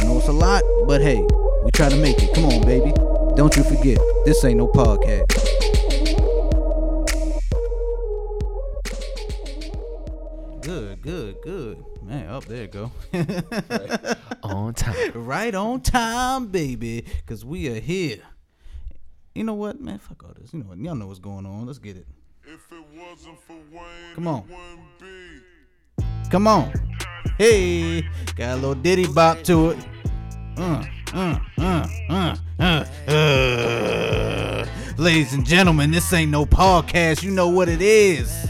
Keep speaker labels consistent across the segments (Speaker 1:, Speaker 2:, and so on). Speaker 1: I know it's a lot, but hey, we trying to make it. Come on, baby. Don't you forget, this ain't no podcast. Good, good, good. Man, up there you go.
Speaker 2: on time.
Speaker 1: right on time, baby, because we are here. You know what, man? Fuck all this. You know what? Y'all know what's going on. Let's get it.
Speaker 3: If it wasn't for Wayne,
Speaker 1: Come on.
Speaker 3: it wouldn't be.
Speaker 1: Come on. Hey, got a little diddy bop to it. Uh, uh, uh, uh, uh, uh. Ladies and gentlemen, this ain't no podcast. You know what it is.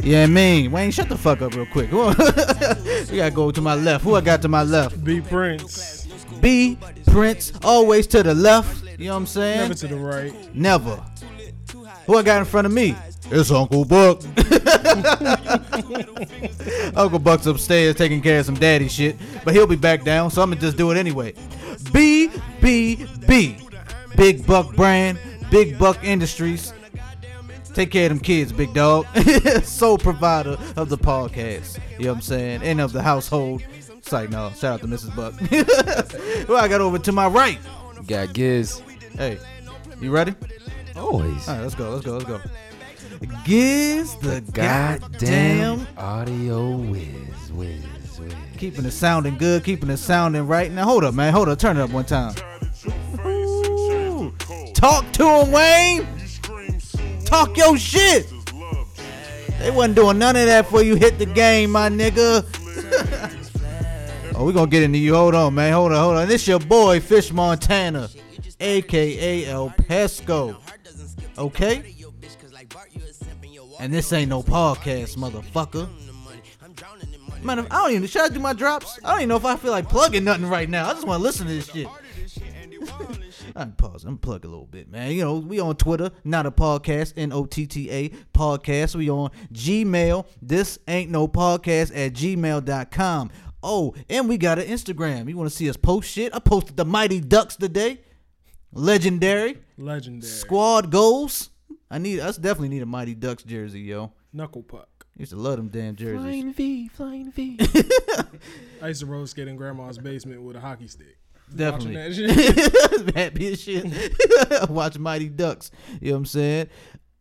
Speaker 1: Yeah, I mean, Wayne, shut the fuck up real quick. we gotta go to my left. Who I got to my left?
Speaker 4: B Prince.
Speaker 1: B. Prince, always to the left. You know what I'm saying?
Speaker 4: Never to the right.
Speaker 1: Never. Who I got in front of me? It's Uncle Buck. Uncle Buck's upstairs taking care of some daddy shit, but he'll be back down, so I'm gonna just do it anyway. B B B, Big Buck Brand, Big Buck Industries. Take care of them kids, big dog. Sole provider of the podcast. You know what I'm saying? And of the household. It's like, no, shout out to Mrs. Buck. Who I got over to my right.
Speaker 2: Got Giz.
Speaker 1: Hey, you ready?
Speaker 2: Always.
Speaker 1: All right, let's go. Let's go. Let's go. Giz the, goddamn,
Speaker 2: audio whiz, whiz, whiz.
Speaker 1: keeping it sounding good, keeping it sounding right. Now hold up, man. Hold up. Turn it up one time. Ooh. Talk to him, Wayne. Talk your shit. They wasn't doing none of that for you. Hit the game, my nigga. oh, we gonna get into you. Hold on, man. Hold on, hold on. This your boy Fish Montana, aka El Pesco. Okay. And this ain't no podcast, motherfucker. Man, I don't even. Should I do my drops? I don't even know if I feel like plugging nothing right now. I just want to listen to this shit. I'm pause. I'm plug a little bit, man. You know, we on Twitter, not a podcast, N O T T A podcast. We on Gmail. This ain't no podcast at gmail.com. Oh, and we got an Instagram. You want to see us post shit? I posted the Mighty Ducks today. Legendary.
Speaker 4: Legendary.
Speaker 1: Squad goals. I need us definitely need a Mighty Ducks jersey, yo.
Speaker 4: Knuckle puck.
Speaker 1: Used to love them damn jerseys.
Speaker 2: V, flying V.
Speaker 4: I used to roller skate in grandma's basement with a hockey stick. Watching
Speaker 1: Definitely.
Speaker 4: that shit.
Speaker 1: happy as shit. Watch Mighty Ducks. You know what I'm saying?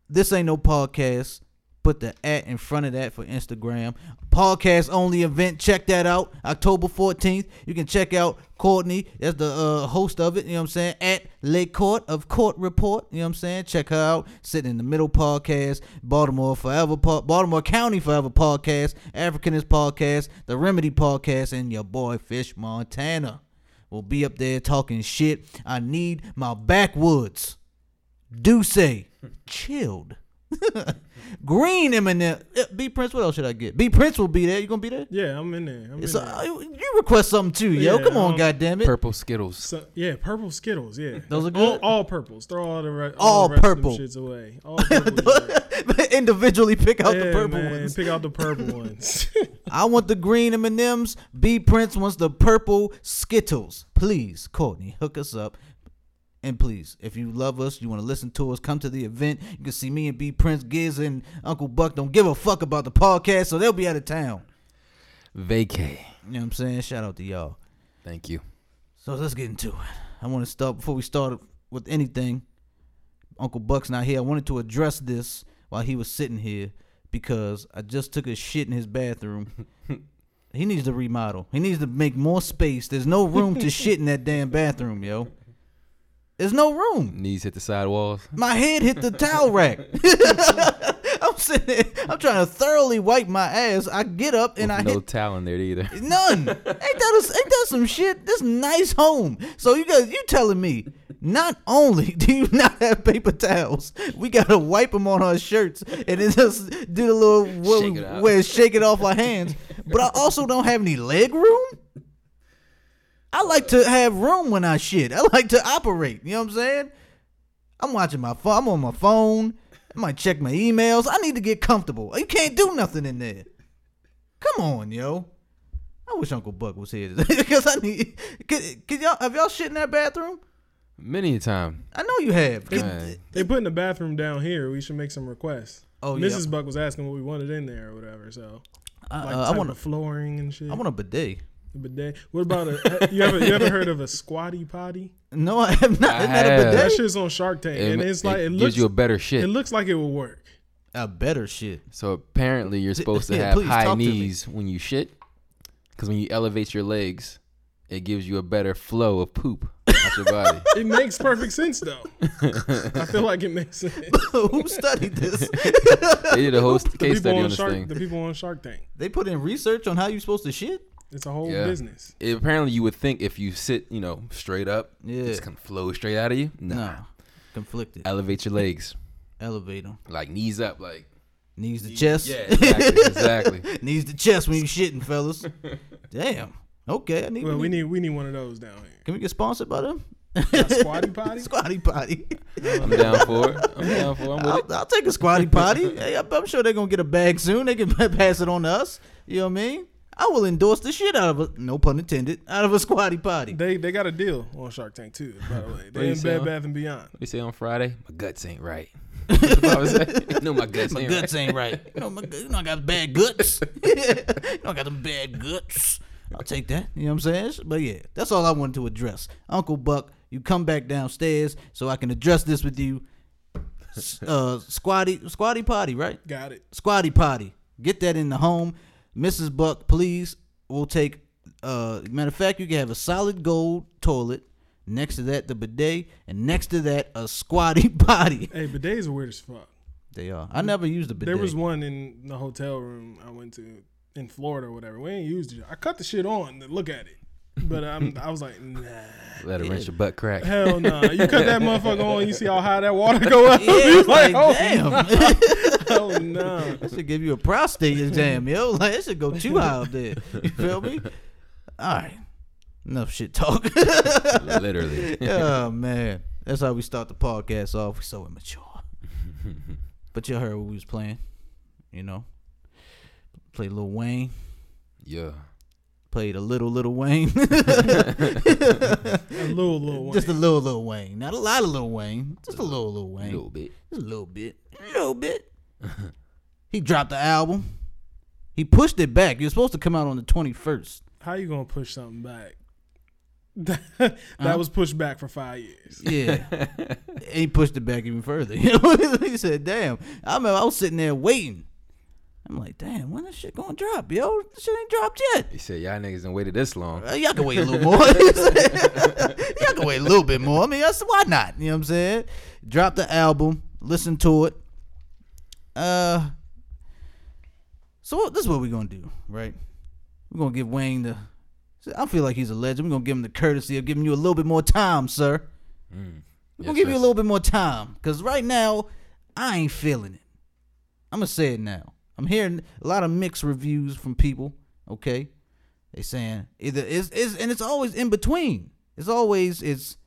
Speaker 1: This ain't no podcast. Put the at in front of that for Instagram. Podcast only event. Check that out. October 14th. You can check out Courtney. That's the uh, host of it. You know what I'm saying? At Le Court of Court Report. You know what I'm saying? Check her out. Sitting in the Middle podcast. Baltimore Forever po- Baltimore County Forever podcast. Africanist podcast. The Remedy podcast. And your boy Fish Montana will be up there talking shit. I need my backwoods. Duce. Chilled. Green Eminem. Eh, B Prince, what else should I get? B Prince will be there. You gonna be there?
Speaker 4: yeah, I'm in there. I'm in
Speaker 1: So,
Speaker 4: there.
Speaker 1: uh, you request something too, yo.
Speaker 4: Yeah,
Speaker 1: Come on,
Speaker 4: um,
Speaker 1: goddamn it.
Speaker 2: Purple Skittles.
Speaker 4: So, yeah, purple Skittles. Yeah,
Speaker 1: Those are
Speaker 4: All,
Speaker 1: good?
Speaker 4: all purples. Throw all the re-
Speaker 1: All
Speaker 4: all, the rest of them
Speaker 1: purple.
Speaker 4: shits away. All purple. yeah,
Speaker 1: Individually pick out the purple
Speaker 4: man.
Speaker 1: ones.
Speaker 4: Pick out the purple ones.
Speaker 1: I want the green M&Ms. B Prince wants the purple Skittles. Please, Courtney, hook us up. And please, if you love us, you want to listen to us, come to the event. You can see me and B Prince, Giz, and Uncle Buck. Don't give a fuck about the podcast, so they'll be out of town.
Speaker 2: Vacay.
Speaker 1: You know what I'm saying? Shout out to y'all.
Speaker 2: Thank you.
Speaker 1: So let's get into it. I want to start before we start with anything. Uncle Buck's not here. I wanted to address this while he was sitting here because I just took a shit in his bathroom. he needs to remodel. He needs to make more space. There's no room to shit in that damn bathroom, yo. There's no room.
Speaker 2: Knees hit the side walls.
Speaker 1: My head hit the towel rack. I'm sitting there. I'm trying to thoroughly wipe my ass. I get up and I
Speaker 2: no
Speaker 1: hit
Speaker 2: towel in there either.
Speaker 1: None. ain't that a, ain't that some shit? This nice home. So you guys, you telling me? Not only do you not have paper towels, we gotta wipe them on our shirts and then just do the little what
Speaker 2: Shake
Speaker 1: we-
Speaker 2: it out.
Speaker 1: where it's shake it off our hands. But I also don't have any leg room. I like to have room when I shit. I like to operate. You know what I'm saying? I'm watching my phone. I'm on my phone. I might check my emails. I need to get comfortable. You can't do nothing in there. Come on, yo. I wish Uncle Buck was here today because I need. Cause, cause y'all have y'all shit in that bathroom?
Speaker 2: Many a time.
Speaker 1: I know you have. Could-
Speaker 2: Man.
Speaker 4: They putting the bathroom down here. We should make some requests.
Speaker 1: Oh, yeah.
Speaker 4: Mrs. Buck was asking what we wanted in there or whatever. So
Speaker 1: I-
Speaker 4: like
Speaker 1: uh, I
Speaker 4: type
Speaker 1: want.
Speaker 4: of flooring and shit.
Speaker 1: I want a bidet.
Speaker 4: a bidet. What about a? you ever you ever heard of a squatty potty?
Speaker 1: No, I have not.
Speaker 2: I
Speaker 1: Isn't that a
Speaker 2: have.
Speaker 4: That
Speaker 1: bidet?
Speaker 4: shit's on Shark Tank, and it's like it,
Speaker 2: gives
Speaker 4: looks
Speaker 2: you a better shit.
Speaker 4: it looks like it will work.
Speaker 1: A better shit.
Speaker 2: so apparently you're supposed to
Speaker 1: Yeah,
Speaker 2: have
Speaker 1: please
Speaker 2: high
Speaker 1: talk to me.
Speaker 2: knees when you shit, because when you elevate your legs, it gives you a better flow of poop out your body.
Speaker 4: It makes perfect sense though. I feel like it makes sense. The
Speaker 1: Who studied this?
Speaker 2: They did a whole case
Speaker 4: people
Speaker 2: study on
Speaker 4: on
Speaker 2: this
Speaker 4: Shark,
Speaker 2: thing.
Speaker 4: the people on Shark Tank.
Speaker 1: they put in research on how you supposed to shit.
Speaker 4: It's a whole
Speaker 2: Yeah.
Speaker 4: business.
Speaker 2: It- apparently, you would think if you sit, you know, straight up,
Speaker 1: Yeah.
Speaker 2: it's gonna flow straight out of you. Nah. Uh,
Speaker 1: conflicted.
Speaker 2: elevate your legs,
Speaker 1: Elevate them.
Speaker 2: like knees up, like
Speaker 1: Knees to chest.
Speaker 2: yeah, exactly, exactly.
Speaker 1: Knees to chest when you shitting, fellas. Damn. Okay, I need.
Speaker 4: Well,
Speaker 1: we
Speaker 4: we
Speaker 1: need.
Speaker 4: need we need one of those down here.
Speaker 1: Can we get sponsored by them?
Speaker 4: A squatty potty.
Speaker 1: Squatty potty.
Speaker 2: I'm down for it. I'm down for it. I'm with
Speaker 1: I'll,
Speaker 2: it.
Speaker 1: I'll take a squatty potty. Hey, I'm I'm sure they're gonna get a bag soon. They can pass it on to us. You know what I mean? I will endorse the shit out of a no pun intended out of a squatty potty.
Speaker 4: They they got a deal on Shark Tank too. By the way,
Speaker 2: you
Speaker 4: they in
Speaker 2: sell?
Speaker 4: Bed Bath and Beyond.
Speaker 2: What do you say on Friday? My guts ain't right. That's what I was saying. no, my guts
Speaker 1: My
Speaker 2: ain't
Speaker 1: guts
Speaker 2: right.
Speaker 1: ain't right. You know, my, gu- you know I got bad guts. you know I got them bad guts. I'll take that. You know what I'm saying? But yeah, that's all I wanted to address. Uncle Buck, you come back downstairs so I can address this with you. S- Uh, squatty, squatty potty, right?
Speaker 4: Got it.
Speaker 1: Squatty potty. Get that in the home, Mrs. Buck. Please, we'll take. Uh, matter of fact, you can have a solid gold toilet. Next to that, the bidet, and next to that, a squatty potty.
Speaker 4: Hey, bidets are weird as fuck.
Speaker 1: They are. I never used a bidet.
Speaker 4: There was one in the hotel room I went to in Florida or whatever. We ain't used it. I cut the shit on to look at it, but I'm, I was like, nah,
Speaker 2: Let it rinse your butt crack.
Speaker 4: hell nah. You cut that motherfucker on, you see how high that water go up.
Speaker 1: Yeah,
Speaker 4: you
Speaker 1: it's like,
Speaker 4: like, oh,
Speaker 1: damn.
Speaker 4: hell nah.
Speaker 1: that should give you a prostate exam, yo. Like, that should go too high up there. You feel me? All right. Enough shit talk.
Speaker 2: Literally.
Speaker 1: oh, man. That's how we start the podcast off. We're so immature. But you heard what we was playing, you know? Played Lil Wayne.
Speaker 2: Yeah.
Speaker 1: Played a little, little Wayne.
Speaker 4: A little little one.
Speaker 1: Just a little, little Wayne. Not a lot of little Wayne. Just a little, little
Speaker 2: A
Speaker 1: Wayne.
Speaker 2: little bit.
Speaker 1: Just a little bit. A little bit. he dropped the album. He pushed it back. It was supposed to come out on the 21st.
Speaker 4: how you gonna push something back? that was pushed back for five years.
Speaker 1: Yeah. And he pushed it back even further. You know? he said, damn. I remember I was sitting there waiting. I'm like, damn, when this shit gonna drop, yo? This shit ain't dropped yet.
Speaker 2: He said, Y'all niggas done waited this long.
Speaker 1: Uh, y'all can wait a little more. y'all can wait a little bit more. I mean, that's, why not? You know what I'm saying? Drop the album, listen to it. Uh, so what- this is what we're gonna do, right? We're gonna give Wayne the. I feel like he's a legend. We're gonna give him the courtesy of giving you a little bit more time, sir. We're gonna
Speaker 2: Yes,
Speaker 1: give you
Speaker 2: yes.
Speaker 1: a little bit more time, cause right now I ain't feeling it. I'm gonna say it now. I'm hearing a lot of mixed reviews from people. Okay, they saying either is is and it's always in between. It's always it's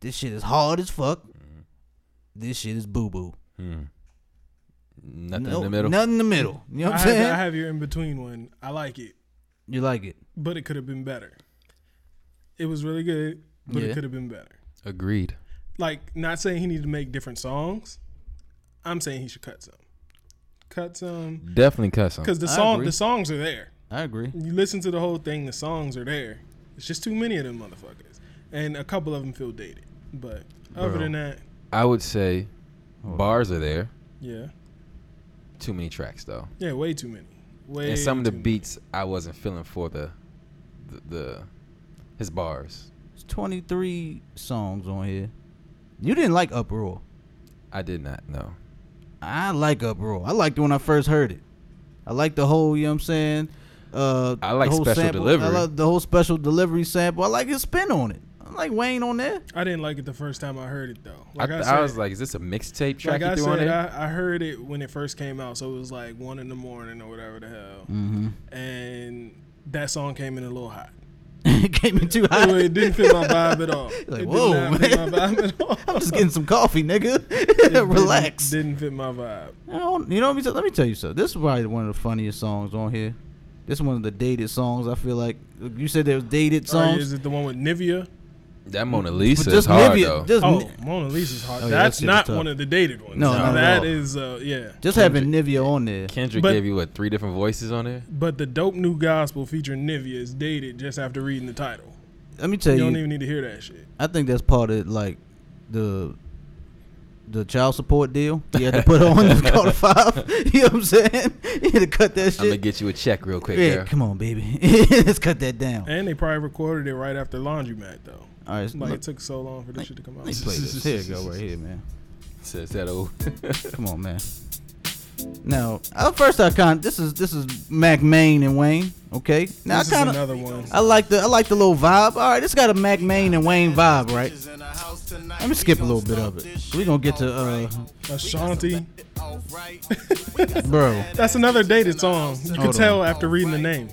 Speaker 1: this shit is hard as fuck.
Speaker 2: Mm-hmm.
Speaker 1: This shit is boo boo.
Speaker 2: Hmm. Nothing in the middle.
Speaker 1: Nothing in the middle. You know
Speaker 4: I
Speaker 1: what I'm
Speaker 4: have,
Speaker 1: saying?
Speaker 4: I have your in between one. I like it,
Speaker 1: you like it?
Speaker 4: but it could have been better. It was really good, but
Speaker 1: Yeah.
Speaker 4: it could have been better.
Speaker 2: Agreed.
Speaker 4: Like, not saying he needed to make different songs. I'm saying he should cut some, cut some,
Speaker 2: Definitely cut some.
Speaker 4: because the
Speaker 1: I
Speaker 4: song,
Speaker 1: agree.
Speaker 4: the songs are there.
Speaker 1: I agree.
Speaker 4: You listen to the whole thing, the songs are there. It's just too many of them motherfuckers, and a couple of them feel dated. But other
Speaker 2: Bro.
Speaker 4: than that,
Speaker 2: I would say bars are there.
Speaker 4: yeah,
Speaker 2: Too many tracks though.
Speaker 4: yeah, way too many. Way
Speaker 2: and some of the
Speaker 4: too many.
Speaker 2: beats I wasn't feeling for the the, the his bars.
Speaker 1: It's 23 songs on here. You didn't like uproar.
Speaker 2: I did not know.
Speaker 1: I like uproar. I liked it when I first heard it. I like the whole, you know what I'm saying? Uh,
Speaker 2: I like
Speaker 1: the whole
Speaker 2: special
Speaker 1: sample.
Speaker 2: delivery.
Speaker 1: I like the whole special delivery sample. I like his spin on it. I like Wayne on there.
Speaker 4: I didn't like it the first time I heard it though.
Speaker 2: I,
Speaker 4: Like I,
Speaker 2: th-
Speaker 4: said,
Speaker 2: I was like, is this a mixtape track
Speaker 4: like
Speaker 2: you
Speaker 4: I
Speaker 2: threw on
Speaker 4: said,
Speaker 2: there?
Speaker 4: I, I heard it when it first came out, so it was like
Speaker 2: Mm.
Speaker 4: one in the morning or whatever the hell,
Speaker 1: Mm-hmm.
Speaker 4: and that song came in a little hot.
Speaker 1: it came in too high.
Speaker 4: Anyway, it didn't fit my vibe at all. it did
Speaker 1: whoa,
Speaker 4: not fit my vibe at all.
Speaker 1: I'm just getting some coffee,
Speaker 4: It didn't-
Speaker 1: nigga. Relax.
Speaker 4: Didn't fit my vibe. Oh,
Speaker 1: I don't- you know what I mean? Let me tell you something. This is probably one of the funniest songs on here. This is one of the dated songs. I feel like you said there was dated
Speaker 4: Sorry,
Speaker 1: songs.
Speaker 4: is it the one with Nivea?
Speaker 2: That Mona Lisa is
Speaker 1: just
Speaker 2: hard
Speaker 1: Nivea-
Speaker 2: though.
Speaker 1: just
Speaker 4: Oh,
Speaker 1: Ni-
Speaker 4: Mona Lisa's hard.
Speaker 1: Oh, yeah, that
Speaker 4: That's
Speaker 1: shit was
Speaker 4: not
Speaker 1: tough.
Speaker 4: one of the dated ones.
Speaker 1: No,
Speaker 2: not at
Speaker 4: that
Speaker 1: all.
Speaker 4: is uh, yeah.
Speaker 1: just having Nivea on there.
Speaker 2: Kendrick
Speaker 4: But-
Speaker 2: gave you what three different voices on there?
Speaker 4: But the dope new gospel featuring Nivea is dated just after reading the title.
Speaker 1: Let me tell
Speaker 4: You
Speaker 1: you,
Speaker 4: don't even need to hear that shit.
Speaker 1: I think that's part of like the the child support deal. He had to put on the call to five. You know what I'm saying? He had to cut that
Speaker 2: I'm gonna
Speaker 1: shit.
Speaker 2: get you a check real quick,
Speaker 1: Yeah,
Speaker 2: girl.
Speaker 1: come on, baby. Let's cut that down.
Speaker 4: And they probably recorded it right after Laundromat though.
Speaker 1: All right,
Speaker 4: Like it
Speaker 1: let,
Speaker 4: took so long for this shit to come out.
Speaker 1: let me play this. Here you go, right here, man.
Speaker 2: Says that old.
Speaker 1: Come on, man. Now, uh, first I kind this is this is Mac Main and Wayne. Okay, now
Speaker 4: this
Speaker 1: I kind
Speaker 4: is
Speaker 1: of
Speaker 4: another one.
Speaker 1: I like the I like the little vibe. All right, this got a Mac Main and Wayne vibe, right? Let me skip a little bit of it. We gonna get to uh,
Speaker 4: Ashanti.
Speaker 1: bro.
Speaker 4: That's another dated song. You can
Speaker 1: Hold
Speaker 4: tell after reading the name.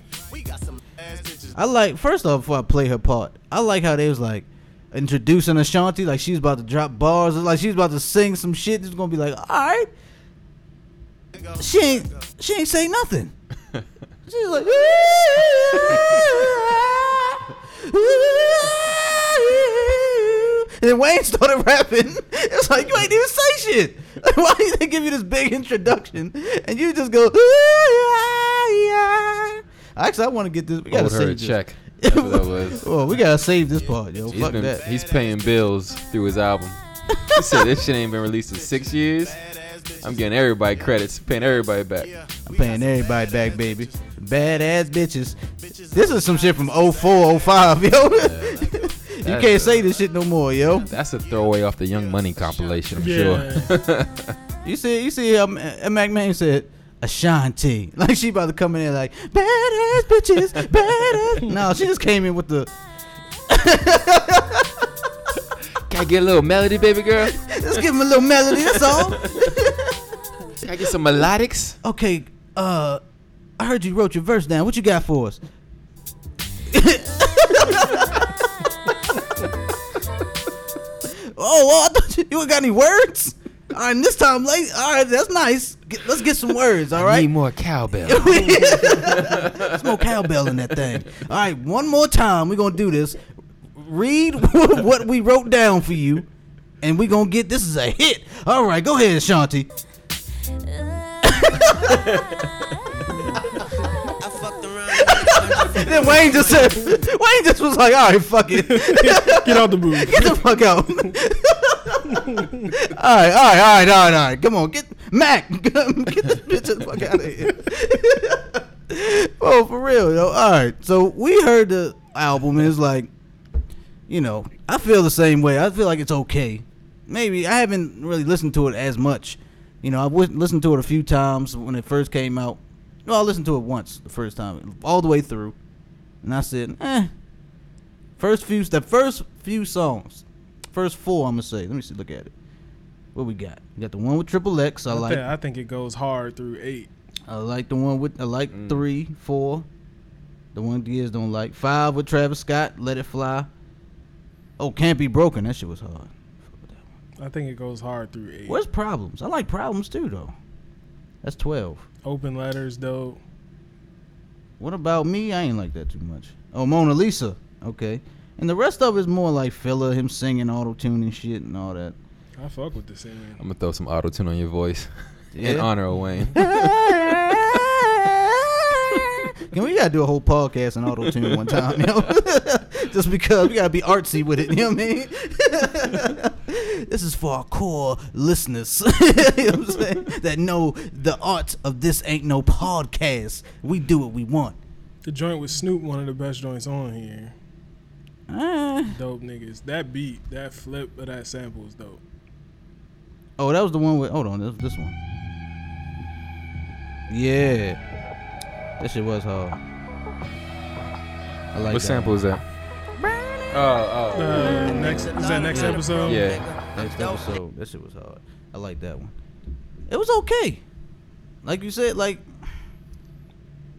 Speaker 1: I like first off before I play her part, I like how they was like introducing Ashanti, like she's about to drop bars, like she's about to sing some shit. It's gonna be like, all right, she ain't she ain't say nothing. She's like, and then Wayne started rapping. It's like you ain't even say shit. Like, why did they give you this big introduction and you just go? Actually, I want to get this. We gotta
Speaker 2: Owed her a
Speaker 1: save this.
Speaker 2: check. That's what that was.
Speaker 1: Oh, we gotta save this part, yo.
Speaker 2: He's
Speaker 1: Fuck
Speaker 2: been,
Speaker 1: that.
Speaker 2: he's paying bills through his album. He said this shit ain't been released in six years. I'm getting everybody credits, paying everybody back.
Speaker 1: I'm paying everybody back, baby. Badass bitches. This is some shit from 04, 05, yo. you can't say this shit no more, yo.
Speaker 2: That's a throwaway off the Young Money compilation, I'm sure.
Speaker 1: You see, you see, um, uh, Mac Main said Ashanti, like she about to come in there like badass bitches, badass. no, she just came in with the.
Speaker 2: Can I get a little melody, baby girl?
Speaker 1: Let's give him a little melody. That's all.
Speaker 2: Can I get some melodics?
Speaker 1: okay, uh, I heard you wrote your verse down. What you got for us? oh, well, I thought you, you ain't got any words. All right, and this time, late. All right, that's nice. Get, let's get some words. All right,
Speaker 2: Need more cowbell.
Speaker 1: Smoke cowbell in that thing. All right, one more time. We're gonna do this. Read what we wrote down for you, and we're gonna get this is a hit. All right, go ahead, Shanti. Then Wayne just said, Wayne just was like, all right, fuck it, get
Speaker 4: Get out the booth.
Speaker 1: the fuck out. all right, all right, all right, all right, all right. Come on, get Mac, get this bitch the fuck out of here. oh, for real, yo. All right, so we heard the album and it's like, you know, I feel the same way. I feel like it's okay. Maybe I haven't really listened to it as much. You know, I would listened to it a few times when it first came out. No, I listened to it once the first time, all the way through, and I said, eh. First few, the first few songs, first four, I'm gonna say. Let me see, look at it. What we got? We got the one with Triple X. I
Speaker 4: I,
Speaker 1: like.
Speaker 4: think, I think it goes hard through eight.
Speaker 1: I like the one with I like three, four. The one the kids don't like. Five with Travis Scott, Let It Fly. Oh, Can't Be Broken. That shit was hard.
Speaker 4: I think it goes hard through eight.
Speaker 1: Where's problems? I like problems too though. That's twelve.
Speaker 4: Open letters though.
Speaker 1: What about me? I ain't like that too much. Oh, Mona Lisa. Okay. And the rest of it's more like filler, him singing auto tune and shit and all that.
Speaker 4: I fuck with the singing.
Speaker 2: I'm gonna throw some auto tune on your voice in
Speaker 1: Yeah.
Speaker 2: honor of Wayne.
Speaker 1: And we gotta do a whole podcast in auto tune one time, you know? just because we gotta be artsy with it. You know what I mean? this is for our core listeners, you know what I'm saying? That know the art of this ain't no podcast. We do what we want.
Speaker 4: The joint with Snoop, one of the best joints on here.
Speaker 1: Uh,
Speaker 4: Dope niggas. That beat, that flip of that sample is dope.
Speaker 1: oh, that was the one with. Hold on, this this one. Yeah, that shit was hard. I like
Speaker 2: What
Speaker 1: that
Speaker 2: sample is that? Oh, oh.
Speaker 4: Uh, next is that next episode?
Speaker 2: Yeah.
Speaker 1: Next episode. That shit was hard. I like that one. It was okay. Like you said, like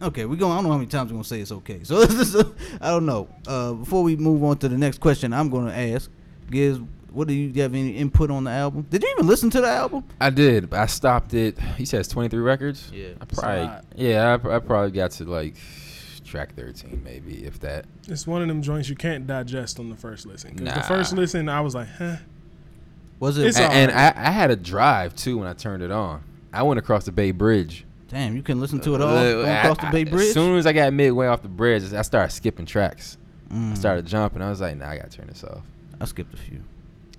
Speaker 1: Okay, we going. I don't know how many times we're gonna say it's okay. So this is, I don't know. Uh, before we move on to the next question, I'm gonna ask: Giz, what do you, do you have any input on the album? Did you even listen to the album?
Speaker 2: I did. but I stopped it. He says 23 records.
Speaker 1: Yeah.
Speaker 2: I
Speaker 4: a
Speaker 2: probably.
Speaker 4: lot.
Speaker 2: Yeah, I, pr- I probably got to like track 13, maybe if that.
Speaker 4: It's one of them joints you can't digest on the first listen. 'Cause
Speaker 2: Nah.
Speaker 4: The first listen, I was like, huh.
Speaker 1: Was it?
Speaker 4: It's
Speaker 2: And,
Speaker 4: all-
Speaker 2: and I, I had a drive too when I turned it on. I went across the Bay Bridge.
Speaker 1: damn, you can listen to it all
Speaker 2: Uh,
Speaker 1: going across the
Speaker 2: I-
Speaker 1: Bay
Speaker 2: I-
Speaker 1: Bridge.
Speaker 2: As soon as I got midway off the bridge, I started skipping tracks.
Speaker 1: Mm.
Speaker 2: I started jumping. I was like, nah, I gotta turn this off.
Speaker 1: I skipped a few.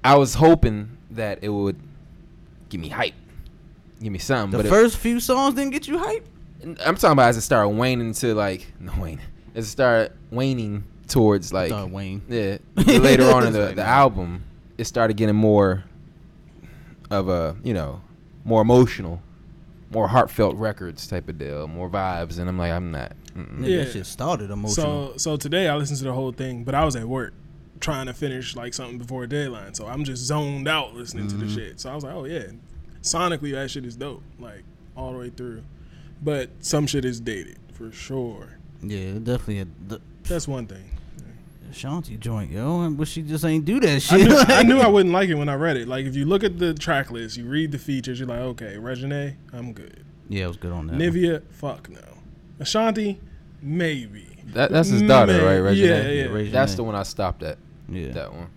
Speaker 2: I was hoping that it would give me hype, give me something.
Speaker 1: The
Speaker 2: but it-
Speaker 1: first few songs didn't get you hype.
Speaker 2: I'm talking about as it started waning to like no waning, as it started waning towards like
Speaker 1: Started waning.
Speaker 2: Yeah, later on in
Speaker 1: It's
Speaker 2: the,
Speaker 1: like,
Speaker 2: the
Speaker 1: nah.
Speaker 2: album, it started getting more of a you know more emotional, more heartfelt records type of deal, more vibes, and I'm like I'm not. Mm-mm.
Speaker 1: Yeah.
Speaker 4: Yeah.
Speaker 1: That shit started emotional.
Speaker 4: So so today I listened to the whole thing, but I was at work trying to finish like something before deadline. So I'm just zoned out listening
Speaker 2: Mm-hmm.
Speaker 4: to the shit. So I was like, oh yeah, sonically that shit is dope, like all the way through. But some shit is dated for sure.
Speaker 1: yeah, definitely. A, the
Speaker 4: That's one thing.
Speaker 1: Ashanti joint, yo, and but she just ain't do that
Speaker 4: I
Speaker 1: shit.
Speaker 4: knew, I knew I wouldn't like it when I read it. Like if you look at the track list, you read the features, you're like, okay, Regine, I'm good.
Speaker 1: yeah, I was good on that. one.
Speaker 4: Nivea, fuck no. Ashanti, maybe.
Speaker 2: That, that's his daughter,
Speaker 4: Man,
Speaker 2: right? Regine?
Speaker 4: yeah, yeah.
Speaker 1: Regine.
Speaker 2: That's the one I stopped at.
Speaker 1: Yeah,
Speaker 2: That one.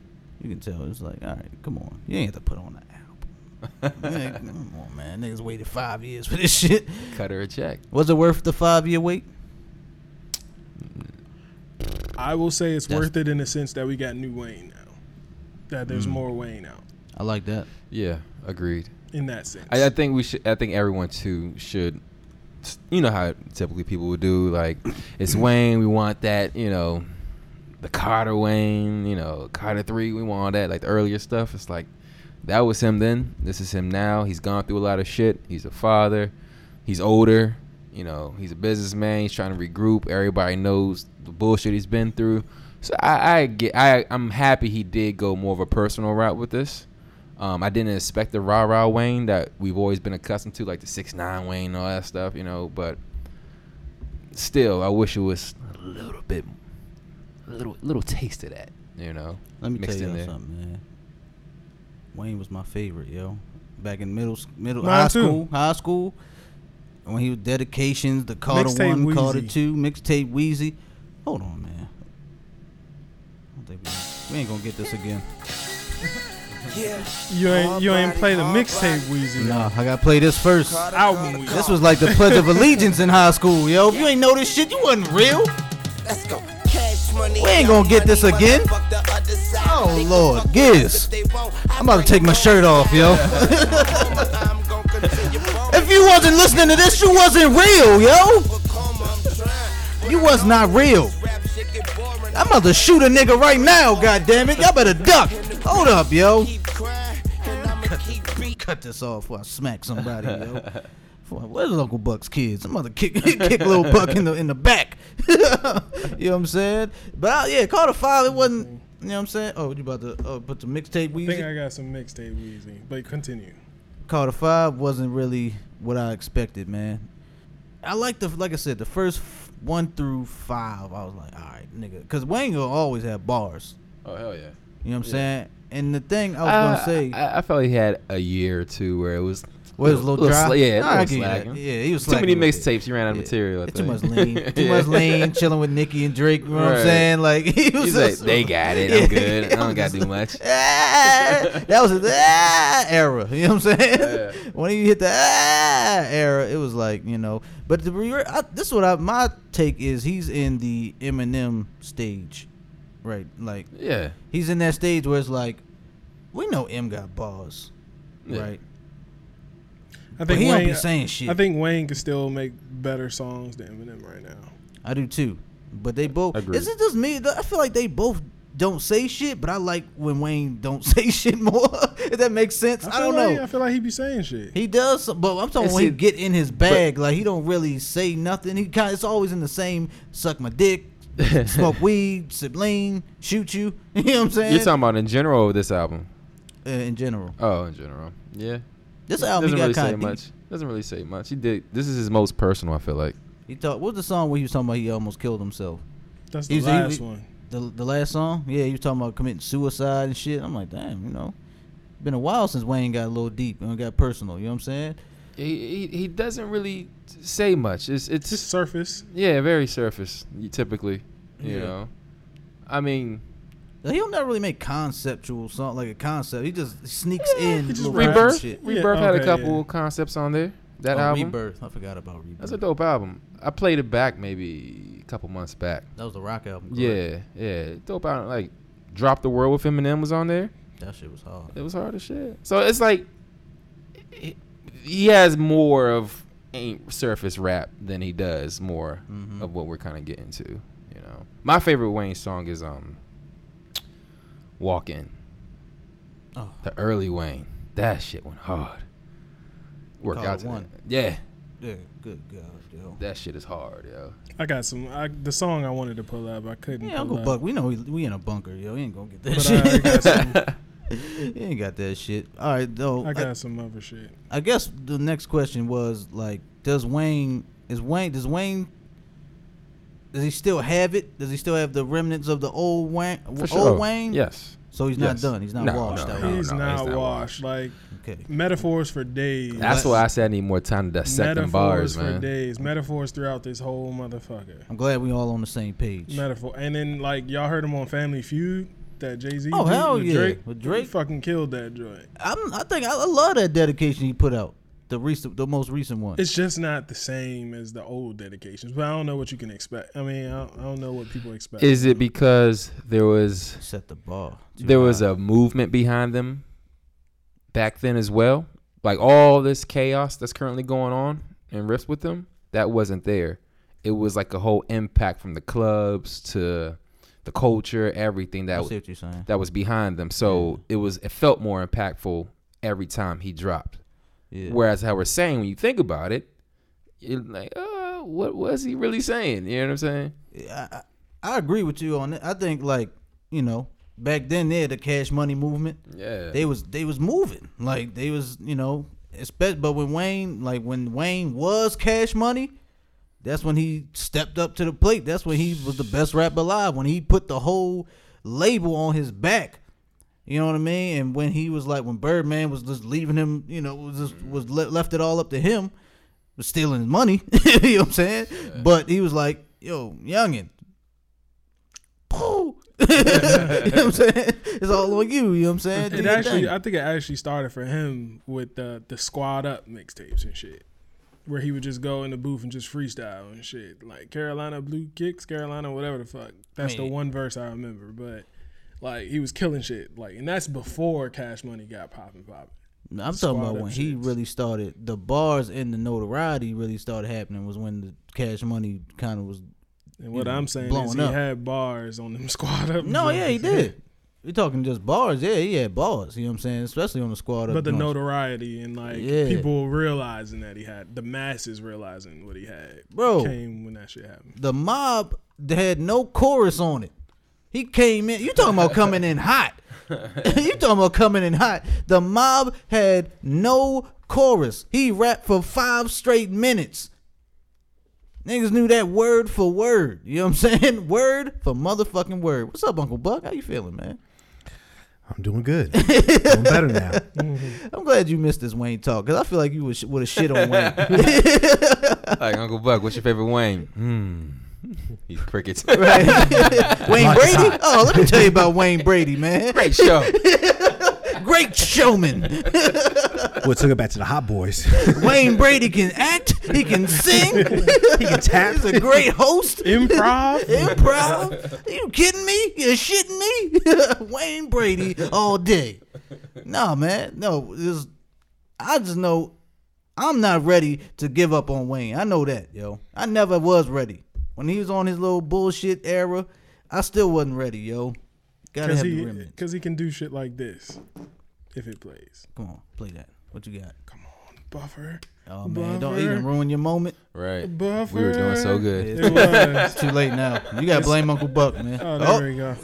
Speaker 1: you can tell it's like, all right, come on, you ain't have to put on the album. Like, come on, man, niggas waited five years for this shit.
Speaker 2: Cut her a check.
Speaker 1: Was it worth the five year wait?
Speaker 4: I will say it's
Speaker 1: That's-
Speaker 4: worth it in the sense that we got new Wayne now. That there's
Speaker 1: Mm.
Speaker 4: more Wayne out
Speaker 1: I like that.
Speaker 2: Yeah, agreed.
Speaker 4: in that sense.
Speaker 2: I, I think we should. I think everyone too should. You know how typically people would do. Like, it's Wayne. We want that. You know, the Carter Wayne. You know, Carter Three. We want all that. Like the earlier stuff. It's like that was him then. This is him now. He's gone through a lot of shit. He's a father. He's older. You know, he's a businessman. He's trying to regroup. Everybody knows the bullshit he's been through. So I, I get. I I'm happy he did go more of a personal route with this. Um, I didn't expect the rah rah Wayne that we've always been accustomed to, like the six nine Wayne and all that stuff, you know. But still, I wish it was a little bit, a little little taste of that, you know.
Speaker 1: Let me
Speaker 2: mixed
Speaker 1: tell
Speaker 2: in
Speaker 1: you
Speaker 2: there.
Speaker 1: something, man. Wayne was my favorite, yo. Back in middle s- middle
Speaker 4: Mine
Speaker 1: high
Speaker 4: too.
Speaker 1: school, high school, when he was dedications, the Carter
Speaker 4: Mixtape
Speaker 1: one, Carter
Speaker 4: Wheezy.
Speaker 1: two, mixtape Wheezy. Hold on, man. I don't think we, we ain't gonna get this again.
Speaker 4: you ain't you ain't play the mixtape Weezy
Speaker 1: Nah, I gotta play this first.
Speaker 4: album Weezy.
Speaker 1: This was like the Pledge of Allegiance in high school, yo. If you ain't know this shit, you wasn't real.
Speaker 5: Let's go. Cash money.
Speaker 1: We ain't gonna get this again.
Speaker 5: Oh
Speaker 1: Oh Lord, Giz. I'm about to take my shirt off, yo. If you wasn't listening to this, you wasn't real, yo. You was not real. I'm about to shoot a nigga right now, goddammit. Y'all better duck. Hold up, yo. Cut this off before I smack somebody, yo. Before- Where's Uncle Buck's kids? I'm about to kick, kick little Buck in the in the back. you know what I'm saying? But I, yeah, call the five. It wasn't. You know what I'm saying? Oh, you about to uh, put the mixtape?
Speaker 4: I
Speaker 1: Weezy?
Speaker 4: think I got some mixtape Weezy, but continue.
Speaker 1: Carter Five wasn't really what I expected, man. I like the like I said, the first f- one through five, I was like, all right, nigga, because Wayne will always have bars.
Speaker 2: Oh hell yeah!
Speaker 1: You know what I'm saying? And the thing I was gonna say
Speaker 2: Uh, I, I felt he had a year or two where it was
Speaker 1: was a little dry.
Speaker 2: sla- yeah,
Speaker 1: Nah, I
Speaker 2: a
Speaker 1: give
Speaker 2: little
Speaker 1: you that.
Speaker 2: slacking.
Speaker 1: Yeah, he was
Speaker 2: Too many
Speaker 1: slacking a little bit.
Speaker 2: mixtapes. You ran out of
Speaker 1: Yeah.
Speaker 2: material. I
Speaker 1: Too
Speaker 2: think.
Speaker 1: much lean, too
Speaker 2: Yeah.
Speaker 1: much lean, chilling with Nicki and Drake. You know what I'm
Speaker 2: Right.
Speaker 1: saying? Like he was
Speaker 2: He's like,
Speaker 1: just-
Speaker 2: they got it.
Speaker 1: Yeah.
Speaker 2: I'm good. I don't got to do much.
Speaker 1: ah, that was the ah era. You know what I'm saying? when you hit the ah era, it was like you know. But the re- I, this is what I, my take is. He's in the Eminem stage, right? Like
Speaker 2: Yeah,
Speaker 1: he's in that stage where it's like, we know M got balls,
Speaker 2: Yeah.
Speaker 1: right?
Speaker 4: I
Speaker 1: But
Speaker 4: think
Speaker 1: he
Speaker 4: Wayne,
Speaker 1: don't be saying shit.
Speaker 4: I think Wayne could still make better songs than Eminem right now.
Speaker 1: I do too. But they both.
Speaker 2: Agreed.
Speaker 1: Is it just me? I feel like they both don't say shit, but I like when Wayne don't say shit more. if that makes sense, I,
Speaker 4: feel
Speaker 1: don't
Speaker 4: like,
Speaker 1: know.
Speaker 4: I feel like he be saying shit.
Speaker 1: He does, but I'm talking
Speaker 2: And
Speaker 1: when he
Speaker 2: see-
Speaker 1: get in his bag, like he don't really say nothing. He kind it's always in the same suck my dick, smoke weed, sip lean, shoot you. You know what I'm saying?
Speaker 2: you're talking about in general with this album.
Speaker 1: uh, in general,
Speaker 2: Oh, in general, yeah.
Speaker 1: this album he
Speaker 2: doesn't
Speaker 1: got
Speaker 2: really
Speaker 1: kind
Speaker 2: say
Speaker 1: of
Speaker 2: much. Doesn't really say much. He did. This is his most personal. I feel like.
Speaker 1: He talked. What was the song where he was talking about? He almost killed himself.
Speaker 4: That's the
Speaker 1: He's- he-
Speaker 4: last
Speaker 1: he-
Speaker 4: one.
Speaker 1: The the last song. Yeah, he was talking about committing suicide and shit. I'm like, damn, you know, been a while since Wayne got a little deep and got personal. You know what I'm saying?
Speaker 2: He, he he doesn't really say much. It's it's
Speaker 4: Just surface.
Speaker 2: yeah, very surface y- typically. You
Speaker 4: Yeah.
Speaker 2: know, I mean,
Speaker 1: Like, He don't never really make conceptual song like a concept. He just sneaks in
Speaker 4: he just
Speaker 1: little
Speaker 4: raps.
Speaker 1: random
Speaker 2: Rebirth.
Speaker 1: shit.
Speaker 4: Yeah,
Speaker 2: Rebirth had a
Speaker 4: okay,
Speaker 2: couple
Speaker 4: yeah.
Speaker 2: concepts on there. That
Speaker 1: Oh,
Speaker 2: album.
Speaker 1: Rebirth. I forgot about Rebirth.
Speaker 2: That's a dope album. I played it back maybe a couple months back.
Speaker 1: that was the rock album. correct?
Speaker 2: Yeah, yeah, dope album. Like, drop the world with Eminem was on there.
Speaker 1: that shit was hard.
Speaker 2: It was hard as shit. So it's like he- he has more of ain't surface rap than he does more
Speaker 1: Mhm.
Speaker 2: of what we're kind of getting to. You know, my favorite Wayne song is um "Walk In."
Speaker 1: Oh.
Speaker 2: The early Wayne, that shit went hard. Work
Speaker 1: Call
Speaker 2: out
Speaker 1: it
Speaker 2: to
Speaker 1: one.
Speaker 2: that. Yeah,
Speaker 1: Yeah, good god, yo.
Speaker 2: that shit is hard, yo.
Speaker 4: I got some. I, the song I wanted to pull up, I couldn't.
Speaker 1: Yeah,
Speaker 4: pull
Speaker 1: Uncle
Speaker 4: up,
Speaker 1: Buck, we know we, we in a bunker, yo. He ain't gonna get that
Speaker 4: But I,
Speaker 1: shit.
Speaker 2: uh,
Speaker 4: got some,
Speaker 1: he ain't got that shit. All right, though.
Speaker 4: I
Speaker 1: I,
Speaker 4: got some other shit.
Speaker 1: I guess the next question was like, does Wayne is Wayne does Wayne does he still have it? Does he still have the remnants of the old Wayne?
Speaker 2: For
Speaker 1: old
Speaker 2: sure.
Speaker 1: Wayne?
Speaker 2: Yes.
Speaker 1: So he's not
Speaker 2: Yes.
Speaker 1: done. He's not
Speaker 2: No,
Speaker 1: washed
Speaker 2: no,
Speaker 1: out.
Speaker 2: no.
Speaker 1: yet.
Speaker 4: He's not,
Speaker 2: it's not
Speaker 4: washed. Like
Speaker 1: Okay.
Speaker 4: metaphors for days.
Speaker 2: That's why I said I need more time to dissect them bars,
Speaker 4: for
Speaker 2: man.
Speaker 4: days. Metaphors throughout this whole motherfucker.
Speaker 1: I'm glad we all on the same page.
Speaker 4: Metaphor. And then like y'all heard him on Family Feud. That Jay Z.
Speaker 1: Oh, hell
Speaker 4: with
Speaker 1: yeah.
Speaker 4: Drake,
Speaker 1: With Drake.
Speaker 4: He fucking killed that joint.
Speaker 1: I'm, I think I, I love that dedication he put out. The recent, the most recent one.
Speaker 4: It's just not the same as the old dedications, but I don't know what you can expect. I mean, I don't, I don't know what people expect.
Speaker 2: Is it because there was
Speaker 1: Set the bar. too
Speaker 2: there was
Speaker 1: high.
Speaker 2: a movement behind them back then as well. Like all this chaos that's currently going on and riffs with them, that wasn't there. It was like a whole impact from the clubs to the culture, everything
Speaker 1: I
Speaker 2: that
Speaker 1: see what you're saying.
Speaker 2: that was behind them. So it was it felt more impactful every time he dropped.
Speaker 1: Yeah.
Speaker 2: Whereas how we're saying when you think about it, you're like, uh, what was he really saying? You know what I'm saying?
Speaker 1: I, I I agree with you on that. I think like you know back then they had the cash money movement.
Speaker 2: Yeah.
Speaker 1: They was they was moving like they was you know. Especially, but when Wayne like when Wayne was cash money, that's when he stepped up to the plate. That's when he was the best rapper alive. When he put the whole label on his back. You know what I mean? And when he was like, when Birdman was just leaving him, you know, was just was le- left it all up to him, was stealing his money. you know what I'm saying? But he was like, yo, youngin, poo. you know what I'm saying? It's all on you. You know what I'm saying? Do
Speaker 4: It
Speaker 1: your
Speaker 4: actually,
Speaker 1: thing.
Speaker 4: I think it actually started for him with the the squad up mixtapes and shit, where he would just go in the booth and just freestyle and shit, like Carolina Blue Kicks, Carolina whatever the fuck. That's the
Speaker 1: mean-
Speaker 4: one verse I remember, but like he was killing shit, like, and that's before Cash Money got popping popping.
Speaker 1: I'm talking about
Speaker 4: Squad up
Speaker 1: when he
Speaker 4: shits.
Speaker 1: really started the bars and the notoriety really started happening was when the cash money kind of was.
Speaker 4: And what
Speaker 1: Yeah,
Speaker 4: I'm saying is
Speaker 1: blowing
Speaker 4: he
Speaker 1: up.
Speaker 4: had bars on them squad up.
Speaker 1: No, yeah, he
Speaker 4: joints.
Speaker 1: did. We're talking just bars. Yeah, he had bars. You know what I'm saying? Especially on the squad. up
Speaker 4: But the
Speaker 1: joints.
Speaker 4: notoriety and like
Speaker 1: Yeah.
Speaker 4: people realizing that he had the masses realizing what he had
Speaker 1: Bro.
Speaker 4: came when that shit happened.
Speaker 1: the mob that had no chorus on it. He came in. You talking about coming in hot? you talking about coming in hot? The mob had no chorus. He rapped for five straight minutes. Niggas knew that word for word. You know what I'm saying? Word for motherfucking word. What's up, Uncle Buck? How you feeling, man?
Speaker 6: I'm doing good. doing better now.
Speaker 1: I'm glad you missed this Wayne talk because I feel like you would have shit on Wayne.
Speaker 2: like Uncle Buck, what's your favorite Wayne? Hmm. He's crickets.
Speaker 1: Wayne Brady? Oh, let me tell you about Wayne Brady, man.
Speaker 2: Great show.
Speaker 1: Great showman.
Speaker 6: Well, it took it back to the Hot Boys.
Speaker 1: Wayne Brady can act. He can sing.
Speaker 6: he can tap.
Speaker 1: He's a great host.
Speaker 4: Improv.
Speaker 1: Improv? Are you kidding me? You shitting me? Wayne Brady all day. No, man. No, this, I just know I'm not ready to give up on Wayne. I know that, yo. I never was ready. When he was on his little bullshit era, I still wasn't ready, yo. Gotta
Speaker 4: Because
Speaker 1: have the
Speaker 4: he,
Speaker 1: remnant.
Speaker 4: 'cause he can do shit like this if it plays.
Speaker 1: Come on, play that. What you got?
Speaker 4: Come on, buffer.
Speaker 1: Oh man, don't
Speaker 4: Buffer.
Speaker 1: even ruin your moment.
Speaker 2: Right.
Speaker 4: Buffer.
Speaker 2: We were doing so good.
Speaker 1: It's
Speaker 4: It was.
Speaker 1: too late now. You gotta blame Uncle Buck, man.
Speaker 4: Oh, there
Speaker 1: Oh,
Speaker 4: we go.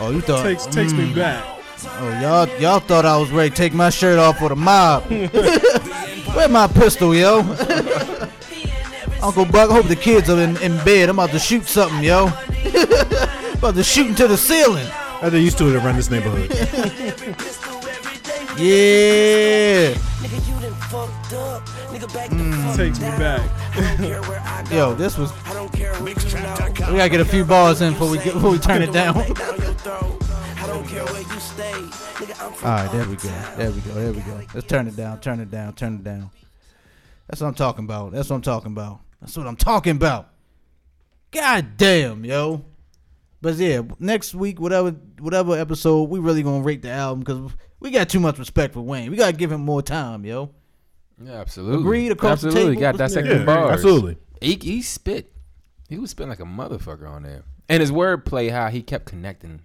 Speaker 1: oh, you thought
Speaker 4: Takes takes me back.
Speaker 1: mm, Oh, y'all, y'all thought I was ready to take my shirt off for the mob. Where my pistol, yo? Uncle Buck, hope the kids are in, in bed. I'm about to shoot something, yo. about to shoot into the ceiling.
Speaker 6: Are they used to it around this neighborhood?
Speaker 1: Yeah.
Speaker 5: Nigga, you done fucked up. Nigga, back the fuck
Speaker 4: Takes me
Speaker 5: down.
Speaker 4: back.
Speaker 5: I don't care where I go.
Speaker 1: Yo, this was.
Speaker 5: I don't care who you know.
Speaker 1: We gotta get a few balls in before we get, before we turn it down. All right, there we go. There we go. There we go. Let's turn it down. Turn it down. Turn it down. That's what I'm talking about. That's what I'm talking about. That's what I'm talking about. God damn, yo. But yeah, next week, whatever, whatever episode, we really gonna rate the album because we got too much respect for Wayne. We gotta give him more time, yo.
Speaker 2: Yeah, absolutely.
Speaker 1: Agreed across the
Speaker 2: absolutely.
Speaker 1: table?
Speaker 2: Got dissecting
Speaker 6: Yeah,
Speaker 2: bars.
Speaker 6: absolutely.
Speaker 2: He, he spit. He was spitting like a motherfucker on there. And his wordplay, how he kept connecting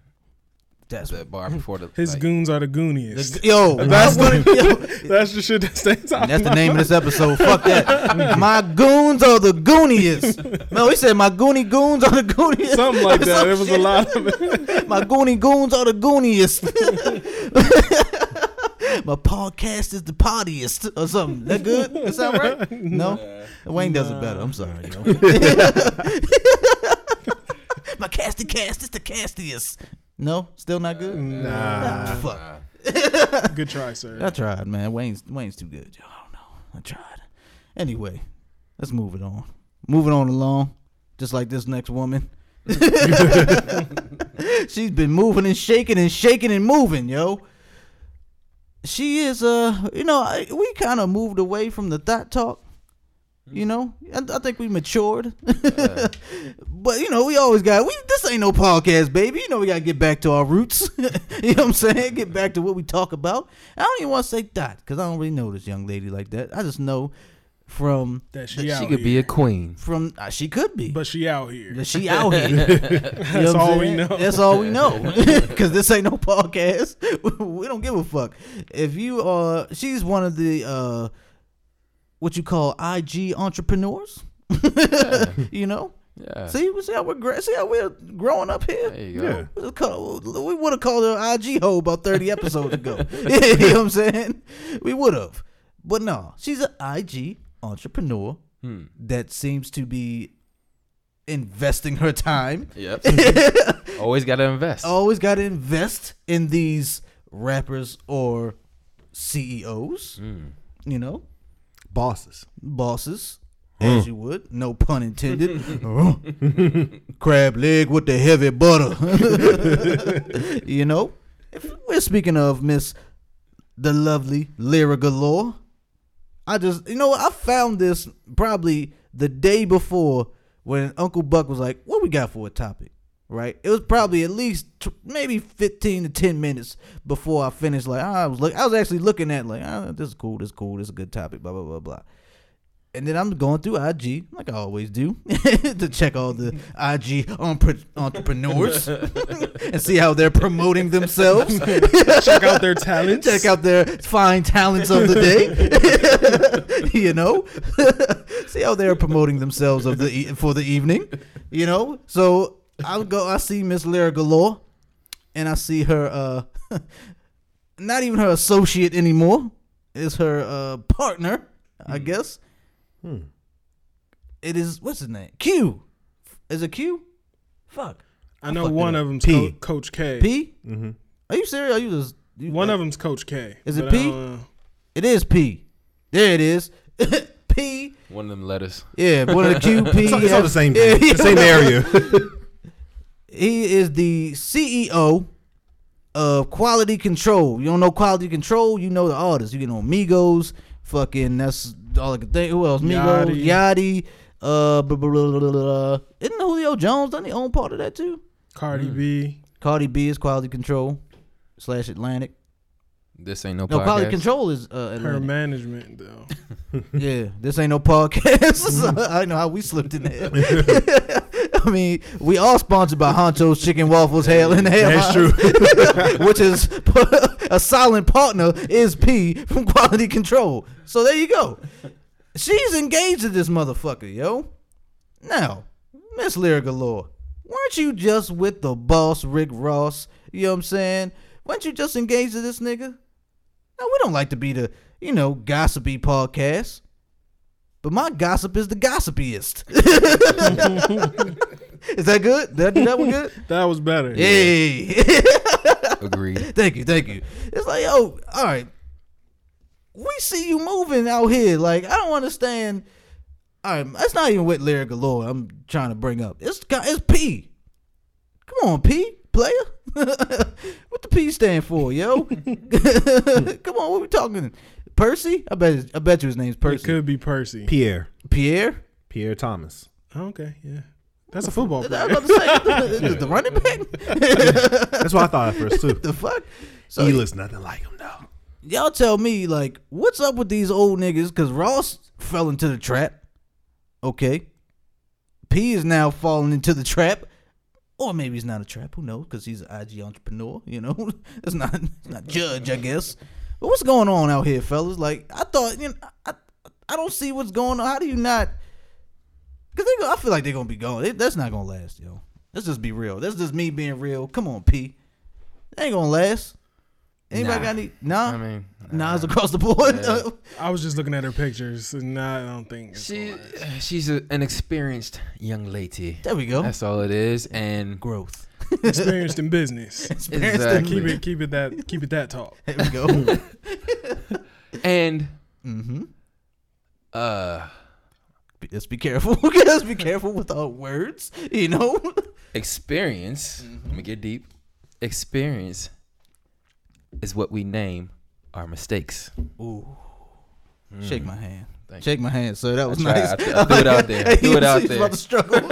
Speaker 1: That's
Speaker 2: the bar before the
Speaker 4: His
Speaker 2: like,
Speaker 4: goons are the gooniest.
Speaker 1: yo.
Speaker 4: That's
Speaker 1: I wanna- yo.
Speaker 4: That's the shit that stands out.
Speaker 1: That's the name of this episode. Fuck that. My goons are the gooniest. No, he said my goony goons are the gooniest.
Speaker 4: Something like that.
Speaker 1: Some
Speaker 4: It was a
Speaker 1: shit.
Speaker 4: lot of it.
Speaker 1: My goony goons are the gooniest. My podcast is the pottiest or something. That good? That sound right? No? Wayne does it better. I'm sorry, yo. My casty cast is the castiest. No? Still not good?
Speaker 6: Nah.
Speaker 1: Fuck.
Speaker 4: Good try, sir.
Speaker 1: I tried, man. Wayne's Wayne's too good. yo. I don't know. I tried. Anyway, let's move it on. Moving on along, just like this next woman. She's been moving and shaking and shaking and moving, yo. She is, uh, you know, I, we kind of moved away from the thought talk. You know, I, I think we matured, but you know, we always got we. This ain't no podcast, baby. You know, we gotta get back to our roots. you know what I'm saying? Get back to what we talk about. I don't even want to say that because I don't really know this young lady like that. I just know from
Speaker 4: That she,
Speaker 2: She
Speaker 4: out
Speaker 2: could
Speaker 4: here.
Speaker 2: be a queen.
Speaker 1: from uh, she could be,
Speaker 4: But she out here.
Speaker 1: that she out here. You know what I'm
Speaker 4: all we
Speaker 1: saying?
Speaker 4: know.
Speaker 1: That's all we know. Because this ain't no podcast. we don't give a fuck. If you are, she's one of the uh, what you call IG entrepreneurs. you know.
Speaker 2: Yeah.
Speaker 1: See, we see how we're gra- see how we're growing up
Speaker 2: There
Speaker 1: here.
Speaker 2: you go.
Speaker 6: Yeah.
Speaker 1: We would have called her IG hoe about thirty episodes ago. you know what I'm saying? We would have, but no, she's an IG entrepreneur
Speaker 2: Hmm.
Speaker 1: that seems to be investing her time.
Speaker 2: Yep. Always got to invest.
Speaker 1: Always got to invest in these rappers or CEOs. You know,
Speaker 6: Bosses.
Speaker 1: bosses, as you would. No pun intended. Crab leg with the heavy butter. you know, if we're speaking of Miss the lovely Lyra Galore. I just, you know, what? I found this probably the day before when Uncle Buck was like, "What we got for a topic?" Right? It was probably at least t- maybe fifteen to ten minutes before I finished. Like I was look, I was actually looking at like, ah, "This is cool. This is cool. This is a good topic." Blah blah blah blah. And then I'm going through IG like I always do to check all the IG empre- entrepreneurs and see how they're promoting themselves.
Speaker 4: Check out their talents.
Speaker 1: Check out their fine talents of the day. you know, see how they're promoting themselves of the e- for the evening. You know, so I'll go. I see Miss Lyra Galore, and I see her. uh Not even her associate anymore. Is her uh partner? I guess. It is what's his name? Q. Is it Q? Fuck.
Speaker 4: I know
Speaker 1: fucked
Speaker 4: one
Speaker 1: it up.
Speaker 4: of them's
Speaker 6: P.
Speaker 4: Co- Coach K.
Speaker 1: P. Mm-hmm. Are you serious? Are you just you,
Speaker 4: One of them's Coach K.
Speaker 1: Is it
Speaker 4: But uh, I
Speaker 1: P?
Speaker 4: don't know.
Speaker 1: It is P. There it is. P.
Speaker 2: One of them letters.
Speaker 1: Yeah, one of the QP.
Speaker 6: It's all, it's all the same. the same area.
Speaker 1: He is the CEO of Quality Control. You don't know Quality Control, you know the artists. You get on Migos, fucking that's all I can think. Who else? Migos,
Speaker 4: Yachty.
Speaker 1: Yachty. Uh, blah, blah, blah, blah, blah. isn't Julio Jones done he own part of that too?
Speaker 4: Cardi B.
Speaker 1: Cardi B is Quality Control slash Atlantic.
Speaker 2: This ain't no,
Speaker 1: No,
Speaker 2: podcast.
Speaker 1: Quality Control is uh,
Speaker 4: Her
Speaker 1: Atlantic.
Speaker 4: management, though.
Speaker 1: Yeah, this ain't no podcast. So
Speaker 6: Mm-hmm.
Speaker 1: I know how we slipped in there. I mean, we all sponsored by Honcho's Chicken Waffles Hell and Hell.
Speaker 6: That's true.
Speaker 1: which is a silent partner is P from Quality Control. So there you go. She's engaged to this motherfucker, yo. Now, Miss Lyra Galore, weren't you just with the boss Rick Ross? You know what I'm saying? weren't you just engaged to this nigga? Now we don't like to be the, you know, gossipy podcast. But my gossip is the gossipiest. is that good? Did I do that one good?
Speaker 4: That was better.
Speaker 1: Hey.
Speaker 2: Agreed.
Speaker 1: thank you, thank you. It's like, yo, all right. We see you moving out here. Like, I don't understand. All right, that's not even what lyric galore I'm trying to bring up. It's got- it's P. Come on, P player. what the P stand for, yo? Come on, what we talking? Percy? I bet I bet you his name's
Speaker 4: It
Speaker 1: Percy.
Speaker 4: could be Percy.
Speaker 6: Pierre.
Speaker 1: Pierre.
Speaker 6: Pierre Thomas.
Speaker 4: Oh, okay, yeah. That's a football
Speaker 1: I
Speaker 4: player.
Speaker 1: was about to say, is the running back?
Speaker 6: That's what I thought at first too.
Speaker 1: the fuck? So
Speaker 6: He looks nothing like him though.
Speaker 1: y'all tell me like what's up with these old niggas cause Ross fell into the trap. Okay. P is now falling into the trap. Or maybe it's not a trap, who knows? Because he's an IG entrepreneur, you know. it's not it's not judge, I guess. But what's going on out here, fellas? Like I thought, you know, I I don't see what's going on. How do you not? Because they, go- I feel like they're gonna be gone. They- that's not gonna last, yo. Let's just be real. That's just me being real. Come on, P. They ain't gonna last. Anybody
Speaker 2: Nah.
Speaker 1: got any? Nah.
Speaker 2: I mean,
Speaker 1: Nas across the board.
Speaker 4: I was just looking at her pictures, and I don't think it's
Speaker 2: she
Speaker 4: gonna last.
Speaker 2: she's a, an experienced young lady.
Speaker 1: there we go.
Speaker 2: That's all it is, and
Speaker 1: growth.
Speaker 4: experienced in business.
Speaker 1: Parents didn't
Speaker 2: Exactly.
Speaker 4: keep it, keep it that, keep it that talk.
Speaker 1: There we go.
Speaker 2: and
Speaker 1: mm-hmm.
Speaker 2: uh,
Speaker 1: Let's be careful. Let's be careful with our words. You know.
Speaker 2: experience.
Speaker 1: Mm-hmm.
Speaker 2: Let me get deep. Experience is what we name our mistakes.
Speaker 1: Ooh. Mm. Shake my hand.
Speaker 2: Mm. Thank
Speaker 1: Shake my hand, sir. That was
Speaker 2: tried.
Speaker 1: nice.
Speaker 2: I th- I threw it out there. I threw it out
Speaker 1: He's about
Speaker 2: there.
Speaker 1: to struggle. He's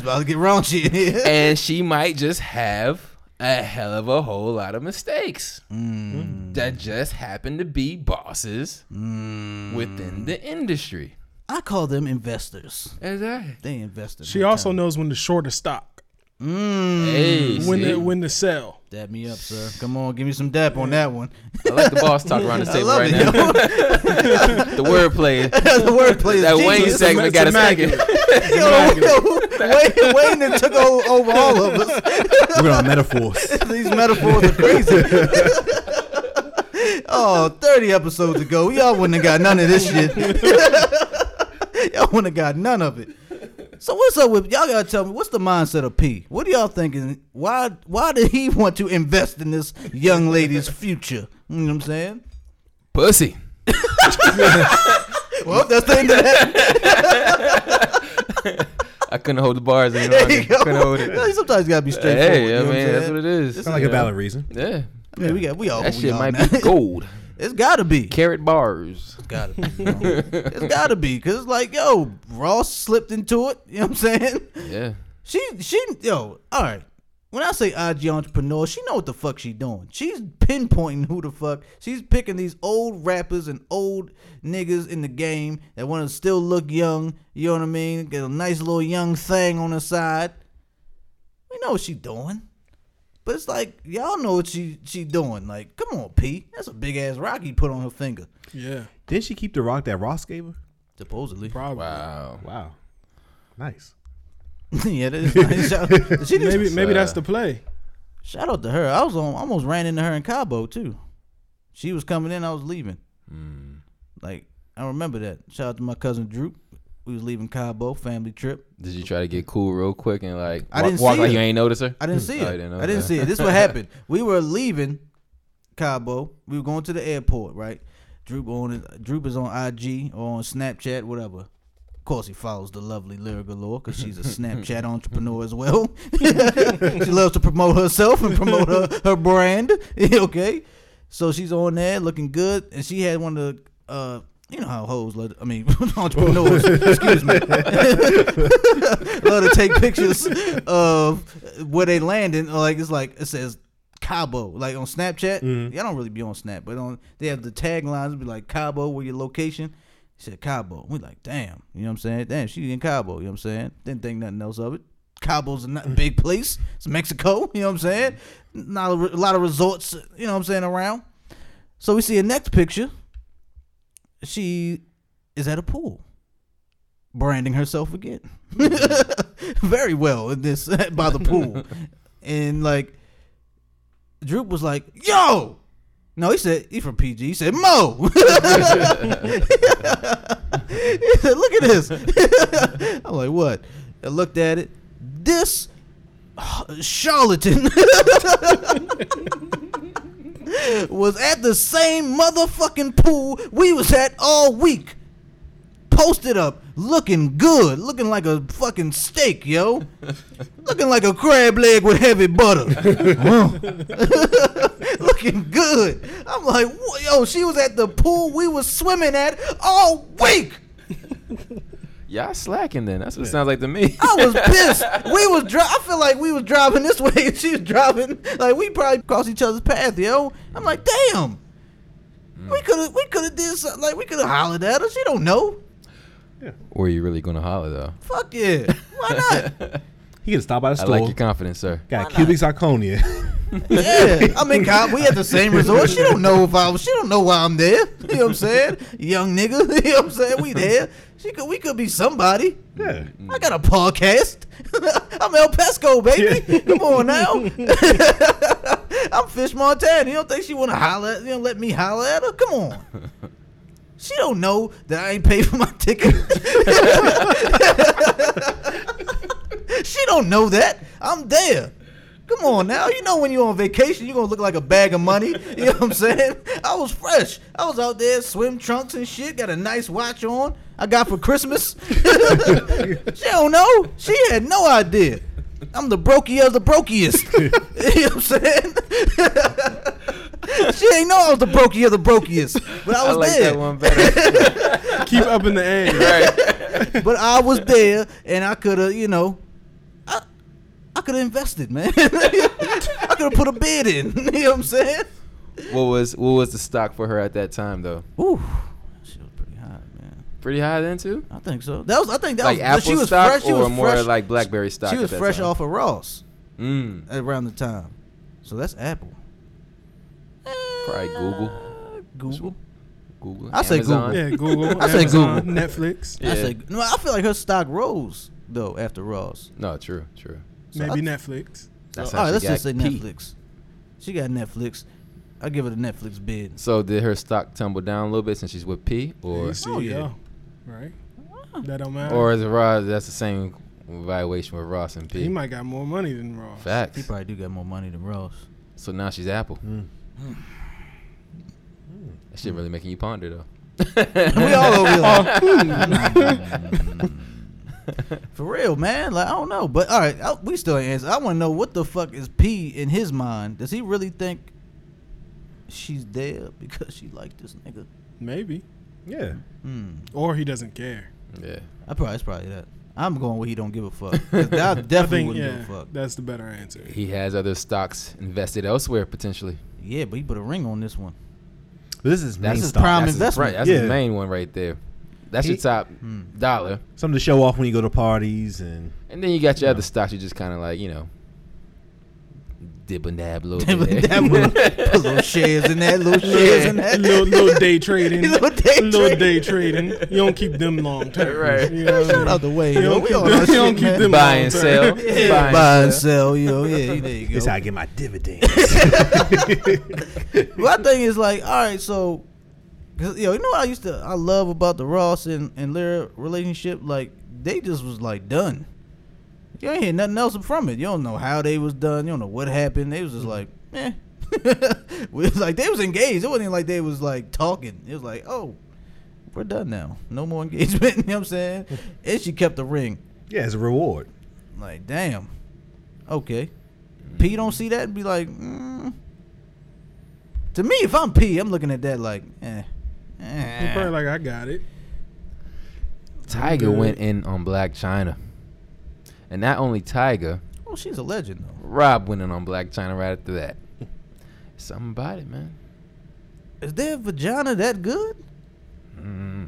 Speaker 1: about to get raunchy in here.
Speaker 2: and she might just have a hell of a whole lot of mistakes
Speaker 1: Mm.
Speaker 2: that just happen to be bosses
Speaker 1: Mm.
Speaker 2: within the industry.
Speaker 1: I call them investors.
Speaker 2: Exactly.
Speaker 1: They invested. Mm.
Speaker 4: She also knows when to short a stock,
Speaker 2: Hey,
Speaker 4: when
Speaker 2: see?
Speaker 4: to, when to sell.
Speaker 1: dap me up, sir. Come on, give me some dap on that one.
Speaker 2: I like the boss talk around the
Speaker 1: I
Speaker 2: table
Speaker 1: love
Speaker 2: right
Speaker 1: it.
Speaker 2: now. the wordplay.
Speaker 1: the wordplay is
Speaker 2: That Wayne
Speaker 1: genius.
Speaker 2: segment
Speaker 4: It's
Speaker 2: got a
Speaker 4: immaculate.
Speaker 2: second.
Speaker 1: Yo, yo, Wayne, Wayne done took o- over all of us.
Speaker 6: We're on metaphors.
Speaker 1: These metaphors are crazy. oh, 30 episodes ago, y'all wouldn't have got none of this shit. y'all wouldn't have got none of it. So what's up with y'all? Gotta tell me what's the mindset of P. What are y'all thinking? Why why did he want to invest in this young lady's future? You know what I'm saying?
Speaker 2: Pussy.
Speaker 1: Well, that's the end of that.
Speaker 2: I couldn't hold the bars any
Speaker 1: There you
Speaker 2: longer.
Speaker 1: go.
Speaker 2: Couldn't hold it.
Speaker 1: Sometimes you gotta be straightforward.
Speaker 2: Hey,
Speaker 1: you
Speaker 2: I
Speaker 1: know what I'm
Speaker 2: mean, that's
Speaker 1: saying?
Speaker 2: what it is.
Speaker 6: Sound like
Speaker 2: you
Speaker 6: a
Speaker 2: know?
Speaker 6: valid reason.
Speaker 2: Yeah.
Speaker 1: I mean, we got we all
Speaker 2: That
Speaker 1: Oh, we
Speaker 2: shit
Speaker 1: all
Speaker 2: might
Speaker 1: now.
Speaker 2: be gold.
Speaker 1: It's gotta be.
Speaker 2: Carrot bars.
Speaker 1: gotta be. you know. it's gotta be because it's like yo, Ross slipped into it. You know what I'm saying?
Speaker 2: Yeah.
Speaker 1: She she yo. All right. When I say IG entrepreneur, she know what the fuck she doing. She's pinpointing who the fuck. She's picking these old rappers and old niggas in the game that want to still look young. You know what I mean? Get a nice little young thing on the side. We know what she doing. But it's like y'all know what she she doing. Like, come on, P. That's a big ass rock you put on her finger.
Speaker 4: Yeah,
Speaker 6: Didn't she keep the rock that Ross gave her?
Speaker 1: Supposedly.
Speaker 4: probably.
Speaker 2: Wow.
Speaker 6: Wow. Nice.
Speaker 1: yeah, that is nice. Shout, she did-
Speaker 4: Maybe maybe that's the play.
Speaker 1: shout out to her. I was on, almost ran into her in Cabo too. She was coming in, I was leaving. Like I remember that. Shout out to my cousin Drew. We was leaving Cabo family trip.
Speaker 2: Did you try to get cool real quick and like
Speaker 1: I
Speaker 2: wa-
Speaker 1: didn't
Speaker 2: walk
Speaker 1: see
Speaker 2: like you
Speaker 1: her.
Speaker 2: ain't notice her?
Speaker 1: I didn't see
Speaker 2: Oh,
Speaker 1: it.
Speaker 2: you didn't know
Speaker 1: I didn't
Speaker 2: that.
Speaker 1: see it. This is what happened. We were leaving Cabo. We were going to the airport, right? Droop on Droop is on IG or on Snapchat, whatever. Of course, he follows the lovely Lyra Galore because she's a Snapchat entrepreneur as well. she loves to promote herself and promote her, her brand. okay, so she's on there looking good, and she had one of the. Uh, you know how hoes, love, I mean, entrepreneurs, excuse me, love to take pictures of where they landing. Like it's like it says Cabo, like on Snapchat. Y'all don't really be on Snap, but on they have the taglines it'd be like Cabo, where your location. He said Cabo. We like, damn, you know what I'm saying? Damn, she in Cabo, you know what I'm saying? Didn't think nothing else of it. Cabo's a not big place. It's Mexico, you know what I'm saying? Not a, re- a lot of resorts, you know what I'm saying, around. So we see a next picture. She is at a pool, branding herself again, very well in this by the pool, and like Droop was like, "Yo." No, he said he from PG. He said Mo. he said, "Look at this." I'm like, "What?" I looked at it. This charlatan was at the same motherfucking pool we was at all week. Posted up, looking good, looking like a fucking steak, yo. looking like a crab leg with heavy butter. looking good. I'm like, "Wha- yo, she was at the pool we was swimming at all week.
Speaker 2: Y'all slacking then. That's what it sounds like to me.
Speaker 1: I was pissed. We was dri- I feel like we was driving this way and she was driving like we probably crossed each other's path, yo. I'm like, damn. We could have we could have did something like we could have hollered at her. She don't know.
Speaker 2: Were you really gonna holler though?
Speaker 1: Fuck yeah. Why not?
Speaker 6: He could stop by the
Speaker 2: I
Speaker 6: store.
Speaker 2: like your confidence, sir.
Speaker 6: got cubic zirconia.
Speaker 1: yeah. I mean, cop, we at the same resort. She don't know if I was she don't know why I'm there. You know what I'm saying? Young nigga. You know what I'm saying? We there. She could we could be somebody.
Speaker 6: yeah.
Speaker 1: I got a podcast. I'm El Pesco, baby.
Speaker 6: Yeah.
Speaker 1: Come on now. I'm Fish Montana. You don't think she want to holler? At, you don't let me holler at her? Come on. She don't know that I ain't paid for my ticket. she don't know that I'm there. Come on now, you know when you're on vacation, you're gonna look like a bag of money. You know what I'm saying? I was fresh. I was out there, swim trunks and shit. Got a nice watch on. I got for Christmas. She don't know. She had no idea. I'm the brokey of the brokiest. you know what I'm saying? she ain't know I was the brokey of the brokiest. But I
Speaker 2: I
Speaker 1: was
Speaker 2: like
Speaker 1: there.
Speaker 2: that one better.
Speaker 4: Keep up in the aim.
Speaker 2: right.
Speaker 1: But I was there and I could have, you know, I, I could have invested, man. I could have put a bid in. you know what I'm saying?
Speaker 2: What was what was the stock for her at that time though?
Speaker 1: Ooh. She was pretty hot, man.
Speaker 2: Pretty high then too.
Speaker 1: I think so. That was I think that
Speaker 2: Like
Speaker 1: was
Speaker 2: Apple
Speaker 1: she was
Speaker 2: stock
Speaker 1: fresh. She
Speaker 2: or
Speaker 1: was
Speaker 2: more
Speaker 1: fresh.
Speaker 2: like BlackBerry stock.
Speaker 1: She
Speaker 2: at
Speaker 1: was
Speaker 2: that
Speaker 1: fresh
Speaker 2: time?
Speaker 1: off of Ross
Speaker 2: Mm,
Speaker 1: around the time. So that's Apple. Uh,
Speaker 2: probably Google.
Speaker 1: Google.
Speaker 2: Google.
Speaker 1: I say
Speaker 2: Amazon.
Speaker 1: Google.
Speaker 4: Yeah, Google.
Speaker 1: I say
Speaker 4: Amazon,
Speaker 1: Google.
Speaker 4: Netflix.
Speaker 1: I
Speaker 2: Yeah.
Speaker 1: say no. I feel like her stock rose though after Ross.
Speaker 2: No, true, true.
Speaker 4: Maybe Netflix.
Speaker 2: That's
Speaker 1: All right,
Speaker 2: how
Speaker 1: let's
Speaker 2: she
Speaker 1: Oh, just
Speaker 2: got
Speaker 1: say
Speaker 2: key.
Speaker 1: Netflix. She got Netflix. I give her the Netflix bid.
Speaker 2: So did her stock tumble down a little bit since she's with P, or
Speaker 4: There
Speaker 1: Oh,
Speaker 4: you
Speaker 1: yeah. Ah.
Speaker 4: go. Right? That don't matter.
Speaker 2: or is it Ross? That's the same valuation with Ross and
Speaker 4: he
Speaker 2: P.
Speaker 4: might got more money than Ross.
Speaker 1: He
Speaker 2: Facts.
Speaker 1: probably do got more money than Ross.
Speaker 2: So now she's Apple. That shit really making you ponder though.
Speaker 1: we all over here. For real, man. Like I don't know, but all right, I, we still ain't answer. I want to know what the fuck is P in his mind? Does he really think she's there because she liked this nigga?
Speaker 4: Maybe.
Speaker 6: Yeah.
Speaker 1: Hmm.
Speaker 4: Or he doesn't care.
Speaker 2: Yeah.
Speaker 1: I probably it's probably that. I'm going where he don't give a fuck. 'Cause I definitely
Speaker 4: I think
Speaker 1: wouldn't
Speaker 4: yeah,
Speaker 1: give a fuck.
Speaker 4: that's the better answer.
Speaker 2: He has other stocks invested elsewhere potentially.
Speaker 1: Yeah, but he put a ring on this one.
Speaker 6: This is
Speaker 1: That's
Speaker 6: main
Speaker 1: his
Speaker 6: stock.
Speaker 1: prime
Speaker 2: That's, his,
Speaker 1: investment. Hmm.
Speaker 2: right, that's
Speaker 6: Yeah.
Speaker 2: his main one right there. That's your
Speaker 6: He-
Speaker 2: top dollar.
Speaker 6: Something to show off when you go to parties and
Speaker 2: And then you got your other stocks you just kinda like, you know, dib and dab a little
Speaker 1: Damn,
Speaker 2: bit.
Speaker 1: that one. Put little shares in that, little shares in that.
Speaker 4: little, little day trading.
Speaker 1: Little day
Speaker 4: Little day trading. You don't keep them long term.
Speaker 2: Right.
Speaker 4: You know what I
Speaker 1: Shout
Speaker 4: mean?
Speaker 1: out the way.
Speaker 4: You
Speaker 1: yo.
Speaker 4: don't
Speaker 1: We
Speaker 4: keep
Speaker 1: on
Speaker 4: them-
Speaker 1: our
Speaker 4: you don't
Speaker 1: shit,
Speaker 4: keep
Speaker 1: man.
Speaker 4: them
Speaker 2: Buy
Speaker 4: long
Speaker 2: and
Speaker 4: term.
Speaker 2: sell.
Speaker 1: Yeah,
Speaker 2: Buy
Speaker 1: buy,
Speaker 2: and
Speaker 1: and sell, you know, yeah, there you
Speaker 6: this
Speaker 1: go.
Speaker 6: how I get my dividends.
Speaker 1: My thing is like, all right, so, 'cause, yo, you know what I used to, I love about the Ross and, and Lyra relationship? Like, they just was like done. You ain't hear nothing else from it. You don't know how they was done. You don't know what happened. They was just like, eh. we was like, they was engaged. It wasn't even like they was like talking. It was like, oh, we're done now. No more engagement. you know what I'm saying? And she kept the ring.
Speaker 6: yeah, as a reward.
Speaker 1: Like, damn. Okay. P don't see that and be like, mm. To me, if I'm P, I'm looking at that like, eh.
Speaker 4: He
Speaker 1: eh.
Speaker 4: probably like, I got it.
Speaker 2: Tiger went in on Black China. And not only Tiger,
Speaker 1: oh, she's a legend though.
Speaker 2: Rob went in on Black China right after that. Something about it, man.
Speaker 1: Is their vagina that good?
Speaker 2: Mm-hmm.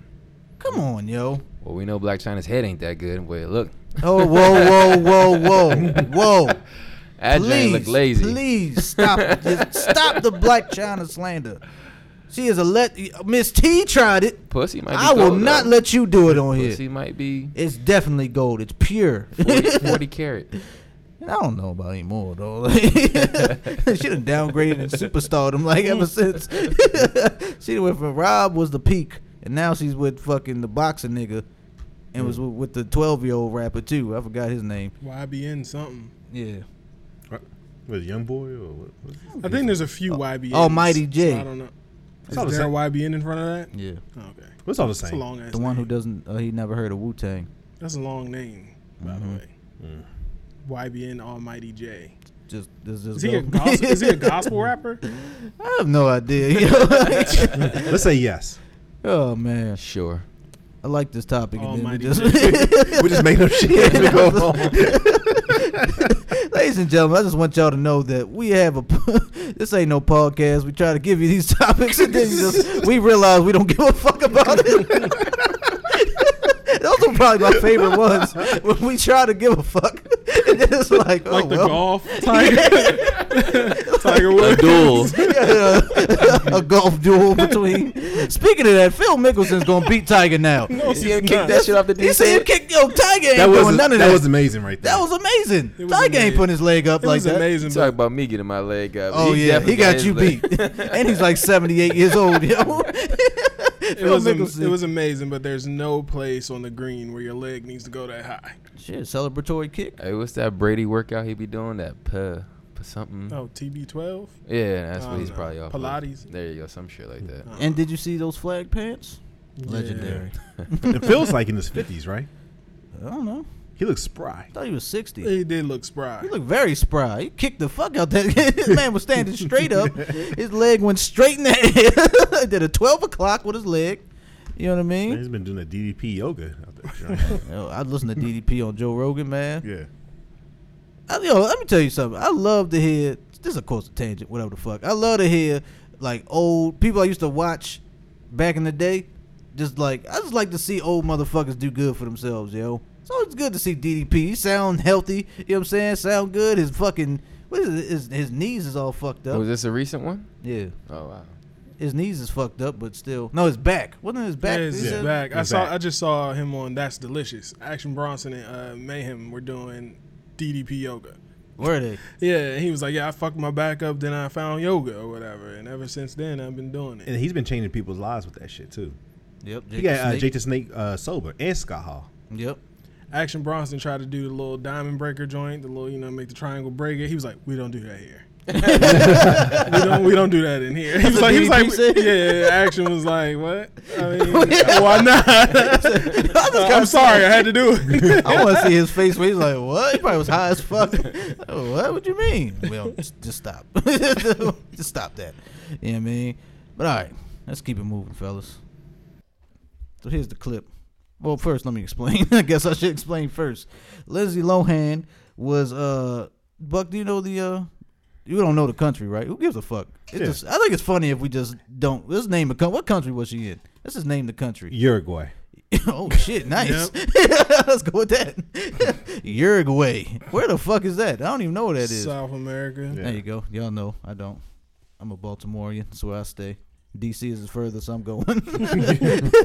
Speaker 1: Come on, yo.
Speaker 2: Well, we know Black China's head ain't that good, but look,
Speaker 1: Oh, whoa, whoa, whoa, whoa, whoa.
Speaker 2: that joint
Speaker 1: Please,
Speaker 2: look lazy.
Speaker 1: please stop, just stop the Black China slander. She is a let. Miss T tried it.
Speaker 2: Pussy might be
Speaker 1: I will
Speaker 2: gold,
Speaker 1: not
Speaker 2: though.
Speaker 1: let you do it on here.
Speaker 2: Pussy might be
Speaker 1: It's definitely gold. It's pure.
Speaker 2: 40, 40 carat.
Speaker 1: I don't know about anymore though. Like, she done downgraded and superstardom like
Speaker 4: Mm.
Speaker 1: ever since. she went from Rob was the peak, and now she's with fucking the boxer nigga, and was with, with the twelve year old rapper too. I forgot his name.
Speaker 4: YBN something.
Speaker 1: Yeah,
Speaker 6: Was it Young Boy or what? What's his-
Speaker 4: I think there's a few YBNs.
Speaker 1: Almighty Oh, J.
Speaker 4: so I don't know. Is
Speaker 6: all the
Speaker 4: there a
Speaker 6: same.
Speaker 4: YBN in front of that?
Speaker 1: yeah.
Speaker 4: Okay.
Speaker 6: It's all the
Speaker 4: That's a
Speaker 6: same.
Speaker 4: long ass
Speaker 1: The one who
Speaker 4: name.
Speaker 1: doesn't, uh, he never heard of Wu Tang.
Speaker 4: That's a long name, by the way.
Speaker 2: Mm-hmm.
Speaker 4: YBN Almighty J.
Speaker 1: Just, just, just
Speaker 4: Is he, a
Speaker 1: go.
Speaker 4: gospel, is he a gospel rapper?
Speaker 1: I have no idea.
Speaker 6: Let's say yes.
Speaker 1: oh man,
Speaker 2: Sure.
Speaker 1: I like this topic. And then we
Speaker 4: Almighty
Speaker 1: just,
Speaker 6: we just make no shit. up and go on.
Speaker 1: Ladies and gentlemen, I just want y'all to know that we have a. this ain't no podcast. We try to give you these topics, and then you just, we realize we don't give a fuck about it. Those are probably my favorite ones when we try to give a fuck. And then it's like, oh,
Speaker 4: Like the
Speaker 1: well.
Speaker 4: golf Tiger, Tiger Woods.
Speaker 2: Duel.
Speaker 1: Yeah, a golf duel between. Speaking of that, Phil Mickelson's gonna beat Tiger now.
Speaker 4: he's
Speaker 2: See him
Speaker 4: not.
Speaker 2: kick that shit off the
Speaker 1: He said,
Speaker 2: DC.
Speaker 1: "Kick yo, Tiger ain't
Speaker 6: That was
Speaker 1: doing none of
Speaker 6: that
Speaker 1: that."
Speaker 6: was amazing right there.
Speaker 1: that was amazing.
Speaker 4: It was
Speaker 1: Tiger ain't
Speaker 4: amazing.
Speaker 1: putting his leg up
Speaker 4: It
Speaker 1: like
Speaker 4: was
Speaker 1: that.
Speaker 4: amazing.
Speaker 2: Talk
Speaker 4: But
Speaker 2: about me getting my leg up.
Speaker 1: Oh yeah,
Speaker 2: definitely
Speaker 1: he got you
Speaker 2: his leg-
Speaker 1: beat, and he's like seventy eight years old. Yo.
Speaker 4: it,
Speaker 1: Phil
Speaker 4: was am-
Speaker 1: Mickelson.
Speaker 4: it was amazing, but there's no place on the green where your leg needs to go that high.
Speaker 1: shit celebratory kick.
Speaker 2: Hey, what's that Brady workout he be doing? That puh, puh something.
Speaker 4: Oh, TB12?
Speaker 2: Yeah, that's what
Speaker 4: Um,
Speaker 1: Uh,
Speaker 2: he's probably off. of.
Speaker 4: Pilates.
Speaker 2: There you go, some shit like that.
Speaker 1: And did you see those flag pants? Legendary.
Speaker 6: it feels like in his fifties, right?
Speaker 1: I don't know.
Speaker 6: He looks spry.
Speaker 1: I thought he was sixty.
Speaker 4: He did look spry.
Speaker 1: He looked very spry. He kicked the fuck out that. His man was standing straight up. His leg went straight in the air. Did a twelve o'clock with his leg. You know what I
Speaker 6: Man,
Speaker 1: mean?
Speaker 6: he's been doing that DDP yoga. out there.
Speaker 1: Yo, I listen to DDP on Joe Rogan, man.
Speaker 6: yeah.
Speaker 1: I, yo, let me tell you something. I love to hear. This is of course a tangent, whatever the fuck. I love to hear like old people I used to watch back in the day. Just like I just like to see old motherfuckers do good for themselves, yo. So it's good to see DDP. He sound healthy. You know what I'm saying? Sound good. His fucking what is it? His, his knees is all fucked up.
Speaker 2: Was this a recent one?
Speaker 1: Yeah,
Speaker 2: Oh wow.
Speaker 1: his knees is fucked up, but still, no, his back. Wasn't it his back?
Speaker 4: Yeah, it's
Speaker 1: He
Speaker 4: his
Speaker 1: said-
Speaker 4: back. I
Speaker 6: His
Speaker 4: saw.
Speaker 6: back.
Speaker 4: I just saw him on That's Delicious. Action Bronson and uh, Mayhem were doing DDP yoga.
Speaker 1: Were they?
Speaker 4: Yeah, and he was like, "Yeah, I fucked my back up, then I found yoga or whatever, and ever since then I've been doing it."
Speaker 6: And he's been changing people's lives with that shit too.
Speaker 1: Yep.
Speaker 6: He
Speaker 1: Jake
Speaker 6: got
Speaker 1: the
Speaker 6: uh,
Speaker 1: Snake.
Speaker 6: Jake the Snake uh, sober and Scott Hall.
Speaker 1: Yep.
Speaker 4: Action Bronson tried to do the little diamond breaker joint, the little you know make the triangle break it. He was like, "We don't do that here. we don't. We don't do that in here." He was
Speaker 1: what
Speaker 4: like, "He was
Speaker 1: DDP
Speaker 4: like,
Speaker 1: said?
Speaker 4: yeah." Action was like, "What? I mean, why not?" I'm sorry, I had to do it.
Speaker 1: I want to see his face when he's like, "What?" He probably was high as fuck. Oh, what? What you mean? Well, just, just stop. just stop that. You know what I mean? But all right, let's keep it moving, fellas. So here's the clip. Well, first let me explain. I guess I should explain first. Lindsay Lohan was uh, Buck. Do you know the uh? You don't know the country, right? Who gives a fuck? It's
Speaker 6: Yeah.
Speaker 1: just, I think it's funny if we just don't. Let's name a country. What country was she in? Let's just name the country.
Speaker 6: Uruguay.
Speaker 1: oh shit, nice. Let's go with that. Uruguay. Where the fuck is that? I don't even know where that is.
Speaker 4: South America.
Speaker 6: Yeah.
Speaker 1: There you go. Y'all know I don't. I'm a Baltimorean. That's where I stay. DC is the furthest I'm going.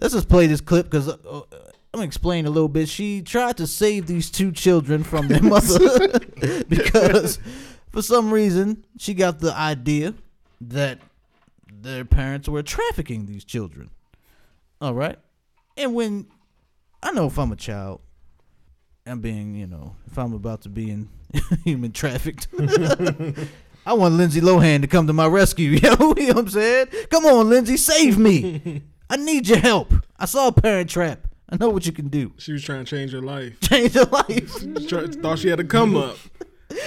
Speaker 1: Let's just play this clip because uh, uh, I'm gonna explain a little bit. She tried to save these two children from their mother because for some reason she got the idea that their parents were trafficking these children. All right, and when I know if I'm a child, I'm being, you know, if I'm about to be in human trafficked, I want Lindsay Lohan to come to my rescue. Yo, you know what I'm saying? Come on, Lindsay, save me. I need your help. I saw Parent Trap. I know what you can do.
Speaker 4: She was trying to change her life.
Speaker 1: Change your life.
Speaker 4: She tr- thought she had to come up.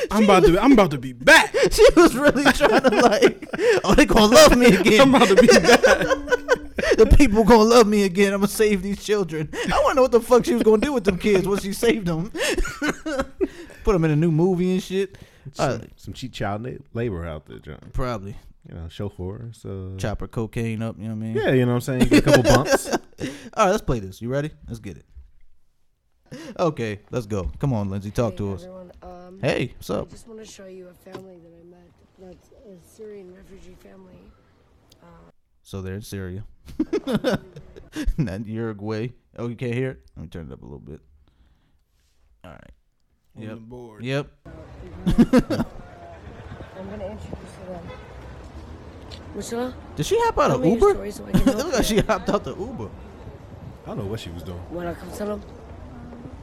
Speaker 4: I'm about to. I'm about to be back.
Speaker 1: She was really trying to like, oh, they gonna love me
Speaker 4: I'm
Speaker 1: again.
Speaker 4: about to be back.
Speaker 1: The people gonna love me again. I'm gonna save these children. I wanna know what the fuck she was gonna do with them kids once she saved them. Put them in a new movie and shit. Uh,
Speaker 6: Some, some cheap child na- labor out there, John.
Speaker 1: probably
Speaker 6: You know, chauffeur. So
Speaker 1: chop her cocaine up. You know what I mean?
Speaker 6: yeah, you know what I'm saying. Get a couple bumps.
Speaker 1: All right, let's play this. You ready? Let's get it. Okay, let's go. Come on, Lindsay, talk to us.
Speaker 7: everyone. Um,
Speaker 1: Hey, what's
Speaker 7: I
Speaker 1: up?
Speaker 7: just want to show you a family that I met. That's a Syrian refugee family.
Speaker 1: So they're in Syria, not Uruguay. Oh, you can't hear it. Let me turn it up a little bit. All right,
Speaker 4: on
Speaker 1: Yep.
Speaker 4: the board.
Speaker 1: Yep.
Speaker 7: I'm gonna introduce you to Michelle,
Speaker 1: Did she hop out
Speaker 7: Tell
Speaker 1: of
Speaker 7: me your
Speaker 1: Uber?
Speaker 7: story so I can help
Speaker 1: Look like she hopped out the Uber.
Speaker 6: I don't know what she was doing.
Speaker 7: when I come to them,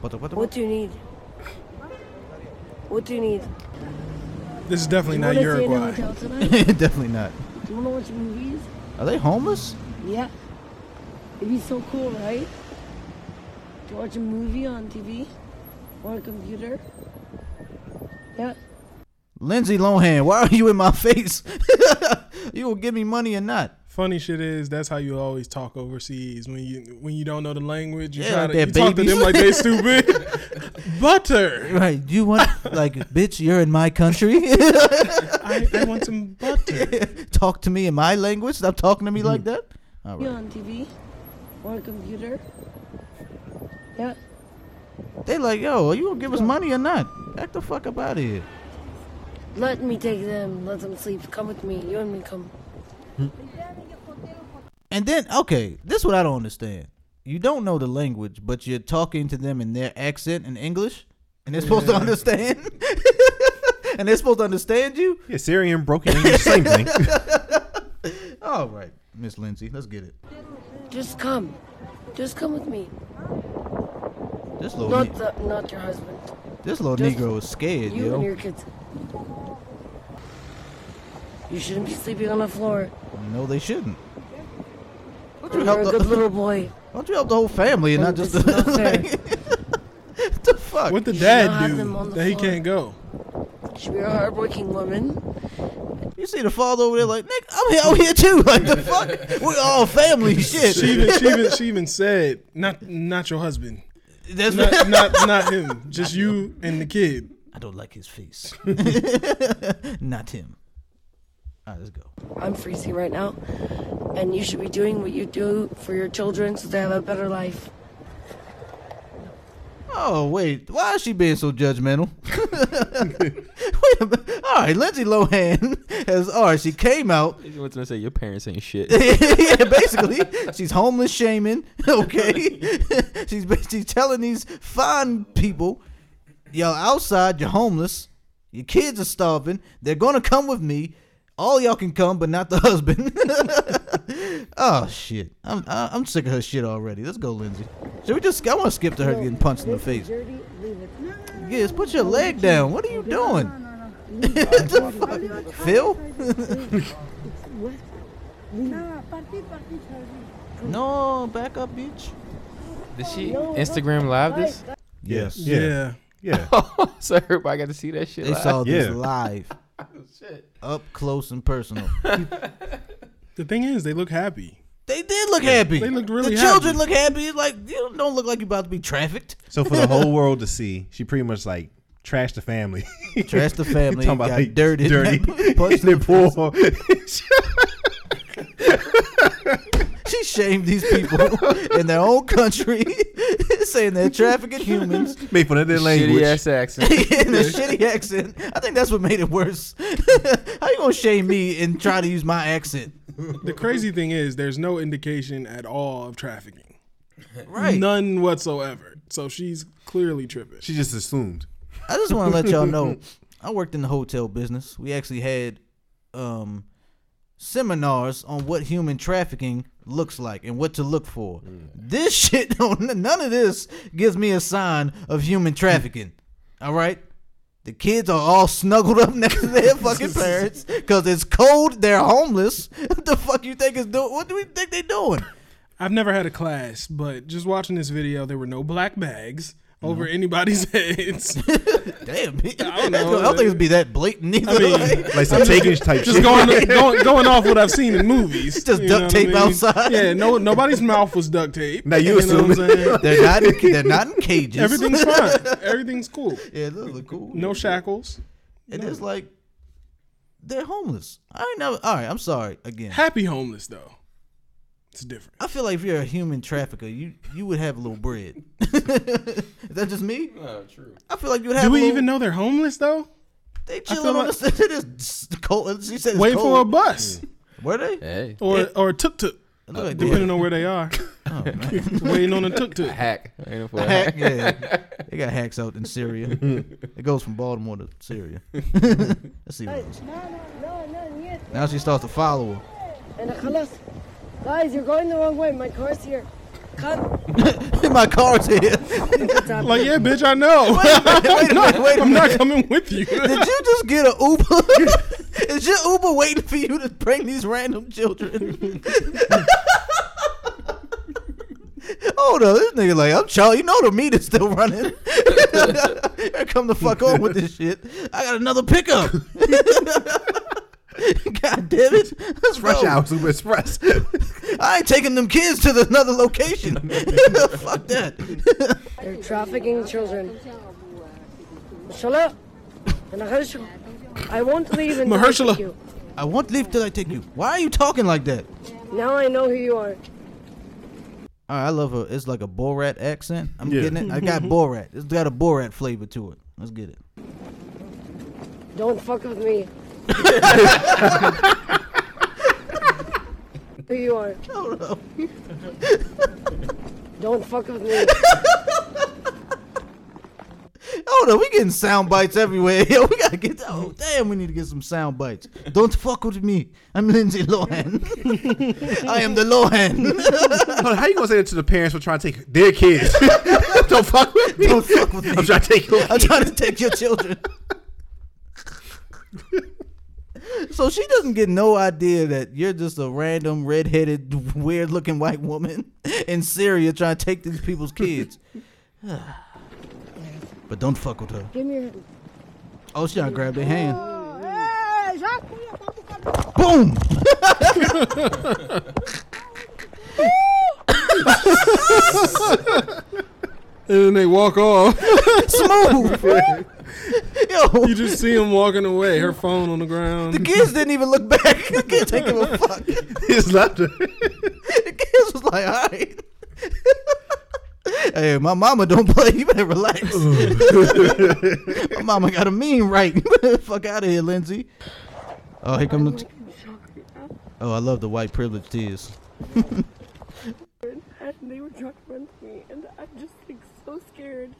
Speaker 1: What the what the
Speaker 7: what do you need? What do you need?
Speaker 4: This is definitely
Speaker 7: you
Speaker 4: not
Speaker 7: wanna stay in a
Speaker 4: Uruguay.
Speaker 7: hotel tonight?
Speaker 1: Definitely not.
Speaker 7: Do you wanna watch movies?
Speaker 1: Are they homeless?
Speaker 7: Yeah. It'd be so cool, right? To watch a movie on TV or a computer. Yeah.
Speaker 1: Lindsay Lohan, why are you in my face? you will give me money or not?
Speaker 4: Funny shit is that's how you always talk overseas when you when you don't know the language. You
Speaker 1: Yeah,
Speaker 4: try
Speaker 1: like
Speaker 4: to
Speaker 1: they're
Speaker 4: you talk to
Speaker 1: babies.
Speaker 4: them like they stupid. butter.
Speaker 1: Right? You want like bitch? You're in my country.
Speaker 4: I, I want some butter.
Speaker 1: Talk to me in my language. Stop talking to me like
Speaker 7: Mm-hmm.
Speaker 1: that. All
Speaker 7: Movie
Speaker 1: right.
Speaker 7: on TV or a computer. Yeah.
Speaker 1: They like, yo, are you gonna give us money or not? Back the fuck up out of here.
Speaker 7: Let me take them. Let them sleep. Come with me. You and me come.
Speaker 1: And then, okay, this is what I don't understand. You don't know the language, but you're talking to them in their accent in English, and they're supposed to understand. and they're supposed to understand you.
Speaker 6: Yeah, Syrian broken English, same thing.
Speaker 1: All right, Miss Lindsay, let's get it.
Speaker 7: Just come. Just come with me.
Speaker 1: This little,
Speaker 7: Not
Speaker 1: ne-
Speaker 7: the, not your husband.
Speaker 1: this little
Speaker 7: just
Speaker 1: Negro is scared,
Speaker 7: You
Speaker 1: yo.
Speaker 7: and your kids. You shouldn't be sleeping on the floor.
Speaker 1: No, they shouldn't. Don't you
Speaker 7: You're
Speaker 1: help
Speaker 7: a
Speaker 1: the,
Speaker 7: good little boy.
Speaker 1: don't you help the whole family and not
Speaker 7: This
Speaker 1: just the,
Speaker 7: is not fair.
Speaker 1: what the fuck?
Speaker 4: What the
Speaker 7: You
Speaker 4: dad
Speaker 7: have
Speaker 4: do
Speaker 7: them on the
Speaker 4: that he
Speaker 7: floor.
Speaker 4: can't go?
Speaker 7: Should be a hardworking woman.
Speaker 1: You see the father over there, like, Nick, I'm here, I'm here too. Like the fuck, we all family shit.
Speaker 4: She even, she even she even said not not your husband,
Speaker 1: That's
Speaker 4: not not, not him, just you and the kid.
Speaker 1: I don't like his face. Not him. All right, let's go.
Speaker 7: I'm freezing right now, and you should be doing what you do for your children so they have a better life.
Speaker 1: Oh wait, why is she being so judgmental? wait a minute. All right, Lindsay Lohan has. All right, she came out.
Speaker 2: You was gonna say your parents ain't shit.
Speaker 1: yeah, basically, she's homeless shaming. Okay, she's she's telling these fine people, y'all outside, you're homeless, your kids are starving. They're gonna come with me. All y'all can come, but not the husband. oh shit, I'm I- I'm sick of her shit already. Let's go, Lindsay. Should we just? I want to skip to her getting punched in the face.
Speaker 7: Dirty, leave it.
Speaker 1: Yes, put your leg down. What are you doing? the fuck? Phil? no, back up, bitch.
Speaker 2: Did she Instagram live this?
Speaker 1: Yes.
Speaker 6: Yeah.
Speaker 4: yeah.
Speaker 6: Yeah.
Speaker 2: so everybody got to see that shit.
Speaker 1: They
Speaker 2: live.
Speaker 1: saw this
Speaker 6: Yeah.
Speaker 1: live,
Speaker 2: Shit.
Speaker 1: up close and personal.
Speaker 4: The thing is, they look happy.
Speaker 1: They did look happy.
Speaker 4: They looked really
Speaker 1: The children
Speaker 4: happy.
Speaker 1: look happy. It's Like you don't look like you're about to be trafficked.
Speaker 6: So for the whole world to see, she pretty much like trashed the family.
Speaker 1: Trash the family.
Speaker 6: Talking about
Speaker 1: got
Speaker 6: like,
Speaker 1: dirty.
Speaker 6: dirty,
Speaker 1: Punched
Speaker 6: They're
Speaker 1: them.
Speaker 6: poor.
Speaker 1: She shamed these people in their own country, saying they're trafficking humans.
Speaker 6: Made fun of their language.
Speaker 2: Shitty ass accent.
Speaker 1: in a shitty accent. I think that's what made it worse. How you gonna shame me and try to use my accent?
Speaker 4: The crazy thing is, there's no indication at all of trafficking,
Speaker 1: Right.
Speaker 4: none whatsoever. So she's clearly tripping.
Speaker 6: She just assumed.
Speaker 1: I just want to let y'all know, I worked in the hotel business. We actually had um, seminars on what human trafficking looks like and what to look for. This shit, don't- none of this gives me a sign of human trafficking. All right. The kids are all snuggled up next to their fucking parents because it's cold. They're homeless. What the fuck you think is doing? What do we think they doing?
Speaker 4: I've never had a class, but just watching this video, there were no black bags over anybody's heads.
Speaker 1: Damn, I
Speaker 4: don't know.
Speaker 1: I don't think it'd be that blatant either.
Speaker 4: I mean,
Speaker 1: Like,
Speaker 6: Like some taking type
Speaker 4: just
Speaker 6: shit.
Speaker 4: going, going going off what I've seen in movies.
Speaker 1: Just
Speaker 4: you know
Speaker 1: duct
Speaker 4: what
Speaker 1: tape outside.
Speaker 4: Yeah, no, nobody's mouth was duct tape.
Speaker 6: Now you
Speaker 4: know what I'm
Speaker 6: assuming.
Speaker 4: saying?
Speaker 1: they're not. In, they're not in cages.
Speaker 4: Everything's fine. Everything's cool.
Speaker 1: Yeah, those look cool.
Speaker 4: No shackles.
Speaker 1: and it's like they're homeless. I ain't never. All right, I'm sorry again.
Speaker 4: Happy homeless though. It's different.
Speaker 1: I feel like if you're a human trafficker, you you would have a little bread. Is that just me?
Speaker 2: oh, true.
Speaker 1: I feel like you would have.
Speaker 4: Do
Speaker 1: a
Speaker 4: we
Speaker 1: little,
Speaker 4: even know they're homeless though?
Speaker 1: They
Speaker 4: feel
Speaker 1: chilling on
Speaker 4: like-
Speaker 1: the it is cold. She said it's
Speaker 4: Wait for a
Speaker 1: cold.
Speaker 4: bus
Speaker 1: Were they?
Speaker 2: Hey.
Speaker 4: or or tuk tuk,
Speaker 1: Look like they-
Speaker 4: depending on where they are.
Speaker 2: Oh, man.
Speaker 4: Waiting on a tuk tuk.
Speaker 2: hack. Ain't it for a
Speaker 1: Hack,
Speaker 2: hack.
Speaker 1: yeah. They got hacks out in Syria. it goes from Baltimore to Syria. Let's see what it is. Now she starts to follow her.
Speaker 7: And خلاص. Guys, you're going the wrong way. My car's here. Come.
Speaker 1: My car's here.
Speaker 4: Like, yeah, bitch, I know.
Speaker 1: wait a minute, wait a
Speaker 4: I'm not
Speaker 1: minute.
Speaker 4: coming with you.
Speaker 1: Did you just get an Uber? is your Uber waiting for you to bring these random children? Hold up, this nigga like I'm Charlie. You know the meat is still running. Here come the fuck on with this shit. I got another pickup. God damn it! Let's
Speaker 6: Rush
Speaker 1: roll.
Speaker 6: hour Super Express.
Speaker 1: I ain't taking them kids to the, another location. fuck that.
Speaker 7: They're trafficking children. Mashallah. And Mahershala, I won't leave until I
Speaker 4: Mahershala.
Speaker 7: take you.
Speaker 1: I won't leave till I take you. Why are you talking like that?
Speaker 7: Now I know who you are.
Speaker 1: All right, I love her. It's like a Borat accent. I'm
Speaker 6: Yeah.
Speaker 1: getting it. I got Borat. It's got a Borat flavor to it. Let's get it.
Speaker 7: Don't fuck with me. who you are. Don't fuck with me.
Speaker 1: Hold on, we getting sound bites everywhere. Yo, we gotta get. Oh damn, we need to get some sound bites. Don't fuck with me. I'm Lindsay Lohan. I am the Lohan.
Speaker 6: Hold on, how you gonna say that to the parents for trying to take their kids? Don't fuck with me.
Speaker 1: Don't fuck with me.
Speaker 6: I'm trying to take your
Speaker 1: I'm
Speaker 6: kids.
Speaker 1: trying to take your children. so she doesn't get no idea that you're just a random redheaded, weird-looking white woman in Syria trying to take these people's kids. but don't fuck with her.
Speaker 7: Give me your hand.
Speaker 1: Oh, she gonna grab their hand. Boom!
Speaker 4: And then they walk off.
Speaker 1: Smooth. Yo,
Speaker 4: You just see him walking away, her phone on the ground.
Speaker 1: the kids didn't even look back. The kids didn't give a fuck.
Speaker 6: His laughter.
Speaker 1: the kids was like, all right. hey, my mama don't play. You better relax. my mama got a mean right. Fuck out of here, Lindsay. Oh, here come the. oh, I love the white privilege tears.
Speaker 8: and they were trying to run to me, and I'm just like so scared.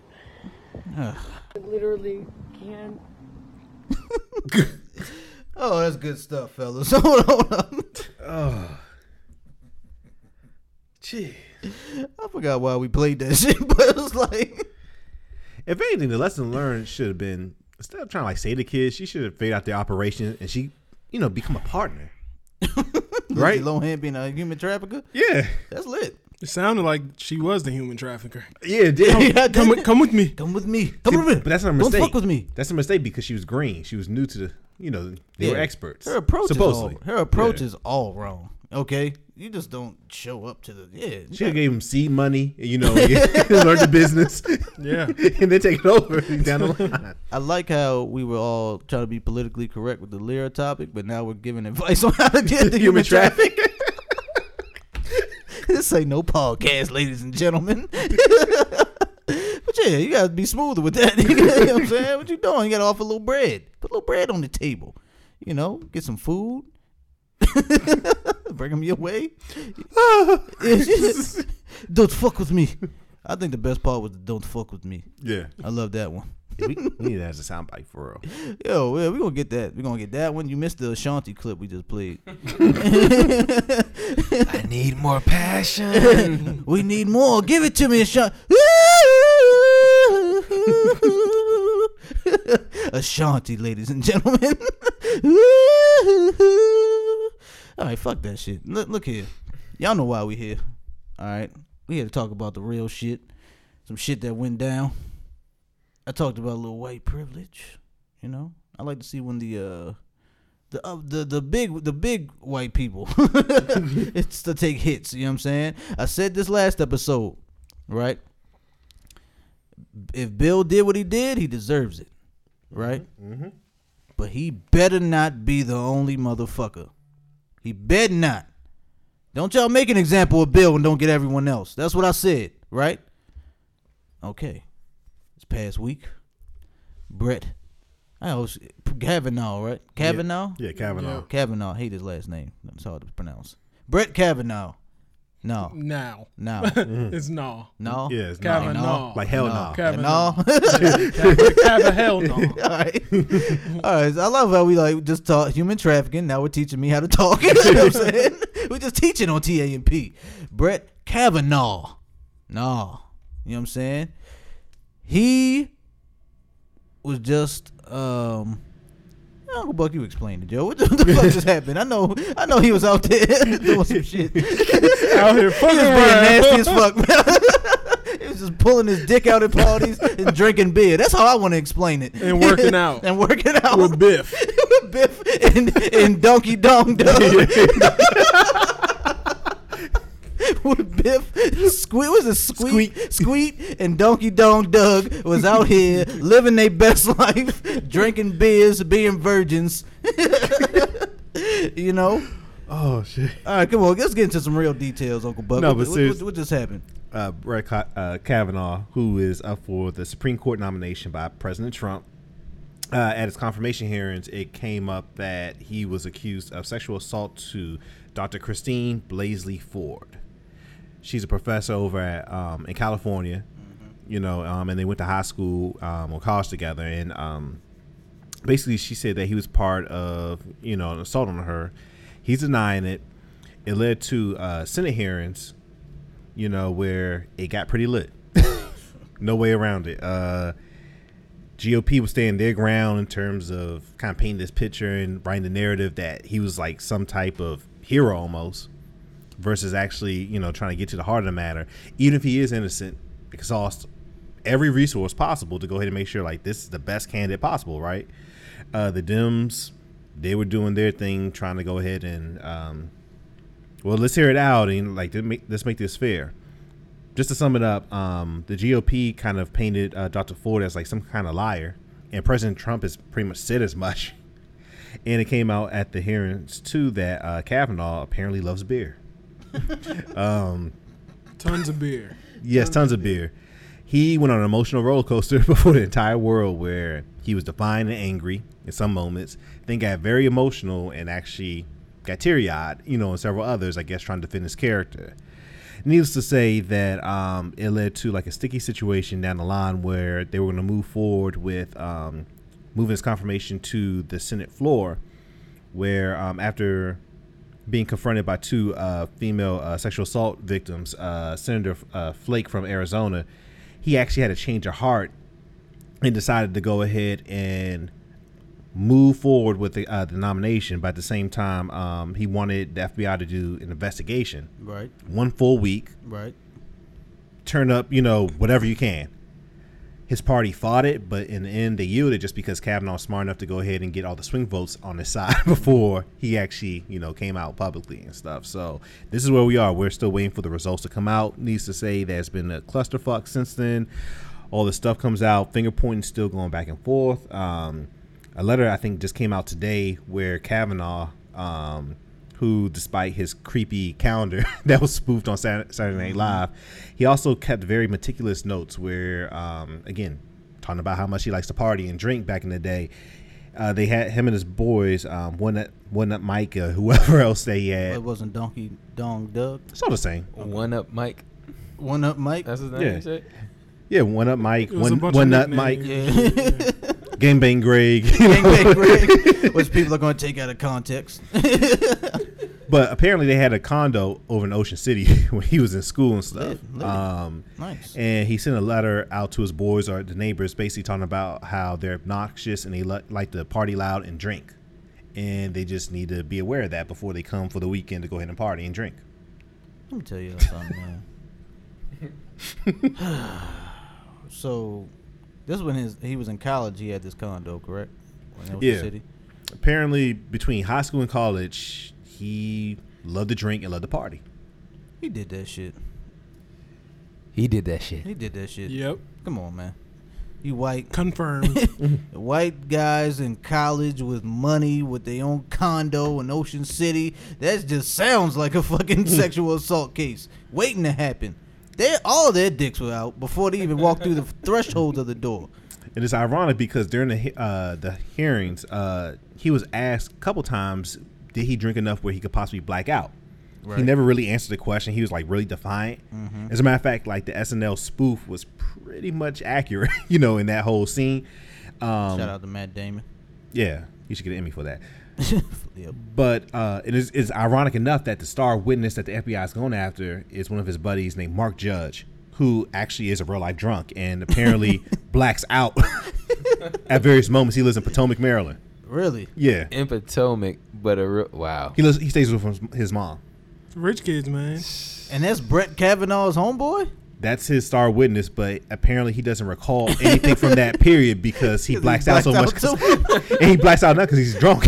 Speaker 1: Ugh.
Speaker 8: I literally can't.
Speaker 1: Oh, that's good stuff, fellas. Hold on, hold on.
Speaker 6: Gee.
Speaker 1: I forgot why we played that shit, but it was like,
Speaker 6: If anything, the lesson learned should have been instead of trying to like say the kids, she should have figured out the operation and she, you know, become a partner.
Speaker 1: right?
Speaker 6: right?
Speaker 1: Lohan being a human trafficker.
Speaker 6: Yeah.
Speaker 1: That's lit.
Speaker 4: It sounded like she was the human trafficker.
Speaker 6: Yeah, it did.
Speaker 1: Yeah,
Speaker 4: Come,
Speaker 1: come,
Speaker 4: with- come with me.
Speaker 1: come with me. Come with me.
Speaker 6: But that's not a mistake.
Speaker 1: Don't fuck with me.
Speaker 6: That's a mistake because she was green. She was new to the, you know, they were
Speaker 1: Yeah.
Speaker 6: experts.
Speaker 1: Her approach
Speaker 6: supposedly.
Speaker 1: is all, her approach
Speaker 6: Yeah.
Speaker 1: is all wrong. Okay, you just don't show up to the yeah. you
Speaker 6: She gave him seed money, you know, learn the business,
Speaker 4: Yeah.
Speaker 6: and then take it over down the line.
Speaker 1: I like how we were all trying to be politically correct with the Lyra topic, but now we're giving advice on how to get the human
Speaker 6: Human
Speaker 1: traffic. this ain't no podcast, ladies and gentlemen. but yeah, you gotta be smoother with that. you know what I'm saying? What you doing? You gotta offer a little bread. Put a little bread on the table. You know, get some food. Bring them your way. don't fuck with me. I think the best part was the don't fuck with me.
Speaker 6: Yeah,
Speaker 1: I love that one.
Speaker 6: we, we need that as a soundbite for real.
Speaker 1: Yo, yeah, we gonna get that. We gonna get that one. You missed the Ashanti clip we just played.
Speaker 2: I need more passion.
Speaker 1: we need more. Give it to me, Ashanti. Ashanti, ladies and gentlemen. All right, fuck that shit. Look, look here. Y'all know why we here. All right, we here to talk about the real shit, some shit that went down. I talked about a little white privilege. You know, I like to see when the uh, the uh, the the big the big white people it's to take hits. You know what I'm saying? I said this last episode, right? If Bill did what he did, he deserves it, right? Mm-hmm. But he better not be the only motherfucker. He better not. Don't y'all make an example of Bill and don't get everyone else. That's what I said, right? Okay. This past week, Brett, I was Kavanaugh, right? Kavanaugh?
Speaker 6: Yeah, Kavanaugh.
Speaker 1: Kavanaugh. I hate his last name. It's hard to pronounce. Brett Kavanaugh No.
Speaker 4: Now.
Speaker 1: No.
Speaker 4: It's no.
Speaker 1: No.
Speaker 6: Yeah, it's
Speaker 1: no.
Speaker 4: Kavanaugh.
Speaker 6: Like hell no.
Speaker 1: No.
Speaker 4: Kavanaugh.
Speaker 1: No.
Speaker 4: Have hell no.
Speaker 1: All right. All right. So I love how we like just taught human trafficking. Now we're teaching me how to talk. you know what I'm saying? We're just teaching on T A and P. Brett Kavanaugh. No. You know what I'm saying? He was just um Uncle Buck, you explained it, Joe. What the, what the fuck just happened? I know, I know he was out there doing some shit. He was
Speaker 4: Out here fucking
Speaker 1: being
Speaker 4: around.
Speaker 1: nasty as fuck, man. he was just pulling his dick out at parties and drinking beer. That's how I want to explain it.
Speaker 4: And working out.
Speaker 1: and working out
Speaker 4: With Biff.
Speaker 1: with Biff and, and Donkey Dong Dong. With Biff, Squeak was a squeak, squeak, and Donkey Dong Doug was out here living their best life, drinking beers, being virgins. you know.
Speaker 6: Oh shit.
Speaker 1: All right, come on, let's get into some real details, Uncle Buck.
Speaker 6: No,
Speaker 1: what,
Speaker 6: but
Speaker 1: what-
Speaker 6: serious-
Speaker 1: what, what just happened?
Speaker 6: Uh, Brett Ka- uh, Kavanaugh, who is up for the Supreme Court nomination by President Trump, uh, at his confirmation hearings, it came up that he was accused of sexual assault to Dr. Christine Blasey Ford. She's a professor over at, um, in California, you know, um, and they went to high school um, or college together. And um, basically, she said that he was part of, you know, an assault on her. He's denying it. It led to uh, Senate hearings, you know, where it got pretty lit. no way around it. Uh, GOP was standing their ground in terms of kind of painting this picture and writing the narrative that he was like some type of hero almost versus actually, you know, trying to get to the heart of the matter. Even if he is innocent, exhaust every resource possible to go ahead and make sure like this is the best candidate possible, right? Uh, the Dems, they were doing their thing, trying to go ahead and um, well, let's hear it out and like let's make, let's make this fair. Just to sum it up, um, the GOP kind of painted uh, Dr. Ford as like some kind of liar, and President Trump has pretty much said as much. And it came out at the hearings too that uh, Kavanaugh apparently loves beer.
Speaker 4: Tons of beer.
Speaker 6: Yes, tons of beer. He went on an emotional roller coaster before the entire world where he was defiant and angry in some moments, then got very emotional and actually got teary eyed, you know, and several others, I guess, trying to defend his character. Needless to say that um, it led to like a sticky situation down the line where they were going to move forward with um, moving his confirmation to the Senate floor, where um, after being confronted by two uh, female uh, sexual assault victims, uh, Senator uh, Flake from Arizona, he actually had a change of heart and decided to go ahead and move forward with the, uh, the nomination. But at the same time, um, he wanted the FBI to do an investigation.
Speaker 1: Right,
Speaker 6: One full week,
Speaker 1: right.
Speaker 6: turn up, you know, whatever you can. His party fought it, but in the end, they yielded just because Kavanaugh was smart enough to go ahead and get all the swing votes on his side before he actually, you know, came out publicly and stuff. So this is where we are. We're still waiting for the results to come out. Needs to say there's been a clusterfuck since then. All the stuff comes out. Finger pointing still going back and forth. Um, a letter I think just came out today where Kavanaugh, um, who despite his creepy calendar that was spoofed on Saturday, Saturday
Speaker 4: Mm-hmm.
Speaker 6: Night Live, he also kept very meticulous notes where, um, again, talking about how much he likes to party and drink back in the day. Uh, they had him and his boys, um, one that one that Mike, uh, whoever else they had.
Speaker 1: It wasn't Donkey Dong Doug.
Speaker 6: It's all the same.
Speaker 2: One up, Mike.
Speaker 1: One up, Mike.
Speaker 2: That's his name.
Speaker 6: Yeah.
Speaker 2: you said?
Speaker 6: Yeah, one up Mike,
Speaker 4: It was a
Speaker 6: one
Speaker 4: bunch
Speaker 6: one
Speaker 4: of
Speaker 6: nut Mike,
Speaker 4: nicknames.
Speaker 6: game bang Greg. you know?
Speaker 1: Gangbang Greg, which people are going to take out of context.
Speaker 6: But apparently they had a condo over in Ocean City when he was in school and stuff.
Speaker 1: Lit, lit.
Speaker 6: Um,
Speaker 1: nice.
Speaker 6: and he sent a letter out to his boys or the neighbors, basically talking about how they're obnoxious and they li- like to party loud and drink, and they just need to be aware of that before they come for the weekend to go ahead and party and drink.
Speaker 1: Let me tell you something, man. so, this is when his he was in college. He had this condo, correct? When it was
Speaker 6: Yeah.
Speaker 1: The city.
Speaker 6: Apparently, between high school and college, he loved to drink and loved to party.
Speaker 1: He did that shit.
Speaker 2: He did that shit.
Speaker 1: He did that shit.
Speaker 4: Yep.
Speaker 1: Come on, man. You white
Speaker 4: Confirmed.
Speaker 1: white guys in college with money with their own condo in Ocean City. That just sounds like a fucking sexual assault case waiting to happen. They all their dicks were out before they even walked through the threshold of the door.
Speaker 6: It is ironic because during the he- uh, the hearings, uh, he was asked a couple times, did he drink enough where he could possibly black out? He
Speaker 1: Right.
Speaker 6: never really answered the question. He was like really defiant. As a matter of fact, like the SNL spoof was pretty much accurate, you know, in that whole scene. Um,
Speaker 1: Shout out to Matt Damon.
Speaker 6: Yeah, you should get an Emmy for that.
Speaker 1: Yep.
Speaker 6: But uh, it is it's ironic enough that the star witness that the FBI is going after is one of his buddies named Mark Judge, who actually is a real life drunk and apparently blacks out at various moments. He lives in Potomac, Maryland.
Speaker 1: Really?
Speaker 6: Yeah,
Speaker 2: in Potomac, but a real, wow.
Speaker 6: he lives. He stays with his- his mom.
Speaker 4: Rich kids, man.
Speaker 1: And that's Brett Kavanaugh's homeboy?
Speaker 6: That's his star witness, but apparently he doesn't recall anything from that period because he blacks out so much.
Speaker 1: Blacked out too?
Speaker 6: and he blacks out now because he's drunk.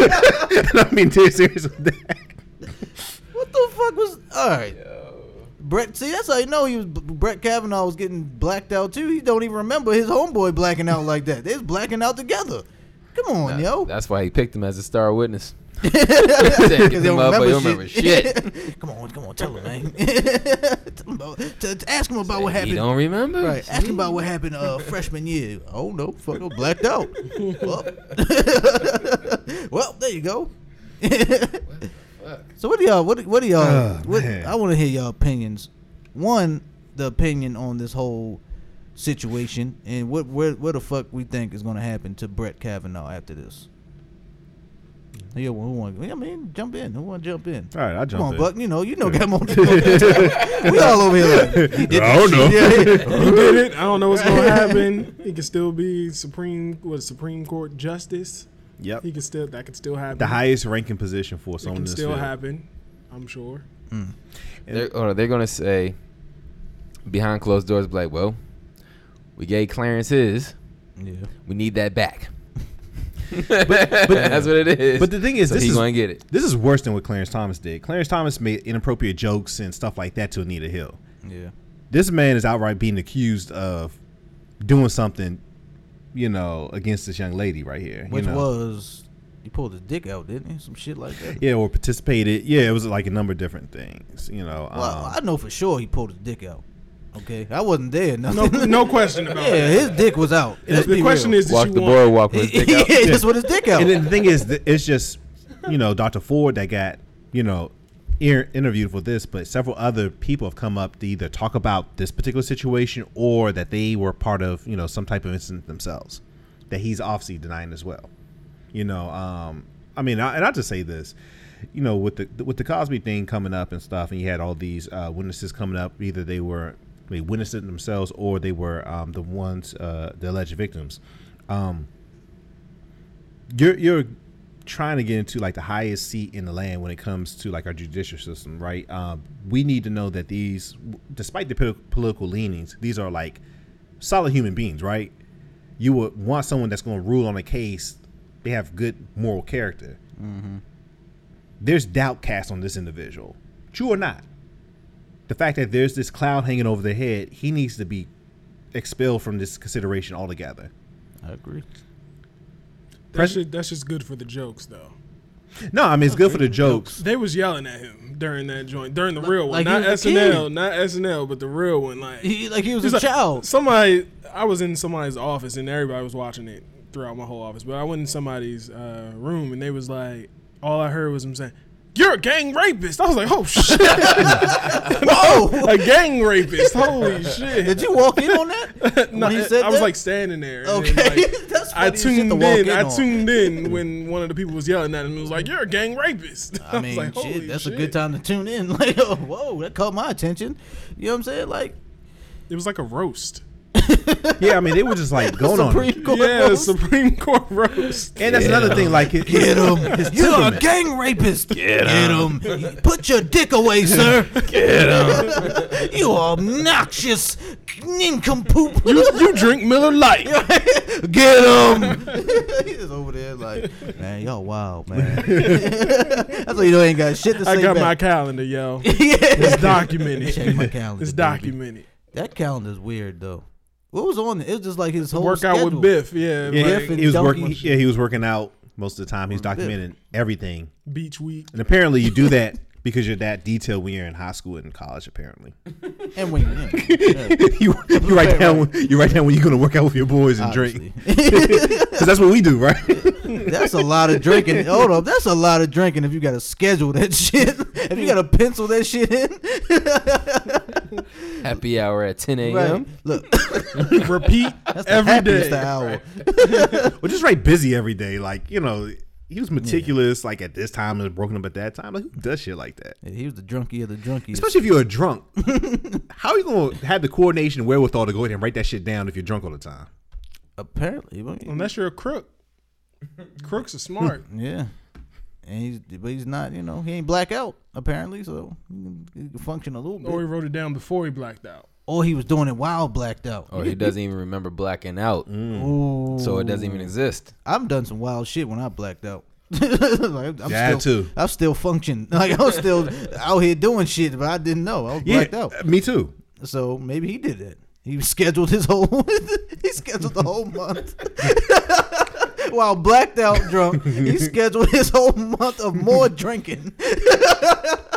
Speaker 6: and I mean, dead serious with that.
Speaker 1: What the fuck was? All right. Brett, see, that's how you know he was. Brett Kavanaugh was getting blacked out too. He don't even remember his homeboy blacking out like that. They was blacking out together. Come on,
Speaker 2: Nah,
Speaker 1: yo.
Speaker 2: Uh, That's why he picked him as a star witness.
Speaker 1: Because
Speaker 2: Said, "Get them up, but you don't remember
Speaker 1: come on, come on, tell him, man. Tell him about- t- t- ask him about what
Speaker 2: He
Speaker 1: happened.
Speaker 2: don't remember.
Speaker 1: Right, ask him about what happened uh, freshman year. Oh no, fuck, I'm blacked out. well, well, there you go. so what do y'all? What what do y'all?
Speaker 6: Oh,
Speaker 1: what,
Speaker 6: man.
Speaker 1: I want to hear y'all opinions. One, the opinion on this whole situation and what where where the fuck we think is gonna happen to Brett Kavanaugh after this. Yeah, who want? I mean, jump in. Who want to jump in?
Speaker 6: All right, I'll jump
Speaker 1: Come on,
Speaker 6: in.
Speaker 1: Buck. You know, you know, got him on. we all over here. Like, he did
Speaker 6: I
Speaker 1: that
Speaker 6: don't know.
Speaker 1: shit. Yeah, yeah.
Speaker 4: He did it. I don't know what's gonna happen. He could still be Supreme what Supreme Court Justice.
Speaker 6: Yep.
Speaker 4: He could still that could still happen.
Speaker 6: the highest ranking position for
Speaker 4: it
Speaker 6: someone in
Speaker 4: can
Speaker 6: this
Speaker 4: still
Speaker 6: field.
Speaker 4: happen. I'm sure.
Speaker 2: They're, oh, no, they're gonna say behind closed doors, be like, well, we gave Clarence his.
Speaker 1: Yeah.
Speaker 2: We need that back. that's what it is.
Speaker 6: But the thing is,
Speaker 2: so
Speaker 6: this
Speaker 2: he's
Speaker 6: is
Speaker 2: gonna get it.
Speaker 6: This is worse than what Clarence Thomas did. Clarence Thomas made inappropriate jokes and stuff like that to Anita Hill.
Speaker 1: Yeah.
Speaker 6: This man is outright being accused of doing something, you know, against this young lady right here. you
Speaker 1: Which
Speaker 6: know.
Speaker 1: was he pulled his dick out, didn't he? Some shit like that.
Speaker 6: yeah, or participated. Yeah, it was like a number of different things. You know,
Speaker 1: Well,
Speaker 6: um,
Speaker 1: I know for sure he pulled his dick out. Okay, I wasn't there.
Speaker 4: No,
Speaker 1: Nothing.
Speaker 4: no question about
Speaker 1: yeah,
Speaker 4: it.
Speaker 1: his dick was out. Let's
Speaker 4: The
Speaker 1: be
Speaker 4: question
Speaker 1: real.
Speaker 4: is, did
Speaker 2: Walk
Speaker 4: you
Speaker 2: the
Speaker 4: want?
Speaker 2: boardwalk with his dick
Speaker 1: yeah,
Speaker 2: out.
Speaker 1: just with his dick out.
Speaker 6: and then the thing is, th- it's just you know Dr. Ford that got you know ear- interviewed for this, but several other people have come up to either talk about this particular situation or that they were part of you know some type of incident themselves that he's obviously denying as well. You know, um, I mean, I, and I'll just say this. You know, with the with the Cosby thing coming up and stuff, and you had all these uh, witnesses coming up. Either they were they witnessed it themselves, or they were um, the ones uh, the alleged victims. Um, you're you're trying to get into like the highest seat in the land when it comes to like our judicial system, right? Um, we need to know that these, despite the pol- political leanings, these are like solid human beings, right? You would want someone that's going to rule on a case. They have good moral character. There's doubt cast on this individual, true or not. The fact that there's this cloud hanging over their head, he needs to be expelled from this consideration altogether.
Speaker 1: I agree.
Speaker 4: That's just, that's just good for the jokes, though.
Speaker 6: No, I mean it's good for the jokes.
Speaker 4: They was yelling at him during that joint, during the real one,
Speaker 1: like he
Speaker 4: not
Speaker 1: was a kid.
Speaker 4: SNL, not SNL, but the real one. Like
Speaker 1: He, like he was
Speaker 4: He's
Speaker 1: a
Speaker 4: like-
Speaker 1: child.
Speaker 4: Somebody, I was in somebody's office and everybody was watching it throughout my whole office. But I went in somebody's uh, room and they was like, all I heard was him saying, "You're a gang rapist." I was like, "Oh shit,
Speaker 1: Whoa!
Speaker 4: a gang rapist! Holy shit!"
Speaker 1: Oh, Did you walk in on that?
Speaker 4: No,
Speaker 1: when he said
Speaker 4: I was
Speaker 1: that?
Speaker 4: like standing there. and then,
Speaker 1: okay,
Speaker 4: like,
Speaker 1: that's funny
Speaker 4: I
Speaker 1: as shit
Speaker 4: tuned
Speaker 1: to
Speaker 4: in.
Speaker 1: walk in.
Speaker 4: I
Speaker 1: on.
Speaker 4: tuned in when one of the people was yelling at him and was like, "You're a gang rapist."
Speaker 1: I
Speaker 4: was
Speaker 1: mean,
Speaker 4: like, "Holy
Speaker 1: shit, that's a
Speaker 4: shit."
Speaker 1: good time to tune in. Like, oh, whoa, that caught my attention. You know what I'm saying? Like,
Speaker 4: It was like a roast.
Speaker 6: Yeah, I mean they were just like going on. it.
Speaker 1: Supreme Court.
Speaker 4: Yeah,
Speaker 1: rules.
Speaker 4: Supreme Court roast.
Speaker 6: And that's another thing, like it,
Speaker 1: Get him.
Speaker 6: his
Speaker 1: You're a
Speaker 6: temperament.
Speaker 1: gang rapist. Get, him. Put your dick away, sir. Get him. you obnoxious nincompoop.
Speaker 4: you drink Miller Lite.
Speaker 1: Get him. He's just over there like, man, y'all wild, man. That's why you know, ain't got shit to say.
Speaker 4: I got my
Speaker 1: back.
Speaker 4: calendar, yo.
Speaker 1: yeah.
Speaker 4: It's documented.
Speaker 1: Check my calendar.
Speaker 4: It's
Speaker 1: baby.
Speaker 4: documented.
Speaker 1: That calender's weird though. What was on it? It was just like his whole
Speaker 4: Workout
Speaker 1: schedule.
Speaker 4: with Biff, yeah.
Speaker 6: Yeah,
Speaker 4: like
Speaker 1: Biff and
Speaker 6: he was
Speaker 1: donkey
Speaker 6: working.
Speaker 1: shit.
Speaker 6: Yeah, he was working out most of the time. He's documenting everything,
Speaker 4: Beach week.
Speaker 6: and apparently you do that because you're that detailed when you're in high school and in college, apparently.
Speaker 1: And when yeah,
Speaker 6: you, you write
Speaker 1: Right,
Speaker 6: down when- you write down when you're gonna work out with your boys and drink because that's what we do, right?
Speaker 1: that's a lot of drinking. Hold up, that's a lot of drinking. If you got to schedule that shit, if you got to pencil that shit in,
Speaker 2: Happy hour at 10 a.m.
Speaker 1: right? Look,
Speaker 4: Repeat
Speaker 1: that's the
Speaker 4: every
Speaker 1: happiest
Speaker 4: day.
Speaker 1: hour.
Speaker 6: well, just write busy every day, like you know. He was meticulous, like at this time and broken up at that time. Like who does shit like that?
Speaker 1: Yeah, he was the drunkie of the drunkiest.
Speaker 6: Especially if you're a drunk. How are you gonna have the coordination and wherewithal to go ahead and write that shit down if you're drunk all the time?
Speaker 1: Apparently, but-
Speaker 4: Unless you're a crook. Crooks are smart.
Speaker 1: yeah. And he's but he's not. You know, he ain't black out apparently, so he can, he can function a little bit.
Speaker 4: or he
Speaker 1: Or,
Speaker 4: wrote it down before he blacked out.
Speaker 1: he was doing it while blacked out.
Speaker 2: Or he doesn't even remember blacking out,
Speaker 1: Ooh.
Speaker 2: so it doesn't even exist.
Speaker 1: I've done some wild shit when I blacked out. like, I'm
Speaker 6: Yeah, I
Speaker 1: still,
Speaker 6: too.
Speaker 1: I'm still functioning. Like I was still out here doing shit, but I didn't know I was blacked out.
Speaker 6: uh, me too.
Speaker 1: So maybe he did it. He scheduled his whole. he scheduled the whole month. While blacked out drunk, he scheduled his whole month of more drinking.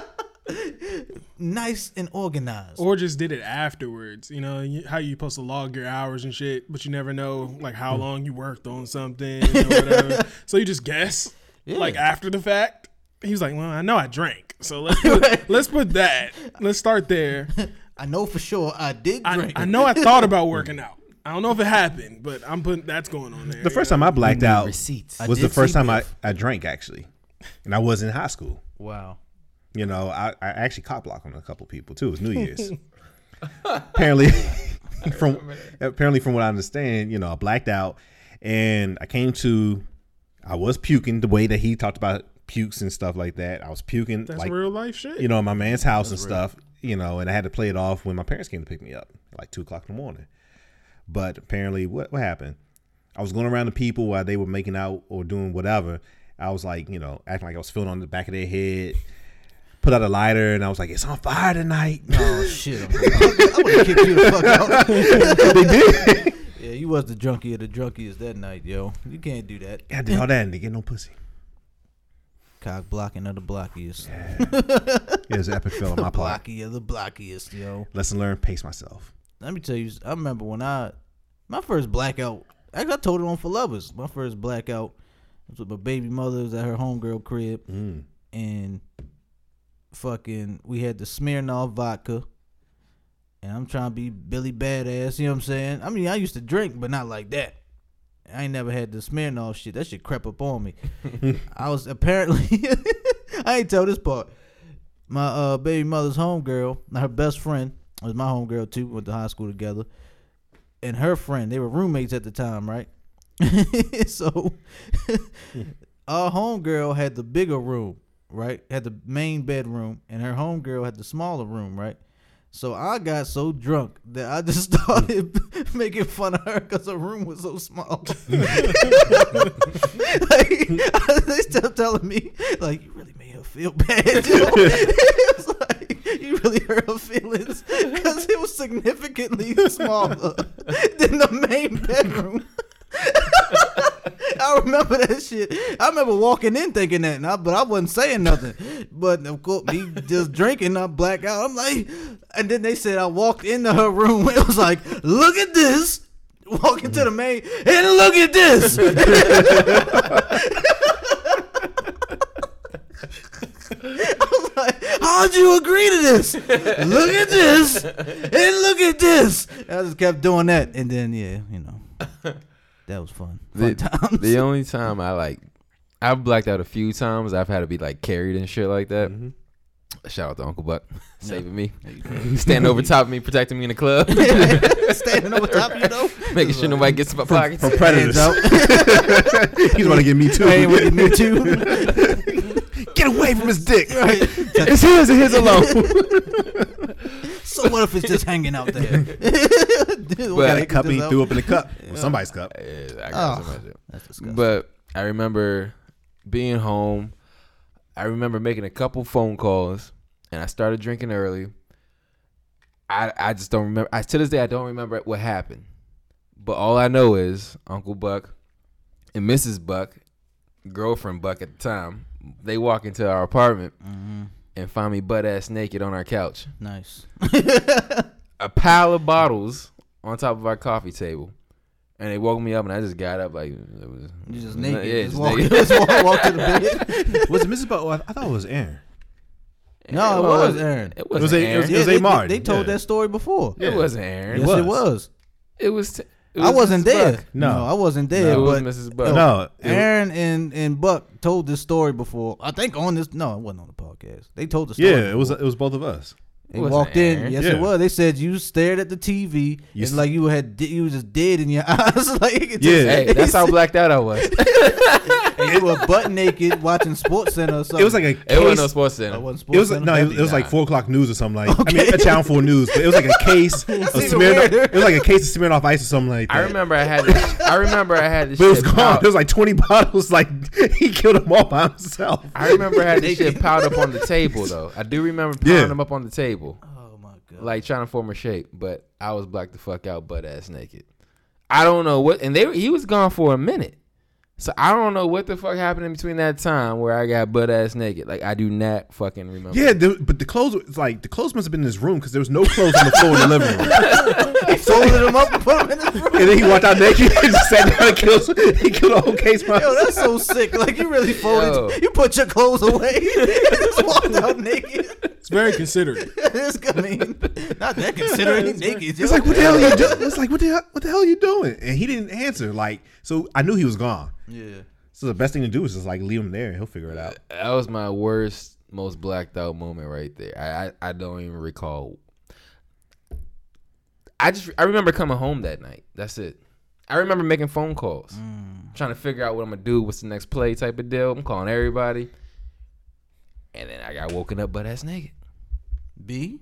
Speaker 1: nice and organized.
Speaker 4: Or just did it afterwards. You know, you- how you supposed to log your hours and shit, but you never know like how
Speaker 6: Hmm.
Speaker 4: long you worked on something or whatever. so you just guess like after the fact. He was like, "Well, I know I drank, so let's put, let's put that. Let's start there.
Speaker 1: I know for sure I did
Speaker 4: I,
Speaker 1: drink.
Speaker 4: I know I thought about working out. I don't know if it happened, but I'm putting that's going on there.
Speaker 6: The first time I blacked out
Speaker 2: Receipts.
Speaker 6: was the
Speaker 1: did
Speaker 6: first
Speaker 1: see
Speaker 6: time I,
Speaker 1: both.
Speaker 6: I drank actually, and I was in high school.
Speaker 1: Wow.
Speaker 6: You know, I, I actually cop blocked on a couple people too. It was New Year's. apparently, from apparently from what I understand, you know, I blacked out, and I came to, I was puking the way that he talked about pukes and stuff like that. I was puking
Speaker 4: that's
Speaker 6: like
Speaker 4: real life shit.
Speaker 6: you know, in my man's house and stuff, you know, and I had to play it off when my parents came to pick me up, like two o'clock in the morning. But apparently, what what happened? I was going around to people while they were making out or doing whatever. I was like, you know, acting like I was feeling on the back of their head. Put out a lighter and I was like, "It's on fire tonight."
Speaker 1: Oh shit! I'm, I'm gonna kick you the fuck out. Yeah, you was the drunkie of the drunkiest that night, yo. You can't do that.
Speaker 6: I did all that and they get no pussy.
Speaker 1: Cock blocking of the blockiest.
Speaker 6: It was an epic fail on my part.
Speaker 1: Blocky of the blockiest, yo.
Speaker 6: Lesson learned: pace myself.
Speaker 1: Let me tell you, I remember when I my first blackout. Actually, I told it on for lovers. My first blackout was with my baby mother. It was at her homegirl crib, and fucking, we had the Smirnoff vodka. And I'm trying to be Billy badass. You know what I'm saying? I mean, I used to drink, but not like that. I ain't never had the Smirnoff shit. That shit crept up on me. I was apparently, I ain't tell this part my uh baby mother's homegirl, her best friend was my homegirl too. Went to high school together, and her friend they were roommates at the time, right? so our homegirl had the bigger room, right? Had the main bedroom, and her homegirl had the smaller room, right? So I got so drunk that I just started making fun of her because her room was so small. like, they kept telling me, like, you really made her feel bad. You know? it was like, you really hurt her feelings because it was significantly smaller than the main bedroom. I remember that shit. I remember walking in thinking that, and I, but I wasn't saying nothing. But of course, me just drinking, I black out. I'm like, and then they said I walked into her room. It was like, look at this. Walk into the main and look at this. like, how'd you agree to this? Look at this, and look at this. I just kept doing that, and then yeah, you know, that was fun. Fun
Speaker 2: The,
Speaker 1: times.
Speaker 2: the only time I like, I've blacked out a few times. I've had to be like carried and shit like that. Shout out to Uncle Buck saving me, standing over top of me, protecting me in the club,
Speaker 1: standing over top, you know,
Speaker 2: making sure nobody gets in my pockets.
Speaker 6: From predators,
Speaker 1: hands out.
Speaker 6: he's going to get me
Speaker 1: Hey,
Speaker 6: too.
Speaker 1: with the me too.
Speaker 6: Get away from his dick. It's his and his alone.
Speaker 1: So what if it's just hanging out there?
Speaker 2: But-
Speaker 6: Got a cup and he threw up in the cup, Well, somebody's cup.
Speaker 2: Yeah, I
Speaker 6: Ah.
Speaker 2: got so
Speaker 1: Oh.
Speaker 2: much shit.
Speaker 1: That's disgusting.
Speaker 2: But I remember being home. I remember making a couple phone calls, and I started drinking early. I I just don't remember. I to this day I don't remember what happened. But all I know is Uncle Buck and
Speaker 6: Mm-hmm.
Speaker 2: Mrs. Buck, girlfriend Buck at the time, they walk into our apartment, and find me butt ass naked on our couch.
Speaker 1: Nice.
Speaker 2: A pile of bottles on top of our coffee table. And they woke me up, and I just got up like
Speaker 1: You just naked.
Speaker 2: Yeah,
Speaker 1: just
Speaker 2: just
Speaker 1: walk,
Speaker 2: naked.
Speaker 1: just walk, walk to the bed.
Speaker 6: was it Mrs. Bo? I, I thought it was Aaron.
Speaker 1: No, it was Aaron.
Speaker 2: It
Speaker 6: was
Speaker 2: wasn't
Speaker 6: a- it was-
Speaker 2: Aaron.
Speaker 6: it was-
Speaker 1: they,
Speaker 6: Amari,
Speaker 1: they told
Speaker 6: yeah.
Speaker 1: that story before.
Speaker 2: It wasn't Aaron.
Speaker 1: Yes,
Speaker 6: was.
Speaker 1: it was.
Speaker 2: It was. T- it
Speaker 1: I
Speaker 2: was
Speaker 1: wasn't
Speaker 2: Mrs. Buck.
Speaker 1: there.
Speaker 6: No.
Speaker 1: I wasn't there.
Speaker 2: it was
Speaker 1: but
Speaker 2: Mrs. Buck.
Speaker 6: No, it-
Speaker 1: Aaron and, and Buck told this story before. I think on this. No, it wasn't on the podcast. They told the story.
Speaker 6: yeah, it was it was both of us.
Speaker 1: They
Speaker 2: It wasn't
Speaker 1: walked in.
Speaker 2: Aaron.
Speaker 1: Yes,
Speaker 6: Yeah.
Speaker 1: it was. They said you stared at the TV.
Speaker 6: You
Speaker 1: it's
Speaker 6: s-
Speaker 1: like you had di- you was just dead in your eyes. like you could just-
Speaker 6: Yeah.
Speaker 2: Hey, that's how blacked out I was.
Speaker 1: and you were butt naked watching Sports Center. Or something.
Speaker 6: It was like a
Speaker 2: It wasn't no
Speaker 6: case-
Speaker 2: sports center.
Speaker 1: It wasn't
Speaker 6: It
Speaker 1: Sports
Speaker 6: was like,
Speaker 1: Center.
Speaker 6: no, it was, it was like
Speaker 2: Nah.
Speaker 6: four o'clock news or something like. I mean, a channel four news. But it was like a case of smeared. Off, it was like a case of smeared off ice or something like that.
Speaker 2: I remember I had. This, I remember I had this.
Speaker 6: But it was
Speaker 2: shit
Speaker 6: gone.
Speaker 2: piled-
Speaker 6: There was like twenty bottles. Like he killed them all by himself.
Speaker 2: I remember I had this shit piled up on the table though. I do remember piling
Speaker 6: Yeah.
Speaker 2: them up on the table,
Speaker 1: Oh my god.
Speaker 2: like trying to form a shape. But I was blacked the fuck out, butt ass naked. I don't know what, and they he was gone for a minute, so I don't know what the fuck happened in between that time where I got butt ass naked. Like I do not fucking remember.
Speaker 6: Yeah, the, but the clothes it's like the clothes must have been in his room because there was no clothes on the floor in the living room.
Speaker 1: folded them up and put them in the
Speaker 6: And then he walked out naked and just sat down and killed. He killed a whole case. By
Speaker 1: Yo,
Speaker 6: himself.
Speaker 1: that's so sick. Like you really folded.
Speaker 2: Yo.
Speaker 1: You put your clothes away. and just walked out naked.
Speaker 4: It's very considerate.
Speaker 1: It's, I mean, not that considering he's naked.
Speaker 6: It's like what the hell you do? It's like what the hell, what the hell you doing? And he didn't answer. Like so, I knew he was gone.
Speaker 1: yeah.
Speaker 6: So the best thing to do is just like leave him there and he'll figure it out.
Speaker 2: that was my worst, most blacked out moment right there. I I, I don't even recall. I just I remember coming home that night. That's it. I remember making phone calls, trying to figure out what I'm gonna do, what's the next play type of deal. I'm calling everybody, and then I got woken up butt ass naked.
Speaker 1: B.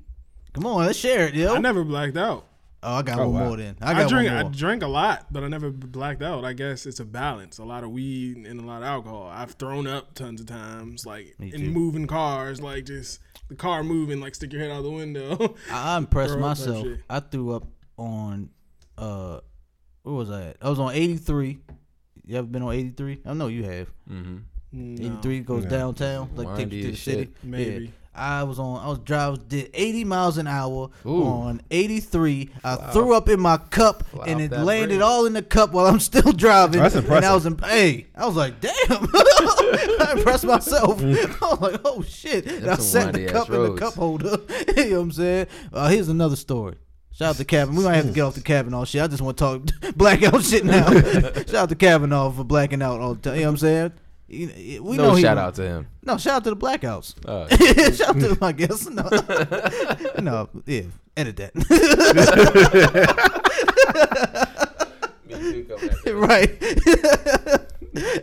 Speaker 1: Come on, let's share it, yo.
Speaker 4: I never blacked out.
Speaker 1: oh, I got
Speaker 6: Oh,
Speaker 1: one
Speaker 6: wow.
Speaker 1: more then. I
Speaker 4: I,
Speaker 1: got
Speaker 4: drink. I
Speaker 1: one more.
Speaker 4: drink a lot, but I never blacked out. I guess it's a balance. A lot of weed and a lot of alcohol. I've thrown up tons of times, like
Speaker 1: too.
Speaker 4: in moving cars, like just the car moving, like stick your head out the window.
Speaker 1: I, I impressed
Speaker 4: Throw up that
Speaker 1: myself.
Speaker 4: shit.
Speaker 1: I threw up on, uh, where was I at? I was on 83. You ever been on 83? I know you have.
Speaker 2: Mm-hmm.
Speaker 4: No.
Speaker 1: 83 goes downtown, like takes you
Speaker 2: Windy
Speaker 1: to the
Speaker 2: as
Speaker 1: city.
Speaker 2: shit.
Speaker 1: Yeah.
Speaker 4: Maybe.
Speaker 1: I was on. I was driving. Did 80 miles an hour
Speaker 2: Ooh.
Speaker 1: on 83. I threw up in my cup and it
Speaker 2: that
Speaker 1: landed
Speaker 2: bridge.
Speaker 1: all in the cup while I'm still driving.
Speaker 6: That's
Speaker 1: And I
Speaker 6: impressive.
Speaker 1: was in. Hey, I was like, damn. I impressed myself.
Speaker 6: Mm.
Speaker 1: I was like, oh shit. And I
Speaker 2: That's some
Speaker 1: set the
Speaker 2: windy-ass
Speaker 1: cup in the
Speaker 2: roads.
Speaker 1: cup holder. you know what I'm saying? Uh, here's another story. Shout out to Kavanaugh. We might have to get off the Kavanaugh shit. I just want to talk blackout shit now. shout out to Kavanaugh for blacking out all the time. You know what I'm saying? You know, We
Speaker 2: no
Speaker 1: know he-
Speaker 2: shout out to him.
Speaker 1: No, shout out to the blackouts.
Speaker 2: Uh,
Speaker 1: shout out to my guests. No, no yeah, edit that. right.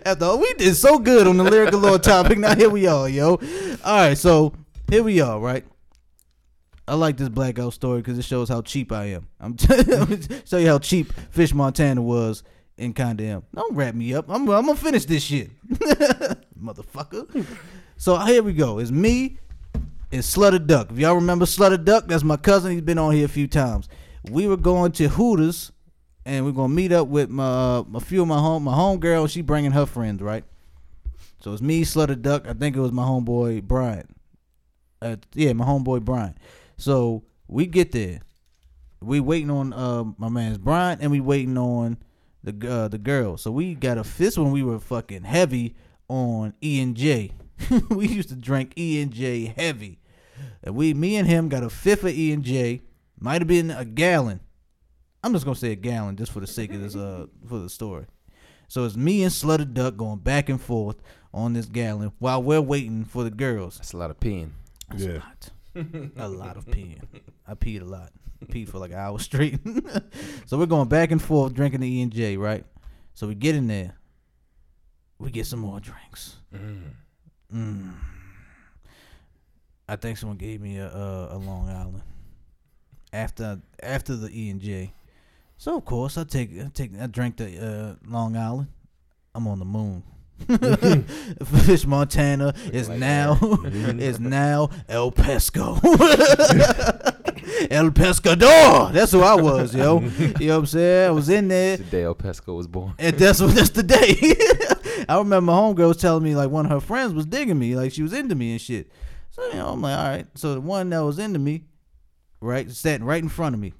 Speaker 1: After all, we did so good on the lyrical lore topic. Now here we are, yo. All right, so here we are, right? I like this blackout story because it shows how cheap I am. I'm t- show you how cheap Fish Montana was and kind of am. Don't wrap me up. I'm, I'm gonna finish this shit, motherfucker. So here we go. It's me and Slutter Duck. If y'all remember Slutter Duck, that's my cousin. He's been on here a few times. We were going to Hooters, and we are gonna meet up with my uh, a few of my home my homegirl. She bringing her friends, right? So it's me, Slutter Duck. I think it was my homeboy Brian. Uh, yeah, my homeboy Brian. So we get there. We waiting on uh, my man's Brian, and we waiting on the g- uh, the girl. So we got a fist when we were fucking heavy on E and J. we used to drink E and J heavy. And we, me and him, got a fifth of E and J. Might have been a gallon. I'm just gonna say a gallon just for the sake of this uh for the story. So it's me and Slutter Duck going back and forth on this gallon while we're waiting for the girls.
Speaker 2: that's a lot of peeing.
Speaker 6: Yeah.
Speaker 1: A lot of peeing. I peed a lot. Peed for like an hour straight. so we're going back and forth drinking the E and J, right? So we get in there. We get some more drinks. Mm. I think someone gave me a, a a Long Island after after the E and J. So of course I take I take I drink the uh, Long Island. I'm on the moon. Fish Montana is now is now El Pesco. El Pescador. That's who I was, yo. you know what I'm saying? I was in there.
Speaker 2: The day El Pesco was born.
Speaker 1: And that's what that's the day. I remember my homegirl was telling me like one of her friends was digging me, like she was into me and shit. So you know, I'm like, all right. So the one that was into me, right, sat right in front of me.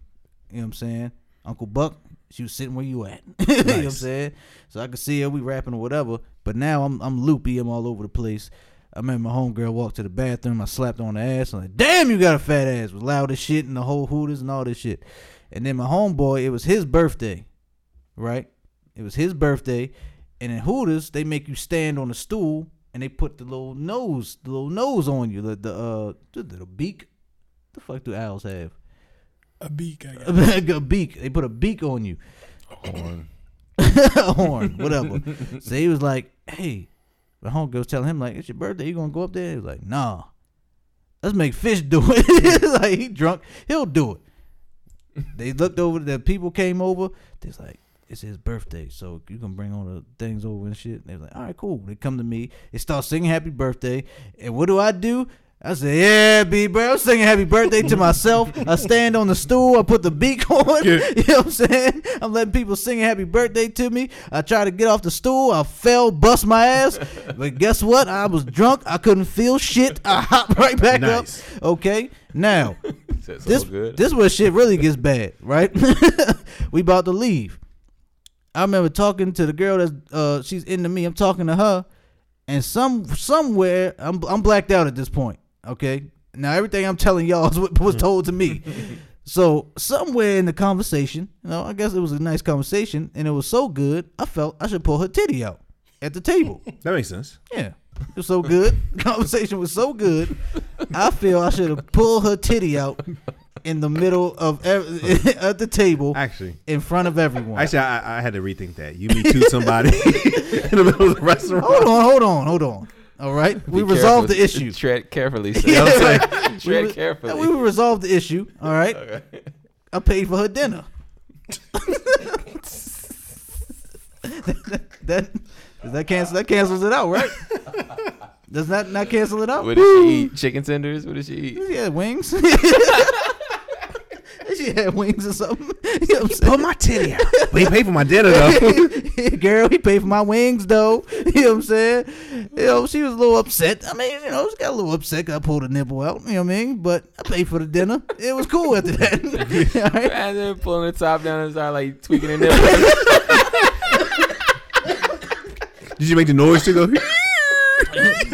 Speaker 1: You know what I'm saying? Uncle Buck, she was sitting where you at. you know what I'm
Speaker 6: Nice.
Speaker 1: saying? So I could see her, we rapping or whatever. But now I'm I'm loopy, I'm all over the place. I met my homegirl walk to the bathroom, I slapped her on the ass, I'm like, damn you got a fat ass was loud as shit and the whole hooters and all this shit. And then my homeboy, it was his birthday right? It was his birthday, and in Hooters they make you stand on a stool and they put the little nose, the little nose on you, the the uh the little beak. The fuck do owls have?
Speaker 4: A beak, I guess.
Speaker 1: a beak. They put a beak on you. Horn, whatever. so he was like, "Hey," my homegirl's telling him like, "It's your birthday. You gonna go up there?" He was like, "Nah, let's make fish do it." like he drunk, he'll do it. They looked over. The people came over. They was like, "It's his birthday, so you can bring all the things over and shit." And they was like, "All right, cool." They come to me. They start singing "Happy Birthday," and what do I do? I say, yeah, B, bro. I'm singing happy birthday to myself. I stand on the stool. I put the beak on. You know what I'm saying? I'm letting people sing happy birthday to me. I try to get off the stool. I fell, bust my ass. but guess what? I was drunk. I couldn't feel shit. I hop right back
Speaker 6: Nice.
Speaker 1: up. Okay. Now,
Speaker 2: That's
Speaker 1: this
Speaker 2: all good.
Speaker 1: this where shit really gets bad, right? we about to leave. I remember talking to the girl that's uh she's into me. I'm talking to her, and some somewhere I'm I'm blacked out at this point. Okay, now everything I'm telling y'all is what was told to me. So somewhere in the conversation, you know, I guess it was a nice conversation, and it was so good, I felt I should pull her titty out at the table.
Speaker 6: That makes sense.
Speaker 1: Yeah. It was so good. Conversation was so good. I feel I should have pulled her titty out in the middle of ev- at the table
Speaker 6: Actually,
Speaker 1: in front of everyone.
Speaker 6: actually, I, I had to rethink that. You meet two somebody in the middle of the restaurant.
Speaker 1: hold on, hold on, hold on. All right. we
Speaker 2: Be
Speaker 1: resolved the
Speaker 2: careful.
Speaker 1: issue.
Speaker 2: Tread carefully. Sir.
Speaker 1: Yeah,
Speaker 2: Tread
Speaker 1: We-
Speaker 2: carefully.
Speaker 1: We resolved the issue. All right. I paid for her dinner. that, that, that cancel that cancels it out, right? Does that not cancel it out?
Speaker 2: What did she eat? Chicken tenders? What did she eat?
Speaker 1: She had wings. she had wings or something. You know what
Speaker 6: Pull my titty out. But he paid for my dinner though.
Speaker 1: I'm saying? Girl, he paid for my wings though. You know what I'm saying? You know, she was a little upset. I mean, you know, she got a little upset 'cause I pulled a nipple out. You know what I mean? But I paid for the dinner. It was cool after that. All right?
Speaker 2: Imagine pulling the top down and start like tweaking in there.
Speaker 6: Did you make the noise to go?
Speaker 1: like,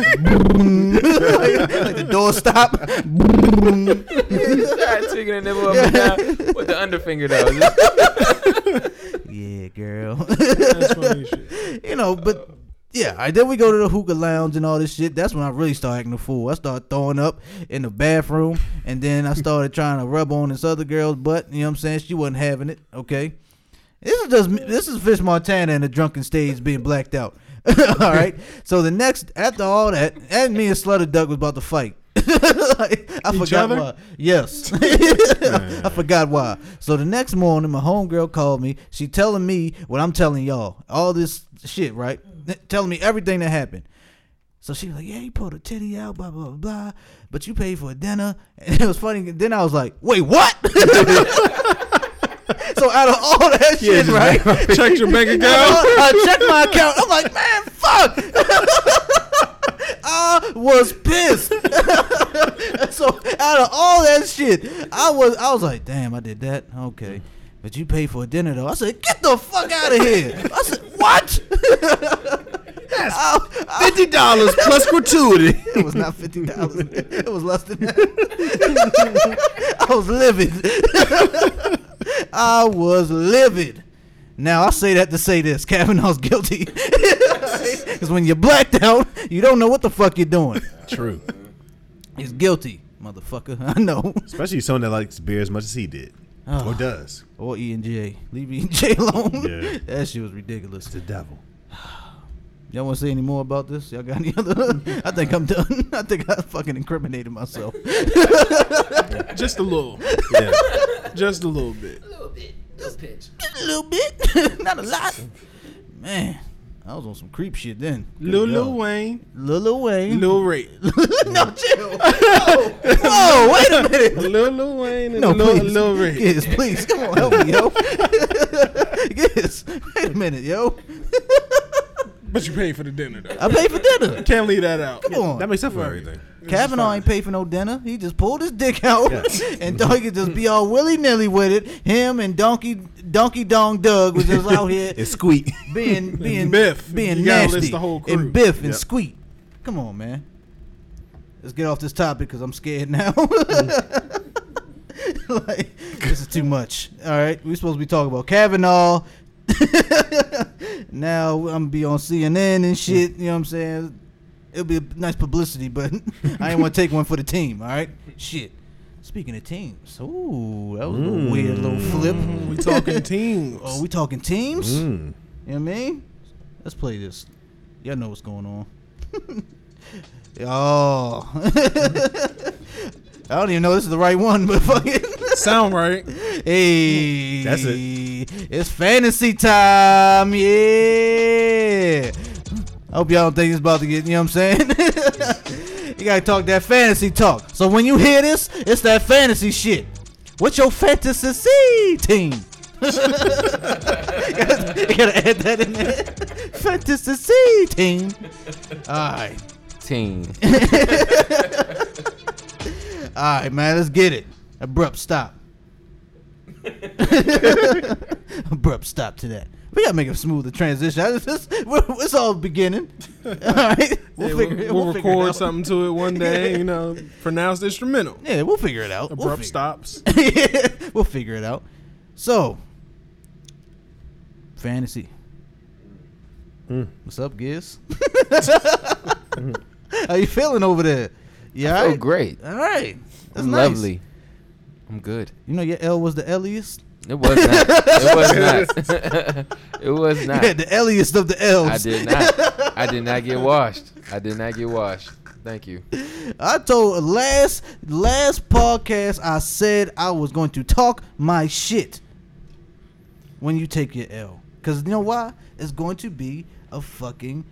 Speaker 1: like the door stop.
Speaker 2: start tweaking in nipple up and down with the underfinger though. Just-
Speaker 1: yeah, girl.
Speaker 4: That's funny as shit.
Speaker 1: you know, but yeah, I then we go to the hookah lounge and all this shit. That's when I really start acting a fool. I started throwing up in the bathroom, and then I started trying to rub on this other girl's butt. You know what I'm saying? She wasn't having it. Okay, this is just me- this is Fish Montana in the drunken stage being blacked out. all right. So the next after all that, and me and Slutter Duck was about to fight. Like, I forgot
Speaker 4: other?
Speaker 1: why. Yes. I forgot why. So the next morning, my homegirl called me. She telling me what I'm telling y'all. All this shit, right? Telling me everything that happened. So she was like, "Yeah, you pulled a titty out, blah blah blah, blah, but you paid for a dinner." And it was funny. Then I was like, "Wait, what?" so out of all that shit, right?
Speaker 4: Check your bank account.
Speaker 1: I checked my account. I'm like, man, fuck. I was pissed. so out of all that shit, I was I was like, damn, I did that. Okay. But you paid for dinner though. I said, get the fuck out of here. I said, what? I- I-
Speaker 6: Fifty dollars plus gratuity.
Speaker 1: it was not fifty dollars. It was less than that. I was livid. I was livid. Now I say that to say this: Kavanaugh's guilty. Because when you're blacked out, you don't know what the fuck you're doing.
Speaker 6: True.
Speaker 1: He's guilty, motherfucker. I know.
Speaker 6: Especially someone that likes beer as much as he did. Or does.
Speaker 1: Or E and J. Leave E and J alone.
Speaker 6: Yeah.
Speaker 1: That shit was ridiculous.
Speaker 6: The devil.
Speaker 1: Y'all want to say any more about this? Y'all got any other? I think I'm done. I think I fucking incriminated myself.
Speaker 4: Just a little.
Speaker 6: Yeah.
Speaker 4: Just a little bit.
Speaker 1: a little bit, not a lot. Man, I was on some creep shit then.
Speaker 4: Lil Lil Wayne,
Speaker 1: Lil Lil Wayne.
Speaker 4: Lil Ray,
Speaker 1: no, chill. Whoa, whoa, wait a minute.
Speaker 4: Lil Lil Wayne, and
Speaker 1: No,
Speaker 4: Lil
Speaker 1: please.
Speaker 4: Lil Ray.
Speaker 1: Yes, please. Come on, help me, yo. yes. Wait a minute, yo.
Speaker 4: But you paid for the dinner though.
Speaker 1: I paid for dinner.
Speaker 4: Can't leave that out.
Speaker 1: Come on.
Speaker 6: That makes up for everything.
Speaker 1: Kavanaugh ain't paid for no dinner. He just pulled his dick out and thought he could just be all willy nilly with it. Him and Donkey Donkey Dong Doug was just out here
Speaker 6: It's squeak.
Speaker 1: being being
Speaker 4: Biff.
Speaker 1: being
Speaker 4: You gotta
Speaker 1: nasty,
Speaker 4: list the whole crew.
Speaker 1: and Biff and
Speaker 6: Yep.
Speaker 1: Squeak. Come on, man. Let's get off this topic because I'm scared now.
Speaker 4: Mm.
Speaker 1: like this is too much. All right, we're supposed to be talking about Kavanaugh. now I'm gonna be on CNN
Speaker 4: Mm.
Speaker 1: and shit. You know what I'm saying? It'll be a nice publicity, but I ain't want to take one for the team. All right, shit. Speaking of teams, ooh, that was a little weird little flip.
Speaker 4: Mm. We talking teams.
Speaker 1: Oh, we talking teams?
Speaker 6: Mm.
Speaker 1: You know what I mean? Let's play this. Y'all know what's going on. oh. I don't even know this is the right one, but fuck it.
Speaker 4: Sound right.
Speaker 1: Hey.
Speaker 6: That's
Speaker 1: it. It's fantasy time. Yeah. I hope y'all don't think it's about to get, you know what I'm saying? you got to talk that fantasy talk. So when you hear this, it's that fantasy shit. What's your fantasy team? you gotta add that in there. Fantasy team. All right.
Speaker 2: Team.
Speaker 1: All right, man, let's get it. Abrupt stop. Abrupt stop to that. We gotta make a smoother transition. I just, we're- it's all beginning. All right, we'll
Speaker 4: Yeah,
Speaker 1: figure it. We'll, figure it
Speaker 4: record
Speaker 1: out.
Speaker 4: something to it one day, you know, pronounced instrumental.
Speaker 1: Yeah, we'll figure it out. We'll
Speaker 4: Abrupt
Speaker 1: figure-
Speaker 4: stops.
Speaker 1: we'll figure it out. So, fantasy.
Speaker 2: Hmm.
Speaker 1: What's up, Giz? How you feeling over there? Yeah,
Speaker 2: Oh, great.
Speaker 1: all right. That's
Speaker 2: I'm
Speaker 1: nice.
Speaker 2: lovely. I'm good.
Speaker 1: You know your L E was the Elliest.
Speaker 2: It was not. It was not. it was not.
Speaker 1: Yeah, the Elliest of the L's.
Speaker 2: I did not. I did not get washed. I did not get washed. Thank you.
Speaker 1: I told last last podcast I said I was going to talk my shit when you take your L. Cause you know why? It's going to be a fucking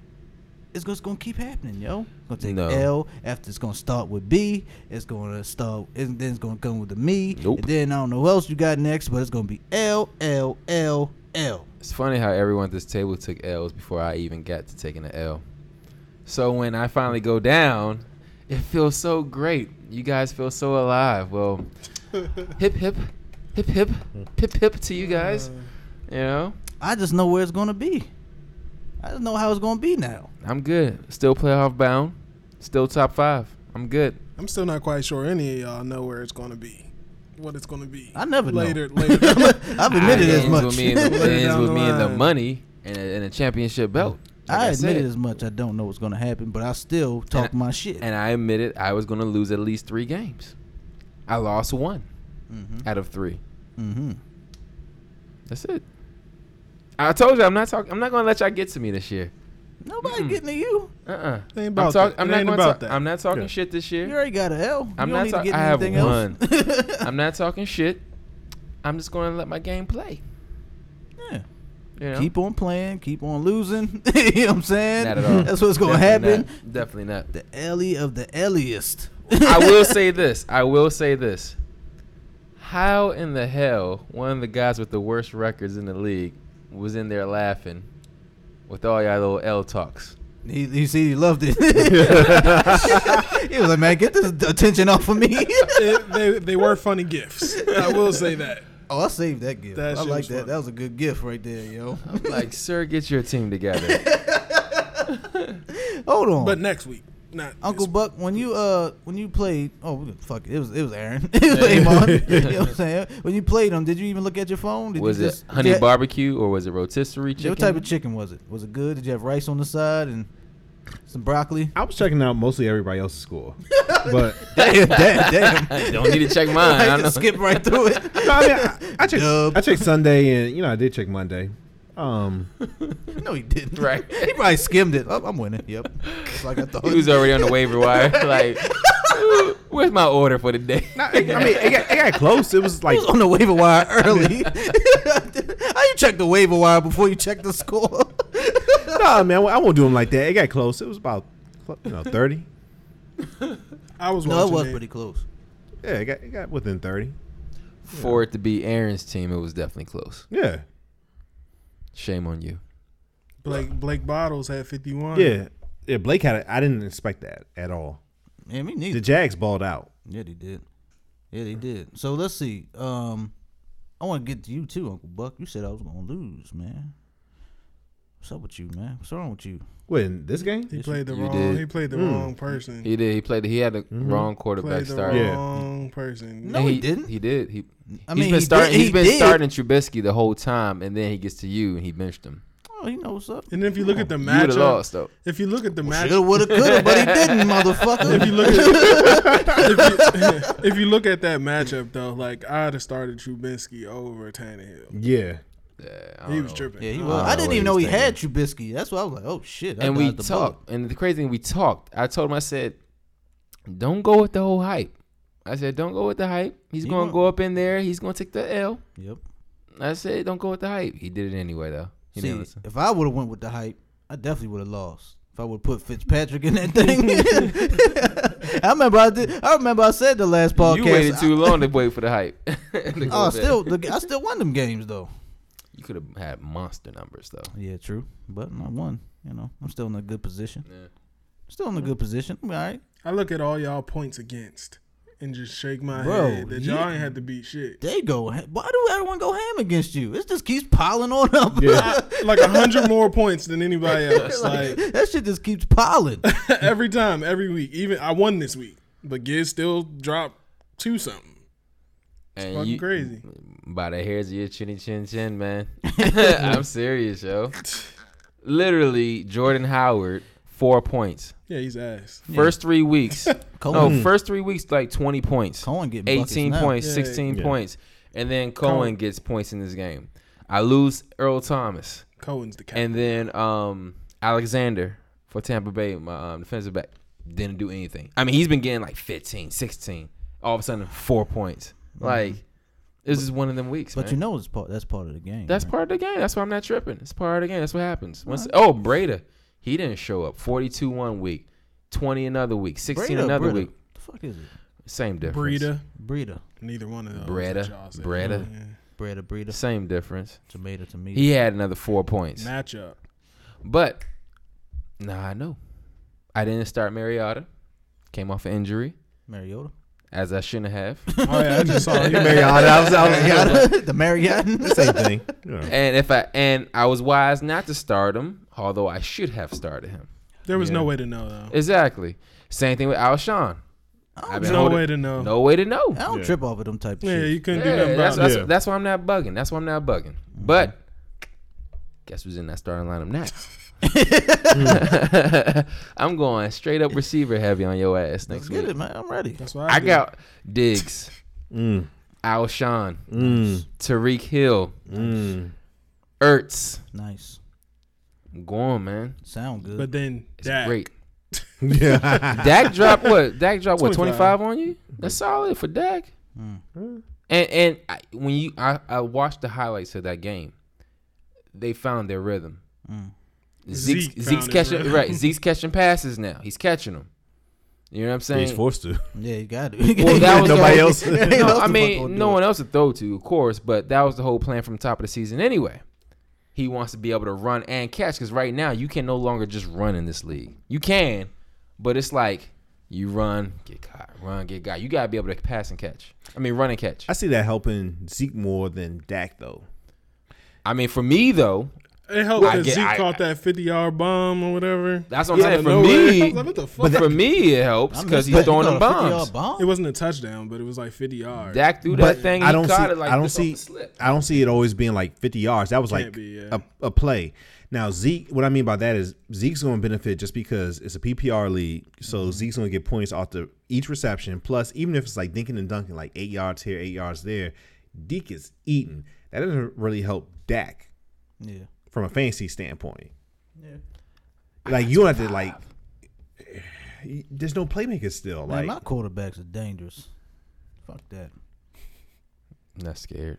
Speaker 1: it's just gonna keep happening, yo. It's gonna take
Speaker 2: No.
Speaker 1: L after it's gonna start with B, it's gonna start and then it's gonna come with the me.
Speaker 2: Nope.
Speaker 1: And then I don't know who else you got next, but it's gonna be L L L L.
Speaker 2: It's funny how everyone at this table took L's before I even got to taking the L. So when I finally go down, it feels so great. You guys feel so alive. Well, hip hip, hip hip, hip hip to you guys. You know,
Speaker 1: I just know where it's gonna be. I just know how it's gonna be now.
Speaker 2: I'm good. Still playoff bound. Still top five. I'm good.
Speaker 4: I'm still not quite sure any of y'all know where it's gonna be, what it's gonna be.
Speaker 1: I never know.
Speaker 4: later, later.
Speaker 1: I've admitted
Speaker 2: It
Speaker 1: as
Speaker 2: ends
Speaker 1: much.
Speaker 2: With me in the, it ends
Speaker 4: down
Speaker 2: with
Speaker 4: the
Speaker 2: me in the
Speaker 4: line.
Speaker 2: money and a, and a championship belt. Like
Speaker 1: I
Speaker 2: said.
Speaker 1: admit it as much. I don't know what's gonna happen, but I still talk my shit.
Speaker 2: and I admitted I was going to lose at least three games. I lost one out of three.
Speaker 1: mm-hmm.
Speaker 2: That's it. I told you I'm not talking. I'm not going to let y'all get to me this year.
Speaker 1: Nobody getting to you.
Speaker 2: Uh uh-uh.
Speaker 4: It ain't about
Speaker 2: I'm, talk-
Speaker 4: that.
Speaker 2: I'm
Speaker 4: It
Speaker 2: not
Speaker 4: ain't
Speaker 2: gonna
Speaker 4: about
Speaker 2: talk-
Speaker 4: that.
Speaker 2: I'm not talking
Speaker 6: Yeah.
Speaker 2: shit this year.
Speaker 1: You already got an L.
Speaker 2: I'm
Speaker 1: you
Speaker 2: not
Speaker 1: don't
Speaker 2: talking.
Speaker 1: need to
Speaker 2: I
Speaker 1: get
Speaker 2: have
Speaker 1: anything else.
Speaker 2: one. I'm not talking shit. I'm just going to let my game play.
Speaker 1: Yeah.
Speaker 2: You know?
Speaker 1: Keep on playing. Keep on losing. you know what I'm saying?
Speaker 2: Not at all.
Speaker 1: That's what's gonna
Speaker 2: Definitely
Speaker 1: happen.
Speaker 2: not. Definitely not.
Speaker 1: The Ellie of the Elliest.
Speaker 2: I will say this. I will say this. How in the hell one of the guys with the worst records in the league was in there laughing with all y'all little L talks?
Speaker 1: He, you see, he loved it. he was like, "Man, get this attention off of me."
Speaker 4: It- they, they were funny gifts. I will say that.
Speaker 1: oh, I saved that gift.
Speaker 4: That
Speaker 1: I
Speaker 4: shit
Speaker 1: like
Speaker 4: was
Speaker 1: that.
Speaker 4: funny.
Speaker 1: That was a good gift right there, yo.
Speaker 2: I'm like, sir, get your team together.
Speaker 1: Hold on.
Speaker 4: But next week, not
Speaker 1: Uncle
Speaker 4: this
Speaker 1: Buck, when you uh when you played oh we- fuck it, it was it was Aaron it was Amon you know what I'm saying when you played them did you even look at your phone did
Speaker 2: was
Speaker 1: you
Speaker 2: it honey
Speaker 1: yeah,
Speaker 2: barbecue or was it rotisserie
Speaker 1: yeah,
Speaker 2: chicken?
Speaker 1: what type of chicken was it was it good did you have rice on the side and some broccoli
Speaker 6: I was checking out mostly everybody else's score, but
Speaker 1: damn damn damn
Speaker 2: Don't need to check
Speaker 1: I
Speaker 2: mine. I know.
Speaker 1: just skip right through it
Speaker 6: No, I, mean, I, I checked.
Speaker 1: Dub.
Speaker 6: I checked Sunday, and you know I did check Monday. Um,
Speaker 1: no he didn't
Speaker 2: Right.
Speaker 1: he probably skimmed it oh, I'm winning yep It's like I thought
Speaker 2: He was already on the waiver wire. Like, where's my order for the day?
Speaker 6: I, I mean, it got, it got close. It was
Speaker 1: He
Speaker 6: like
Speaker 1: was on the waiver wire early how you check the waiver wire before you check the score
Speaker 6: no, nah, man. I won't do them like that. It got close. It was about you know thirty.
Speaker 4: week. I was
Speaker 1: no
Speaker 4: watching
Speaker 1: it was
Speaker 4: it.
Speaker 1: pretty close
Speaker 6: Yeah, it got it got within thirty.
Speaker 2: For it to be Aaron's team, it was definitely close.
Speaker 6: Yeah,
Speaker 2: Shame on you.
Speaker 4: Blake Blake Bottles had 51.
Speaker 6: yeah, yeah. Blake had it. I didn't expect that at all.
Speaker 1: Yeah, me neither.
Speaker 6: The Jags balled out.
Speaker 1: Yeah, they did. Yeah, they did. So let's see. Um, I want to get to you too, Uncle Buck. You said I was gonna lose, man. What's up with you, man? What's wrong with you?
Speaker 6: What in this game?
Speaker 4: He played the
Speaker 2: you
Speaker 4: wrong.
Speaker 2: did.
Speaker 4: He played the wrong person.
Speaker 2: He did. He played. He had the wrong quarterback
Speaker 4: played the
Speaker 2: start.
Speaker 6: Yeah.
Speaker 4: wrong person.
Speaker 1: No, he
Speaker 2: he
Speaker 1: didn't.
Speaker 2: He did. He.
Speaker 1: I
Speaker 2: I
Speaker 1: mean, he
Speaker 2: mean, he's been
Speaker 1: did-
Speaker 2: starting.
Speaker 1: he
Speaker 2: he's been
Speaker 1: did.
Speaker 2: starting Trubisky the whole time, and then he gets to you and he benched him.
Speaker 1: Oh, he knows what's up.
Speaker 4: And if you look at the
Speaker 2: You would have
Speaker 4: matchup,
Speaker 2: lost though.
Speaker 4: if you look at the
Speaker 1: Shoulda,
Speaker 4: matchup,
Speaker 1: woulda, coulda, but he didn't, motherfucker.
Speaker 4: if you look at if you, if you look at that matchup though, like I'd have started Trubisky over Tannehill.
Speaker 6: Yeah.
Speaker 2: Yeah, I
Speaker 4: He
Speaker 2: don't
Speaker 4: was
Speaker 2: know.
Speaker 4: tripping.
Speaker 1: Oh, yeah, he
Speaker 4: I
Speaker 1: was.
Speaker 2: don't
Speaker 1: I
Speaker 2: know
Speaker 1: didn't
Speaker 2: what
Speaker 1: even
Speaker 2: he
Speaker 1: know
Speaker 2: was
Speaker 1: he had Trubisky. That's why I was like, oh shit. I
Speaker 2: and we
Speaker 1: dodged the bullet.
Speaker 2: talked. And the crazy thing, we talked. I told him, I said, don't go with the whole hype. I said, don't go with the hype. He's
Speaker 1: He
Speaker 2: going
Speaker 1: won't.
Speaker 2: to go up in there. He's going to take the L.
Speaker 1: Yep.
Speaker 2: I said, don't go with the hype. He did it anyway, though. He didn't
Speaker 1: See,
Speaker 2: listen.
Speaker 1: if I would have went with the hype, I definitely would have lost. If I would put Fitzpatrick in that thing, I remember I did. I remember I said the last podcast.
Speaker 2: You waited
Speaker 1: I-
Speaker 2: too long to wait for the hype. To go
Speaker 1: Oh, I
Speaker 2: back.
Speaker 1: still, the, I still won them games though.
Speaker 2: You could have had monster numbers, though.
Speaker 1: Yeah, true. But I won. You know, I'm still in a good position.
Speaker 2: Yeah.
Speaker 1: Still in a good position. I'm all right.
Speaker 4: I look at all y'all points against and just shake my
Speaker 1: Bro,
Speaker 4: head that
Speaker 1: you-
Speaker 4: y'all ain't had to beat shit.
Speaker 1: They go. ha- Why do everyone go ham against you? It just keeps piling on up.
Speaker 4: Like a hundred more points than anybody else.
Speaker 1: Like,
Speaker 4: Like
Speaker 1: that shit just keeps piling.
Speaker 4: every time, every week. Even I won this week, but Giz still dropped two something.
Speaker 2: And
Speaker 4: Fucking
Speaker 2: you-
Speaker 4: crazy.
Speaker 2: By the hairs of your chinny chin chin, man. I'm serious, yo. Literally, Jordan Howard, four points.
Speaker 4: Yeah, he's ass.
Speaker 2: First three weeks.
Speaker 1: Cohen,
Speaker 2: No, first three weeks, like 20 points.
Speaker 1: Cohen getting buckets
Speaker 2: 18
Speaker 1: now.
Speaker 2: points,
Speaker 4: Yeah.
Speaker 2: 16
Speaker 6: Yeah.
Speaker 2: points. And then Cohen,
Speaker 4: Cohen.
Speaker 2: gets points in this game. I lose Earl Thomas.
Speaker 4: Cohen's the cat.
Speaker 2: And then um, Alexander for Tampa Bay, my um, defensive back, didn't do anything. I mean, he's been getting like 15, 16. All of a sudden, four points. Like, this is one of them weeks.
Speaker 1: Mm-hmm. But
Speaker 2: man.
Speaker 1: you know, it's part. That's part of the game.
Speaker 2: That's
Speaker 1: right?
Speaker 2: part of the game. That's why I'm not tripping. It's part of the game. That's what happens. Once, oh, Breda, he didn't show up. 42 one week, 20 another week, 16
Speaker 1: Breida,
Speaker 2: another
Speaker 1: Breida.
Speaker 2: week.
Speaker 1: The fuck is it?
Speaker 2: Same difference.
Speaker 4: Breida.
Speaker 1: Breeder,
Speaker 4: Neither one of those.
Speaker 2: Breda,
Speaker 4: that y'all said.
Speaker 2: Breda.
Speaker 1: breeder, breeder.
Speaker 2: Same difference.
Speaker 1: Tomato, tomato.
Speaker 2: He had another four points.
Speaker 4: Matchup.
Speaker 2: But nah, I know. I didn't start Mariota. Came off an injury,
Speaker 1: Mariota.
Speaker 2: as I shouldn't have.
Speaker 4: Oh yeah, I just saw him.
Speaker 6: Mariota. I was, uh, I was, yeah,
Speaker 1: the Mariota.
Speaker 6: same thing. Yeah.
Speaker 2: and if I and I was wise not to start him, although I should have started him.
Speaker 4: There was no
Speaker 2: Yeah.
Speaker 4: way to know though.
Speaker 2: Exactly. Same thing with Alshon. I've been
Speaker 4: no
Speaker 2: holding-
Speaker 4: way to know.
Speaker 2: No way to know.
Speaker 1: I don't trip off of them type of
Speaker 4: Yeah,
Speaker 1: shit.
Speaker 4: you couldn't do
Speaker 2: Yeah,
Speaker 4: nothing
Speaker 2: that's,
Speaker 4: about it.
Speaker 2: that's,
Speaker 6: Yeah.
Speaker 2: that's why I'm not bugging. That's why I'm not bugging. But guess who's in that starting lineup now? I'm going straight up receiver heavy on your ass
Speaker 1: Let's
Speaker 2: next
Speaker 1: get
Speaker 2: week.
Speaker 1: it, man. I'm ready.
Speaker 4: That's why I,
Speaker 2: I
Speaker 4: did.
Speaker 2: got Diggs,
Speaker 6: Mm.
Speaker 2: Alshon, Tariq Hill,
Speaker 6: Mm.
Speaker 2: Ertz.
Speaker 1: Nice.
Speaker 2: I'm going, man.
Speaker 1: Sound good.
Speaker 4: But then
Speaker 2: It's
Speaker 4: that
Speaker 2: great.
Speaker 6: yeah.
Speaker 2: Dak dropped what? Dak dropped what?
Speaker 4: 25.
Speaker 2: 25 on you? That's solid for Dak.
Speaker 4: Mm.
Speaker 2: And and I, when you I, I watched the highlights of that game, they found their rhythm. Zeke's,
Speaker 4: Mm. Zeke found
Speaker 2: Zeke's
Speaker 4: his
Speaker 2: catching
Speaker 4: rhythm.
Speaker 2: right. Zeke's catching passes now. He's catching them. You know what I'm saying?
Speaker 6: He's forced to.
Speaker 1: yeah, you got it.
Speaker 2: Well, that was the
Speaker 6: Nobody
Speaker 2: whole-
Speaker 6: else.
Speaker 2: No,
Speaker 1: Nobody else
Speaker 2: I
Speaker 1: the fuck
Speaker 2: mean,
Speaker 1: gonna
Speaker 2: no
Speaker 1: do it.
Speaker 2: one else to throw to, of course, but that was the whole plan from the top of the season anyway. He wants to be able to run and catch because right now you can no longer just run in this league. You can, but it's like you run, get caught, run, get caught. You gotta be able to pass and catch. I mean, run and catch.
Speaker 6: I see that helping Zeke more than Dak though.
Speaker 2: I mean, for me though,
Speaker 4: it helped
Speaker 2: I
Speaker 4: that
Speaker 2: get-
Speaker 4: Zeke
Speaker 2: I-
Speaker 4: caught that fifty yard bomb or whatever.
Speaker 2: that's what I'm
Speaker 4: Out
Speaker 2: saying.
Speaker 4: of
Speaker 2: For
Speaker 4: nowhere. I
Speaker 2: me,
Speaker 4: was like, what the fuck?
Speaker 2: but for me, it helps because he's throwing them bombs.
Speaker 4: It wasn't a touchdown, but it was like fifty yards.
Speaker 2: Dak threw that
Speaker 6: But
Speaker 2: thing.
Speaker 6: I don't
Speaker 2: he
Speaker 6: see.
Speaker 2: caught it like
Speaker 6: I don't
Speaker 2: this off
Speaker 6: see.
Speaker 2: the slip.
Speaker 6: I don't see it always being like 50 yards. That was
Speaker 4: Can't
Speaker 6: like
Speaker 4: be, yeah.
Speaker 6: a, a play. Now Zeke, what I mean by that is Zeke's going to benefit just because it's a PPR league, so
Speaker 1: Mm-hmm.
Speaker 6: Zeke's going to get points off the each reception. Plus, even if it's like dinking and dunking, like eight yards here, eight yards there, Deke is eating. That doesn't really help Dak
Speaker 1: Yeah.
Speaker 6: from a fantasy standpoint. Yeah. Like you don't have to like. There's no playmakers still.
Speaker 1: Man,
Speaker 6: Like
Speaker 1: my quarterbacks are dangerous. Fuck that.
Speaker 6: Hmm.
Speaker 2: Not scared,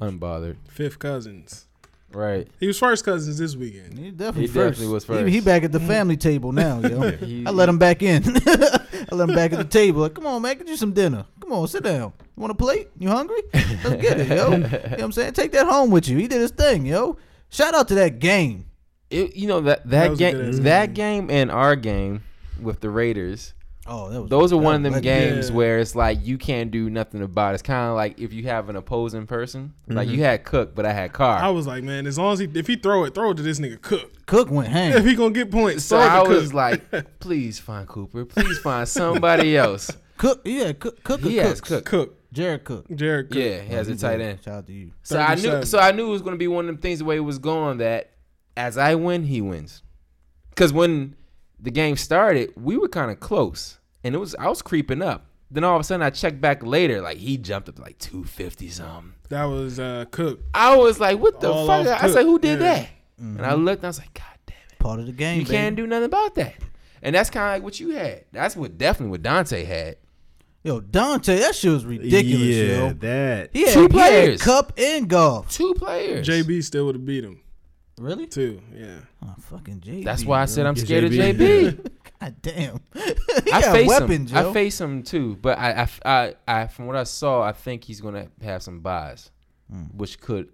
Speaker 2: unbothered.
Speaker 4: Fifth cousins.
Speaker 2: Right.
Speaker 4: He was first cousins this weekend.
Speaker 1: He definitely
Speaker 2: He
Speaker 1: first.
Speaker 2: definitely was
Speaker 1: He-
Speaker 2: first.
Speaker 1: He, back at the family table now, yo.
Speaker 2: He-
Speaker 1: I let him back in. I let him back at the table. Like, come on, man, get you some dinner. Come on, sit down. You want a plate? You hungry? Let's get it, yo. you know what I'm saying? Take that home with you. He did his thing, yo. Shout out to that game.
Speaker 2: it, you know that
Speaker 4: That
Speaker 2: that,
Speaker 4: was a
Speaker 2: game
Speaker 4: good-ass
Speaker 2: that game and our game with the Raiders
Speaker 1: Oh, that was
Speaker 2: Those are
Speaker 1: that
Speaker 2: one of
Speaker 1: was
Speaker 2: them
Speaker 1: legendary.
Speaker 2: games where it's like you can't do nothing about it. It's kind of like if you have an opposing person. Like you had Cook, but I had Carr.
Speaker 4: Mm-hmm. I was like, man, as long as he if he throw it, throw it to this nigga Cook.
Speaker 1: Cook went
Speaker 4: If
Speaker 1: ham.
Speaker 4: he gonna get points,
Speaker 2: so
Speaker 4: throw it to
Speaker 2: I was
Speaker 4: Cook.
Speaker 2: like, please find Cooper. Please find somebody else.
Speaker 1: Cook, yeah, Cook, Cook, or
Speaker 2: He has
Speaker 1: Cook,
Speaker 2: Cook.
Speaker 4: Cook,
Speaker 1: Jared Cook.
Speaker 4: Jared Cook.
Speaker 2: Yeah, he has a tight end.
Speaker 1: Shout out to you.
Speaker 2: So I knew
Speaker 4: 37.
Speaker 2: so I knew it was gonna be one of them things the way it was going that as I win, he wins. Cause when the game started, we were kind of close. And it was I was creeping up. Then all of a sudden I checked back later, like he jumped up to, like two fifty something.
Speaker 4: That was uh, Cook.
Speaker 2: I was like, what the
Speaker 4: All
Speaker 2: fuck?
Speaker 4: off
Speaker 2: I was
Speaker 4: cook,
Speaker 2: like, who did
Speaker 4: yeah. Mm-hmm.
Speaker 2: that? And I looked and I was like, God damn it.
Speaker 1: Part of the game.
Speaker 2: You can't do nothing about that. And that's kinda like what you had. That's what definitely what Dante had.
Speaker 1: Yo, Dante, that shit was ridiculous,
Speaker 6: yeah,
Speaker 1: yo.
Speaker 6: that.
Speaker 1: He had,
Speaker 2: Two
Speaker 1: he had
Speaker 2: players.
Speaker 1: Cup and golf.
Speaker 2: Two players.
Speaker 4: JB still would have beat him
Speaker 1: Really?
Speaker 4: too. Yeah,
Speaker 1: Oh, fucking JB.
Speaker 2: That's why I said
Speaker 1: yo.
Speaker 2: I'm scared of
Speaker 6: JB.
Speaker 2: JB.
Speaker 1: God damn.
Speaker 2: I
Speaker 1: got
Speaker 2: face
Speaker 1: weapons,
Speaker 2: him.
Speaker 1: yo.
Speaker 2: I face him too, but I, I, I, I- from what I saw, I think he's gonna have some buys, which could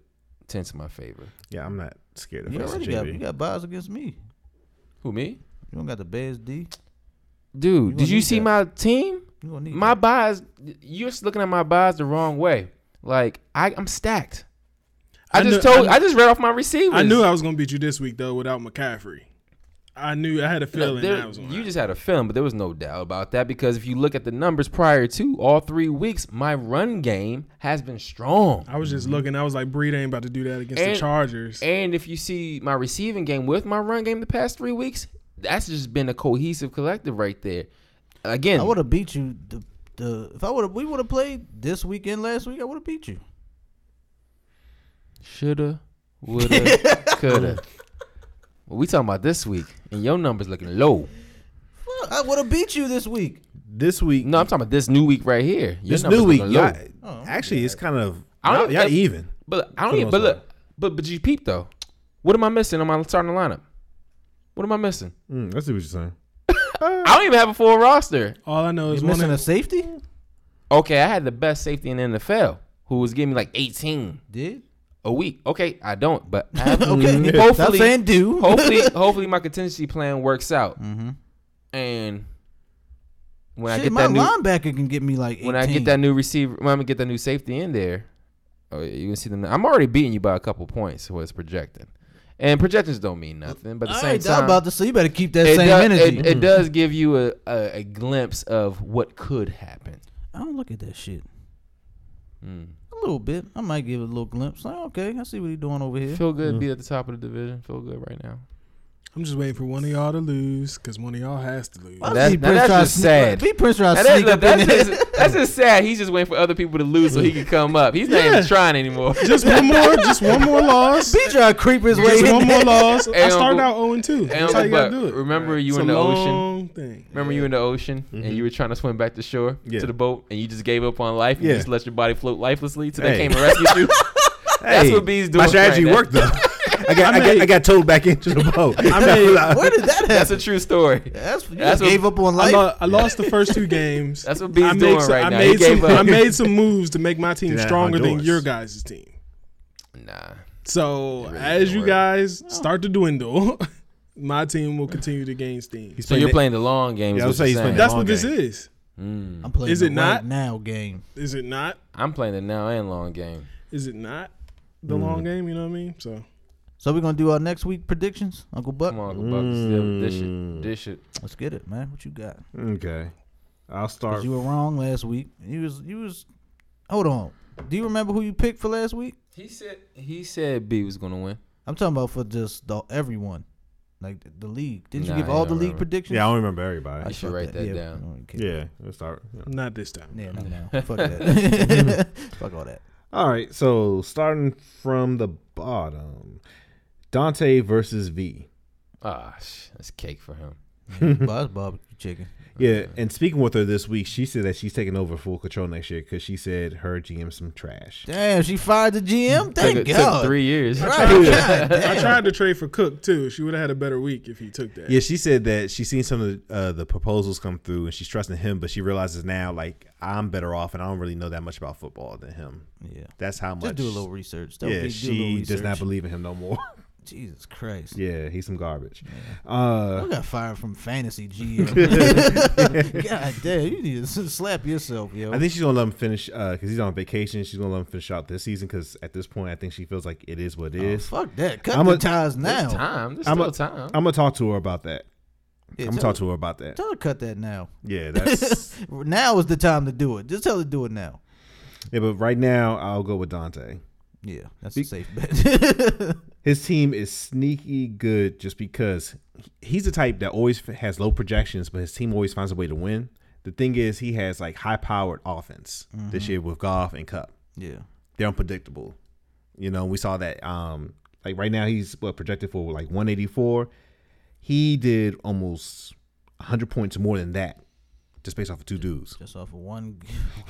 Speaker 2: tend to my favor.
Speaker 6: Yeah, I'm not scared of
Speaker 1: You
Speaker 6: facing
Speaker 1: already got,
Speaker 6: JB.
Speaker 1: you got buys against me.
Speaker 2: Who me?
Speaker 1: You don't got the best D.
Speaker 2: Dude,
Speaker 1: gonna
Speaker 2: did you
Speaker 1: need
Speaker 2: see
Speaker 1: that.
Speaker 2: my team?
Speaker 1: You don't need
Speaker 2: My
Speaker 1: that.
Speaker 2: buys, you're just looking at my buys the wrong way. Like I, I'm stacked. I,
Speaker 4: I
Speaker 2: just
Speaker 4: knew-
Speaker 2: told,
Speaker 4: I
Speaker 2: I, just read off my receivers.
Speaker 4: I knew I was gonna beat you this week though without McCaffrey. I knew I had a
Speaker 2: Look,
Speaker 4: feeling
Speaker 2: there-
Speaker 4: that was gonna
Speaker 2: you just had a film, but there was no doubt about that because if you look at the numbers prior to all three weeks, my run game has been strong.
Speaker 4: I was just looking. I was like, Breed ain't about to do that against
Speaker 2: And-
Speaker 4: the Chargers.
Speaker 2: And if you see my receiving game with my run game the past three weeks, that's just been a cohesive collective right there. Again,
Speaker 1: I would have beat you. The, the if I would have, we would have played this weekend last week. I would have beat you.
Speaker 2: shoulda, woulda, coulda. Well, we talking about this week, and your numbers looking low.
Speaker 1: Fuck, I would have beat you this week.
Speaker 6: This week,
Speaker 2: No, I'm talking about this new week right here. Your
Speaker 6: this
Speaker 2: numbers
Speaker 6: new week,
Speaker 2: looking
Speaker 6: y'all,
Speaker 2: low.
Speaker 1: Oh,
Speaker 6: actually, it's kind of
Speaker 2: I don't-
Speaker 6: y'all, y'all
Speaker 2: if-
Speaker 6: even.
Speaker 2: But I
Speaker 6: For
Speaker 2: don't.
Speaker 6: the
Speaker 2: Even,
Speaker 6: most
Speaker 2: but look,
Speaker 6: part.
Speaker 2: but but you peep though. What am I missing on my starting lineup? What am I missing?
Speaker 6: Mm, I see what you're saying.
Speaker 2: I don't even have a full roster.
Speaker 4: All I know
Speaker 1: you
Speaker 4: is one
Speaker 1: missing
Speaker 4: of
Speaker 1: a safety?
Speaker 2: Okay, I had the best safety in the NFL, who was giving me like 18.
Speaker 1: Did
Speaker 2: a week. Okay, I don't, but I have,
Speaker 1: okay. Stop
Speaker 2: hopefully,
Speaker 1: saying do.
Speaker 2: hopefully, hopefully, my contingency plan works out. And when
Speaker 1: Mm-hmm.
Speaker 2: I
Speaker 1: Shit,
Speaker 2: get
Speaker 1: my
Speaker 2: that new,
Speaker 1: linebacker can get me like 18.
Speaker 2: when I get that new receiver, when I get that new safety in there, oh, yeah, you can see them. I'm already beating you by a couple points. Was projected, and projections don't mean nothing. But at the
Speaker 1: I
Speaker 2: same
Speaker 1: ain't doubt
Speaker 2: time,
Speaker 1: about this. So you better keep that
Speaker 2: it,
Speaker 1: same
Speaker 2: does,
Speaker 1: energy. Mm.
Speaker 2: it, it does give you a, a, a glimpse of what could happen. Mm.
Speaker 1: I don't look at that shit. A little bit. I might give it a little glimpse. Like, okay, I see what he's doing over here.
Speaker 2: Feel good, be at the top of the division. Feel good right now.
Speaker 4: I'm just waiting for one of y'all to lose because one of y'all has to lose.
Speaker 1: I
Speaker 2: That's-
Speaker 1: see
Speaker 2: now
Speaker 1: Prince
Speaker 2: that's
Speaker 1: tryna
Speaker 2: just
Speaker 1: sneak-
Speaker 2: sad.
Speaker 1: Be Prince trying to
Speaker 2: Now, that's,
Speaker 1: sneak
Speaker 2: look,
Speaker 1: up in
Speaker 2: that's,
Speaker 1: there.
Speaker 2: just, that's just sad. He's just waiting for other people to lose so he can come up. He's not even trying anymore.
Speaker 4: Just one more, just one more loss.
Speaker 1: Be trying to creep his way
Speaker 4: Just
Speaker 1: in
Speaker 4: one
Speaker 1: there.
Speaker 4: more loss. I
Speaker 2: Hey,
Speaker 4: started
Speaker 2: Uncle-
Speaker 4: out 0 2.
Speaker 2: Hey,
Speaker 4: That's how
Speaker 2: Uncle
Speaker 4: you gotta
Speaker 2: Buck,
Speaker 4: do it.
Speaker 2: remember you
Speaker 4: It's
Speaker 2: in
Speaker 4: a
Speaker 2: the ocean?
Speaker 4: long Thing.
Speaker 2: Remember you in the ocean and you were trying to swim back to shore
Speaker 6: Yeah.
Speaker 2: to the boat and you just gave up on life and
Speaker 6: Yeah.
Speaker 2: you just let your body float lifelessly till
Speaker 6: Hey.
Speaker 2: they came and rescued you. That's what B's doing
Speaker 6: My strategy
Speaker 2: right now.
Speaker 6: worked though. I got, I, got, I got towed back into the boat. I
Speaker 1: Where did that happen?
Speaker 2: That's a true story.
Speaker 1: That's, you
Speaker 2: that's
Speaker 1: just gave
Speaker 2: what-
Speaker 1: up on
Speaker 4: I,
Speaker 1: life.
Speaker 4: lo- I lost the first two games.
Speaker 2: That's what B's
Speaker 4: made
Speaker 2: doing
Speaker 4: some-
Speaker 2: right
Speaker 4: I
Speaker 2: now. He
Speaker 4: Made some,
Speaker 2: gave up.
Speaker 4: I made some moves to make my team
Speaker 6: Did that
Speaker 4: stronger than
Speaker 6: Honduras.
Speaker 4: your guys' team.
Speaker 2: Nah.
Speaker 4: So
Speaker 2: really
Speaker 4: as
Speaker 2: didn't
Speaker 4: you
Speaker 2: work.
Speaker 6: Oh.
Speaker 4: guys start to dwindle, my team will continue to gain steam.
Speaker 6: He's
Speaker 2: So you're playing the long game.
Speaker 6: Yeah, I
Speaker 2: Yeah,
Speaker 6: would say he's playing
Speaker 2: saying.
Speaker 4: That's what
Speaker 6: long
Speaker 4: this
Speaker 6: game.
Speaker 4: is.
Speaker 1: I'm playing
Speaker 4: Is it
Speaker 1: the
Speaker 4: not?
Speaker 1: right now game.
Speaker 4: Is it not?
Speaker 2: Mm. I'm playing the now and long game.
Speaker 4: Is it not the
Speaker 6: Mm-hmm.
Speaker 4: long game? You know what I mean? So
Speaker 1: So we're gonna do our next week predictions, Uncle Buck.
Speaker 2: Come on, Uncle Buck. This shit. This shit.
Speaker 1: Let's get it, man. What you got?
Speaker 6: hmm, Okay, I'll
Speaker 1: 'Cause
Speaker 6: start.
Speaker 1: you were wrong last week. You was you was. Hold on. Do you remember who you picked for last week?
Speaker 2: He said he said B was gonna win.
Speaker 1: I'm talking about for just the, everyone, like the, the league. Didn't
Speaker 2: Nah,
Speaker 1: you give
Speaker 2: I
Speaker 1: all
Speaker 2: don't
Speaker 1: the league
Speaker 2: remember.
Speaker 1: predictions?
Speaker 6: Yeah, I don't remember everybody.
Speaker 2: I should
Speaker 1: Fuck
Speaker 2: write that
Speaker 1: Yeah,
Speaker 2: down.
Speaker 1: I don't care.
Speaker 6: Yeah, let's start. yeah.
Speaker 4: not this time.
Speaker 1: Yeah, no, no. Fuck that. Fuck all that.
Speaker 6: All right, so starting from the bottom, Dante versus V.
Speaker 2: Ah, sh that's cake for him.
Speaker 1: Bob's barbecue chicken.
Speaker 6: Yeah, and speaking with her this week, she said that she's taking over full control next year because she said her GM's some trash.
Speaker 1: Damn, she fired the GM. Thank
Speaker 2: took, it-
Speaker 1: God.
Speaker 2: took three years.
Speaker 1: Right, God
Speaker 4: I
Speaker 1: damn.
Speaker 4: tried to trade for Cook too. She would have had a better week if he took that.
Speaker 6: Yeah, she said that she's seen some of the, uh, the proposals come through and she's trusting him, but she realizes now like I'm better off and I don't really know that much about football than him.
Speaker 1: Yeah.
Speaker 6: That's how much.
Speaker 1: Just do a little research. That would
Speaker 6: yeah,
Speaker 1: be- do a little
Speaker 6: she does not
Speaker 1: research.
Speaker 6: believe in him no more.
Speaker 1: Jesus Christ.
Speaker 6: Yeah, he's some garbage. Uh,
Speaker 1: I got fired from Fantasy GM. God damn, you need to s- slap yourself, yo.
Speaker 6: I think she's gonna let him finish because he's on vacation. She's gonna let him finish out this season because at this point, I think she feels like it is what it
Speaker 1: Oh,
Speaker 6: is.
Speaker 1: fuck that. Cut
Speaker 6: I'm
Speaker 1: the
Speaker 6: a-
Speaker 1: ties now.
Speaker 2: There's time. There's
Speaker 6: I'm
Speaker 2: still
Speaker 6: a-
Speaker 2: time.
Speaker 6: I'm gonna talk to her about that.
Speaker 1: Yeah,
Speaker 6: I'm gonna
Speaker 1: tell,
Speaker 6: talk to her about that.
Speaker 1: tell her to cut that now.
Speaker 6: Yeah, that's
Speaker 1: now is the time to do it. Just tell her to do it now.
Speaker 6: yeah. But right now, I'll go with Dante.
Speaker 1: Yeah, that's a safe bet.
Speaker 6: His team is sneaky good just because he's the type that always has low projections, but his team always finds a way to win. The thing is, he has like high powered offense this
Speaker 2: Mm-hmm.
Speaker 6: year with Goff and Cup.
Speaker 1: yeah.
Speaker 6: They're unpredictable. You know, we saw that. Um, like right now, he's what projected for like 184. He did almost 100 points more than that just based off of two dudes.
Speaker 1: Just off of one,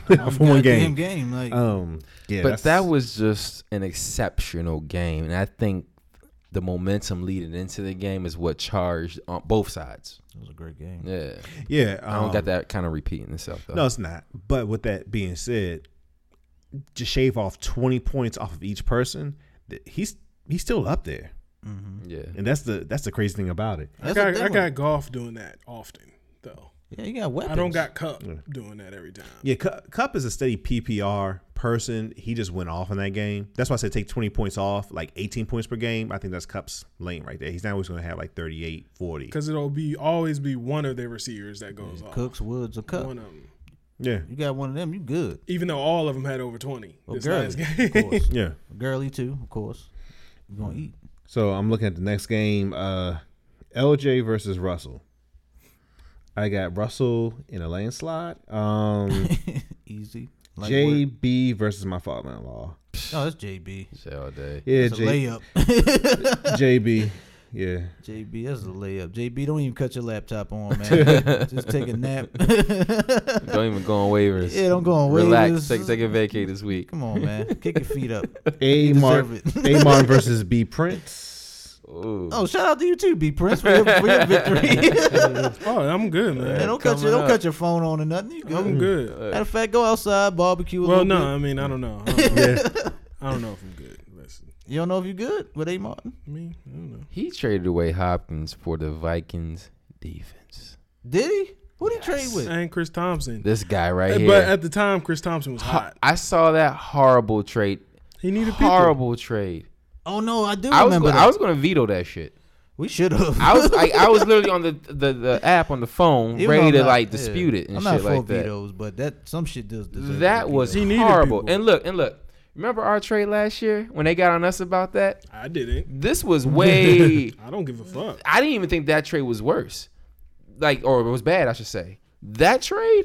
Speaker 6: Off of one
Speaker 1: goddamn
Speaker 6: game.
Speaker 1: game. Like,
Speaker 6: Um, yeah,
Speaker 2: but
Speaker 6: that's-
Speaker 2: that was just an exceptional game, and I think the momentum leading into the game is what charged on both sides.
Speaker 1: it was a great game.
Speaker 2: Yeah,
Speaker 6: yeah.
Speaker 2: I don't
Speaker 6: um,
Speaker 2: got that kind of repeating itself though.
Speaker 6: No, it's not. But with that being said, to shave off twenty points off of each person, th- he's he's still up there,
Speaker 2: yeah,
Speaker 6: and that's the that's the crazy thing about it.
Speaker 1: That's the
Speaker 4: I got,
Speaker 1: thing
Speaker 4: I
Speaker 1: with-
Speaker 4: got golf doing that often, though.
Speaker 1: yeah, you got weapons.
Speaker 4: I don't got Cup doing that every time.
Speaker 6: Yeah, Cu- Cup is a steady PPR person. He just went off in that game. That's why I said take twenty points off, like eighteen points per game. I think that's Cup's lane right there. He's not always going to have like 38, 40.
Speaker 4: Because it'll be always be one of their receivers that goes off.
Speaker 1: Cooks, Woods, or Cup.
Speaker 4: uh, One of them.
Speaker 6: Yeah,
Speaker 1: You got one of them, you good.
Speaker 4: Even though all of them had over 20
Speaker 1: Well,
Speaker 4: this
Speaker 1: Gurley,
Speaker 4: last game.
Speaker 1: of course.
Speaker 6: yeah.
Speaker 1: Gurley too, of course. You gonna eat?
Speaker 6: So I'm looking at the next game, uh, LJ versus Russell. I got Russell in a landslide. Um,
Speaker 1: Easy. Light work.
Speaker 6: JB versus my father-in-law.
Speaker 1: No, that's JB.
Speaker 2: Say all day.
Speaker 6: Yeah,
Speaker 1: It's a
Speaker 6: J-
Speaker 1: layup.
Speaker 6: JB. Yeah.
Speaker 1: JB, that's a layup. JB, don't even cut your laptop on, man. Just take a nap.
Speaker 2: Don't even go on waivers.
Speaker 1: Yeah, don't go on waivers.
Speaker 2: Relax. Take take a vacay this week.
Speaker 1: Come on, man. Kick your feet up.
Speaker 6: A Martin.
Speaker 1: deserve
Speaker 6: A Martin versus B Prince.
Speaker 2: Ooh.
Speaker 1: Oh, shout out to you too, B Prince, for your, for your victory. yeah,
Speaker 4: oh, I'm good, man.
Speaker 1: don't cut your
Speaker 2: coming
Speaker 1: don't
Speaker 2: up.
Speaker 1: cut your phone on or nothing. You
Speaker 4: I'm
Speaker 1: good.
Speaker 4: good.
Speaker 1: Matter of fact, go outside, barbecue. A
Speaker 4: Well,
Speaker 1: little
Speaker 4: no,
Speaker 1: bit.
Speaker 4: I mean, I don't know. I don't know, I don't know if I'm good. Listen,
Speaker 1: you don't know if you good with A Martin.
Speaker 4: I mean, I don't know.
Speaker 2: He traded away Hopkins for the Vikings defense.
Speaker 1: Did he? Who did he trade with?
Speaker 4: And Chris Thompson.
Speaker 2: This guy right here.
Speaker 4: But uh, at the time, Chris Thompson was
Speaker 2: Ho-
Speaker 4: hot.
Speaker 2: I saw that horrible trade.
Speaker 4: He needed people.
Speaker 2: Horrible trade.
Speaker 1: Oh no, I do
Speaker 2: I was
Speaker 1: remember.
Speaker 2: gonna,
Speaker 1: that.
Speaker 2: I was going to veto that shit.
Speaker 1: we should have.
Speaker 2: I was like, I was literally on the the, the app on the phone,
Speaker 1: Even though
Speaker 2: ready
Speaker 1: I'm
Speaker 2: to
Speaker 1: not-
Speaker 2: like
Speaker 1: yeah,
Speaker 2: dispute it and
Speaker 1: I'm
Speaker 2: shit
Speaker 1: not for
Speaker 2: like that.
Speaker 1: vetoes, but that some shit does. Deserve
Speaker 2: That
Speaker 1: to be
Speaker 2: was
Speaker 4: He needed
Speaker 2: horrible.
Speaker 4: people.
Speaker 2: And look, and look. Remember our trade last year when they got on us about that?
Speaker 4: I didn't.
Speaker 2: This was way.
Speaker 4: I don't give a fuck.
Speaker 2: I didn't even think that trade was worse, like or it was bad, I should say. That trade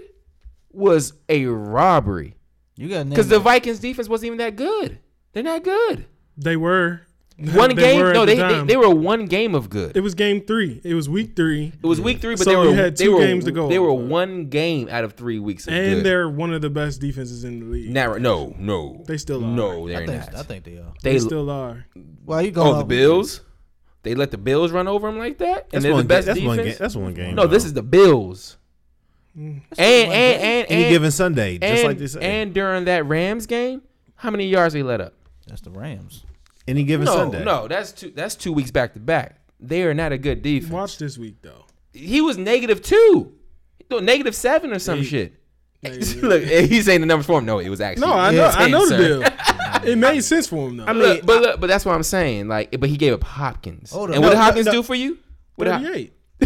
Speaker 2: was a robbery
Speaker 1: You got
Speaker 2: because the Vikings defense wasn't even that good. They're not good.
Speaker 4: They were.
Speaker 2: One
Speaker 4: they
Speaker 2: game,
Speaker 4: were at
Speaker 2: no,
Speaker 4: the
Speaker 2: they, they
Speaker 4: time.
Speaker 2: they were one game of good.
Speaker 4: It was game three. It was week three.
Speaker 2: It was week three, but
Speaker 4: So
Speaker 2: they were
Speaker 4: you had
Speaker 2: they
Speaker 4: two
Speaker 2: were,
Speaker 4: games to go
Speaker 2: They were
Speaker 4: over.
Speaker 2: one game out of three weeks. Of
Speaker 4: And
Speaker 2: good.
Speaker 4: they're one of the best defenses in the league.
Speaker 2: Narrow- No, no,
Speaker 4: They still are.
Speaker 2: no. They're
Speaker 1: I think,
Speaker 2: not.
Speaker 1: I think they are.
Speaker 2: they,
Speaker 4: They still are.
Speaker 1: Why you going?
Speaker 2: oh the
Speaker 1: off-
Speaker 2: Bills. They let the Bills run over them like that, and
Speaker 6: That's
Speaker 2: they're
Speaker 6: one
Speaker 2: the best
Speaker 6: game. That's
Speaker 2: defense.
Speaker 6: one game. That's one game.
Speaker 2: no, this is the Bills.
Speaker 4: Mm.
Speaker 2: And and, and and
Speaker 6: any given Sunday, just
Speaker 2: and,
Speaker 6: like this.
Speaker 2: and during that Rams game, how many yards they let up?
Speaker 1: That's the Rams.
Speaker 6: any given
Speaker 2: No,
Speaker 6: Sunday.
Speaker 2: no, that's two. That's two weeks back to back. They are not a good defense.
Speaker 4: Watch this week though.
Speaker 2: He was negative two, no, negative seven or some
Speaker 4: Eight.
Speaker 2: shit.
Speaker 4: Negative
Speaker 2: Look, he's saying the numbers for him. No, it was actually.
Speaker 4: No, I know.
Speaker 2: it's
Speaker 4: I
Speaker 2: him,
Speaker 4: know the
Speaker 2: sir.
Speaker 4: deal. it made sense for him though. I
Speaker 2: Look, but look, but that's what I'm saying. Like, but he gave up Hopkins.
Speaker 1: Hold
Speaker 2: and
Speaker 1: on.
Speaker 2: what
Speaker 1: No,
Speaker 2: did Hopkins
Speaker 6: no, no.
Speaker 2: do for you? What did Hop-
Speaker 4: 38.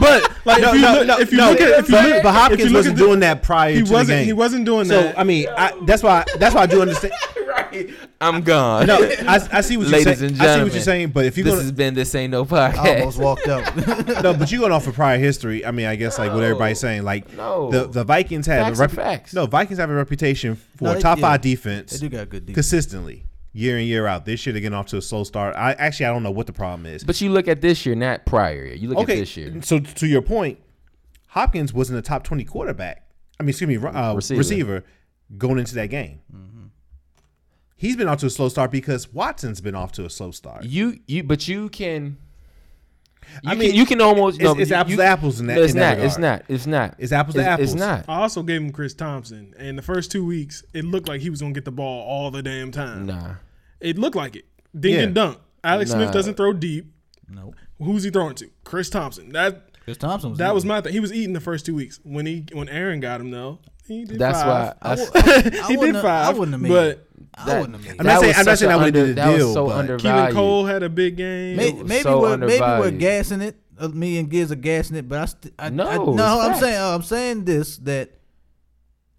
Speaker 6: but like
Speaker 4: if you look- if you look at- if you look-
Speaker 6: but, but
Speaker 4: if you
Speaker 6: Hopkins
Speaker 4: look at
Speaker 6: wasn't
Speaker 4: the-
Speaker 6: doing that prior
Speaker 4: He
Speaker 6: to the
Speaker 4: wasn't.
Speaker 6: game.
Speaker 4: He wasn't doing
Speaker 6: So
Speaker 4: that.
Speaker 6: I mean, I, that's why. That's why I do understand.
Speaker 2: right. I'm gone.
Speaker 6: No, I, I see what you're
Speaker 2: Ladies
Speaker 6: saying.
Speaker 2: and
Speaker 6: I see what
Speaker 2: gentlemen,
Speaker 6: you're saying. But if you're
Speaker 2: this
Speaker 6: gonna,
Speaker 2: has been this ain't no
Speaker 1: I
Speaker 2: podcast.
Speaker 1: almost walked out.
Speaker 6: no, but you're going off of prior history. I mean, I guess like what everybody's saying, like
Speaker 2: No.
Speaker 6: the the Vikings have
Speaker 2: Facts
Speaker 6: a
Speaker 2: are
Speaker 6: repu-
Speaker 2: facts.
Speaker 6: no Vikings have a reputation for
Speaker 1: No,
Speaker 6: a
Speaker 1: they-
Speaker 6: top
Speaker 1: yeah.
Speaker 6: five
Speaker 1: they
Speaker 6: defense
Speaker 1: do got good defense.
Speaker 6: consistently year in year out. This year they're getting off to a slow start. I actually I don't know what the problem is.
Speaker 2: but you look at this year, not prior year. You look
Speaker 6: okay,
Speaker 2: at this year.
Speaker 6: so to your point, Hopkins wasn't a top twenty quarterback. I mean, excuse me, ru- uh,
Speaker 2: Receiver. Mm-hmm.
Speaker 6: receiver. going into that game. He's been off to a slow start because Watson's been off to a slow start.
Speaker 2: You you but you can. You I
Speaker 6: I
Speaker 2: mean,
Speaker 6: mean,
Speaker 2: can, you can almost.
Speaker 6: it's-
Speaker 2: no,
Speaker 6: it's
Speaker 2: you-
Speaker 6: apples
Speaker 2: you-
Speaker 6: to apples in that-
Speaker 2: No, it's
Speaker 6: in
Speaker 2: not.
Speaker 6: that
Speaker 2: it's
Speaker 6: regard.
Speaker 2: not. It's not.
Speaker 6: It's apples to
Speaker 2: It's
Speaker 6: apples.
Speaker 2: not.
Speaker 4: I also gave him Chris Thompson, and the first two weeks, it looked like he was gonna get the ball all the damn time.
Speaker 2: Nah.
Speaker 4: It looked like it. Dink
Speaker 6: Yeah.
Speaker 4: and dunk. Alex Smith
Speaker 2: Nah.
Speaker 4: doesn't throw deep.
Speaker 1: Nope.
Speaker 4: Who's he throwing to? Chris Thompson. That
Speaker 1: Chris Thompson was
Speaker 4: that was my thing. He was eating the first two weeks when he when Aaron got him though. He did
Speaker 2: That's
Speaker 4: five.
Speaker 2: why. That's,
Speaker 1: I
Speaker 4: he did
Speaker 1: wouldn't have- I
Speaker 4: five.
Speaker 1: wouldn't have made
Speaker 4: But
Speaker 1: it. I
Speaker 2: that-
Speaker 1: wouldn't have
Speaker 6: I'm
Speaker 1: made
Speaker 6: not
Speaker 2: that
Speaker 6: saying-
Speaker 2: was
Speaker 6: I'm not
Speaker 2: such
Speaker 6: saying
Speaker 2: an
Speaker 6: I wouldn't do
Speaker 2: under-
Speaker 6: the
Speaker 2: That was
Speaker 6: deal,
Speaker 2: so
Speaker 6: but-
Speaker 4: Keelan
Speaker 2: undervalued.
Speaker 4: Cole had a big game.
Speaker 1: May-
Speaker 2: It was
Speaker 1: maybe
Speaker 2: so
Speaker 1: we're maybe we're
Speaker 2: undervalued.
Speaker 1: gassing it. Uh, me and Giz are gassing it, but I, st- I
Speaker 2: No,
Speaker 1: I,
Speaker 2: it's
Speaker 1: no. I'm
Speaker 2: facts.
Speaker 1: saying uh, I'm saying this that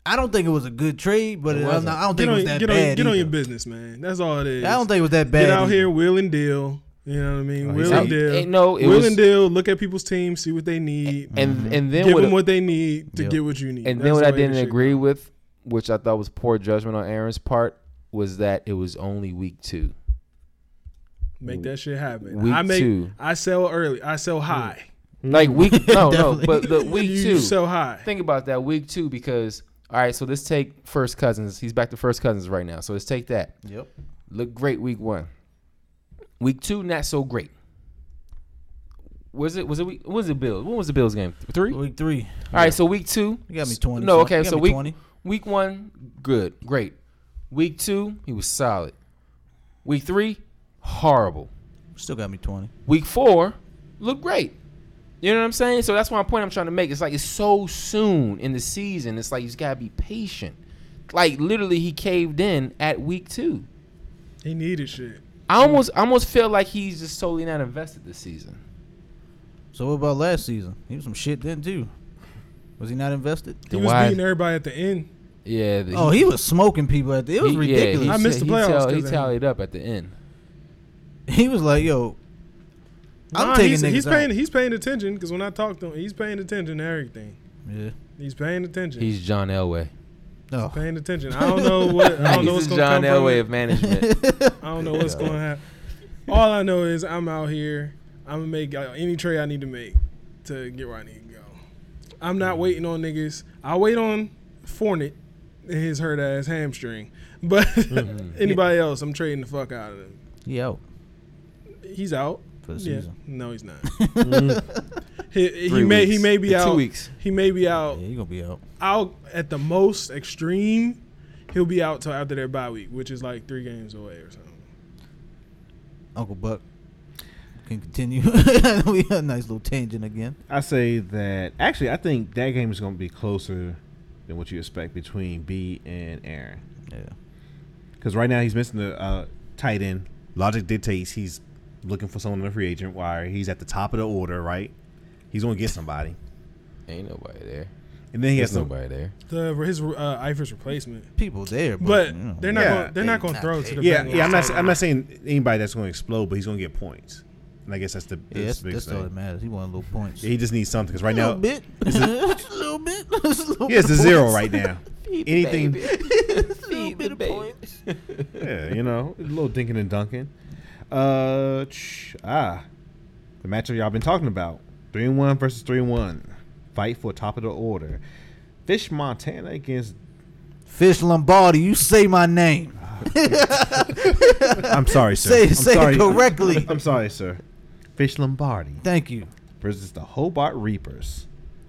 Speaker 1: I don't think it was a good trade, but
Speaker 2: It
Speaker 1: it I
Speaker 2: wasn't.
Speaker 1: don't
Speaker 4: get
Speaker 1: think it
Speaker 4: on,
Speaker 1: was that
Speaker 4: get, on,
Speaker 1: bad.
Speaker 4: get on your
Speaker 1: either.
Speaker 4: business, man. That's all it is.
Speaker 1: I don't think it was that bad.
Speaker 4: Get out
Speaker 1: either.
Speaker 4: here, will and deal. You know what I mean?
Speaker 6: Oh, he's
Speaker 4: will and
Speaker 6: out.
Speaker 4: deal.
Speaker 2: Ain't no, it
Speaker 4: will
Speaker 2: was-
Speaker 4: and deal. Look at people's teams, see what they need.
Speaker 2: and and then
Speaker 4: give
Speaker 2: what,
Speaker 4: them what they need to
Speaker 1: Yep.
Speaker 4: get what you need.
Speaker 2: and
Speaker 4: That's
Speaker 2: then what
Speaker 4: the
Speaker 2: I
Speaker 4: way this
Speaker 2: didn't
Speaker 4: shit
Speaker 2: agree with, which I thought was poor judgment on Aaron's part, was that it was only week two.
Speaker 4: Make that shit happen.
Speaker 2: Week
Speaker 4: I make.
Speaker 2: two.
Speaker 4: I sell early. I sell high.
Speaker 2: Like week no no,
Speaker 1: Definitely.
Speaker 2: but the week
Speaker 4: Mm-hmm. You,
Speaker 2: two.
Speaker 4: you sell high.
Speaker 2: think about that week two because all right, so let's take first cousins. He's back to first cousins right now. So let's take that.
Speaker 1: Yep.
Speaker 2: Look great week one. Week two, not so great. Was it was it week what was it Bills? What was the Bills game? Three? All
Speaker 1: Week three.
Speaker 2: right, so week two.
Speaker 1: You got me 20,
Speaker 2: No,
Speaker 1: son.
Speaker 2: okay,
Speaker 1: You got
Speaker 2: so
Speaker 1: me
Speaker 2: week
Speaker 1: 20.
Speaker 2: week one, good, great. Week two, he was solid. Week three, horrible.
Speaker 1: Still got me twenty.
Speaker 2: Week four, look great. You know what I'm saying? So that's my point I'm trying to make. It's like it's so soon in the season. It's like you just gotta be patient. Like literally, he caved in at week two.
Speaker 4: He needed shit.
Speaker 2: I
Speaker 1: Mm.
Speaker 2: almost, I almost feel like he's just totally not invested this season.
Speaker 1: So what about last season? He was some shit then too. Was he not invested?
Speaker 4: He
Speaker 2: Then
Speaker 4: was
Speaker 2: why-
Speaker 4: beating everybody at the end.
Speaker 2: Yeah. the-
Speaker 1: Oh, he was smoking people. At the, it was
Speaker 2: he- yeah,
Speaker 1: ridiculous.
Speaker 2: he
Speaker 4: I missed the
Speaker 2: he
Speaker 4: playoffs
Speaker 2: tell-
Speaker 4: 'cause
Speaker 2: He
Speaker 4: of him.
Speaker 2: tallied up at the end.
Speaker 1: He was like, "Yo, I'm taking
Speaker 4: he's,
Speaker 1: niggas
Speaker 4: he's
Speaker 1: out.
Speaker 4: paying. He's paying attention because when I talk to him, he's paying attention to everything.
Speaker 1: yeah,
Speaker 4: He's paying attention.
Speaker 2: He's John Elway.
Speaker 1: no,
Speaker 4: paying attention. I don't know what. I don't know
Speaker 2: He's
Speaker 4: what's
Speaker 2: the John
Speaker 4: going to come from
Speaker 2: Elway
Speaker 4: it.
Speaker 2: of management.
Speaker 4: I don't know what's going to happen. All I know is I'm out here. I'm gonna make uh, any trade I need to make to get where I need to go. I'm not waiting on niggas. I wait on Fournette and his hurt ass hamstring, but
Speaker 2: Mm-hmm.
Speaker 4: anybody else, I'm trading the fuck out of them.
Speaker 1: he out
Speaker 4: He's out.
Speaker 1: for the
Speaker 4: Yeah.
Speaker 1: season.
Speaker 4: No, he's not. he he
Speaker 2: Mm-hmm. Three
Speaker 4: may he
Speaker 2: weeks.
Speaker 4: may be
Speaker 2: In
Speaker 4: out.
Speaker 2: Two weeks.
Speaker 4: He may be out.
Speaker 1: Yeah, he gonna be out.
Speaker 4: Out at the most extreme, he'll be out till after their bye week, which is like three games away or something.
Speaker 1: Uncle Buck can continue. we had a nice little tangent again.
Speaker 6: I say that actually, I think that game is going to be closer than what you expect between B and Aaron.
Speaker 1: Yeah,
Speaker 6: Because right now he's missing the uh, tight end. Logic dictates he's looking for someone in the free agent wire. He's at the top of the order, right? He's going to get somebody,
Speaker 2: Ain't nobody there.
Speaker 6: and then he
Speaker 2: There's
Speaker 6: has some.
Speaker 2: nobody there.
Speaker 4: the his uh, Eifers replacement.
Speaker 2: Oh,
Speaker 1: people there, but,
Speaker 4: But
Speaker 1: you know,
Speaker 4: they're not
Speaker 6: Yeah,
Speaker 4: going, they're not going to throw to the
Speaker 6: Yeah,
Speaker 4: Bengals.
Speaker 6: yeah. I'm not. I'm not saying anybody that's going to explode, but he's going to get points. And I guess that's the,
Speaker 1: yeah, that's,
Speaker 6: that's the biggest
Speaker 1: that's all that
Speaker 6: thing.
Speaker 1: matters. He won little points.
Speaker 6: He just needs something because right
Speaker 1: a little
Speaker 6: now
Speaker 1: bit, Just a little bit, Just a little
Speaker 6: he has
Speaker 1: bit
Speaker 6: the
Speaker 1: of
Speaker 6: zero
Speaker 1: points.
Speaker 6: right now. Anything,
Speaker 1: Little bit of points.
Speaker 6: yeah, you know, a little dinking and dunking. Uh, ch- ah, the matchup y'all been talking about: three and one versus three and one, fight for top of the order. Fish Montana against.
Speaker 1: Fish Lombardi, you say my name.
Speaker 6: I'm sorry, sir.
Speaker 1: Say-
Speaker 6: I'm
Speaker 1: say it
Speaker 6: sorry.
Speaker 1: correctly.
Speaker 6: I'm sorry, sir. Fish Lombardi
Speaker 1: Thank you.
Speaker 6: versus the Hobart Reapers.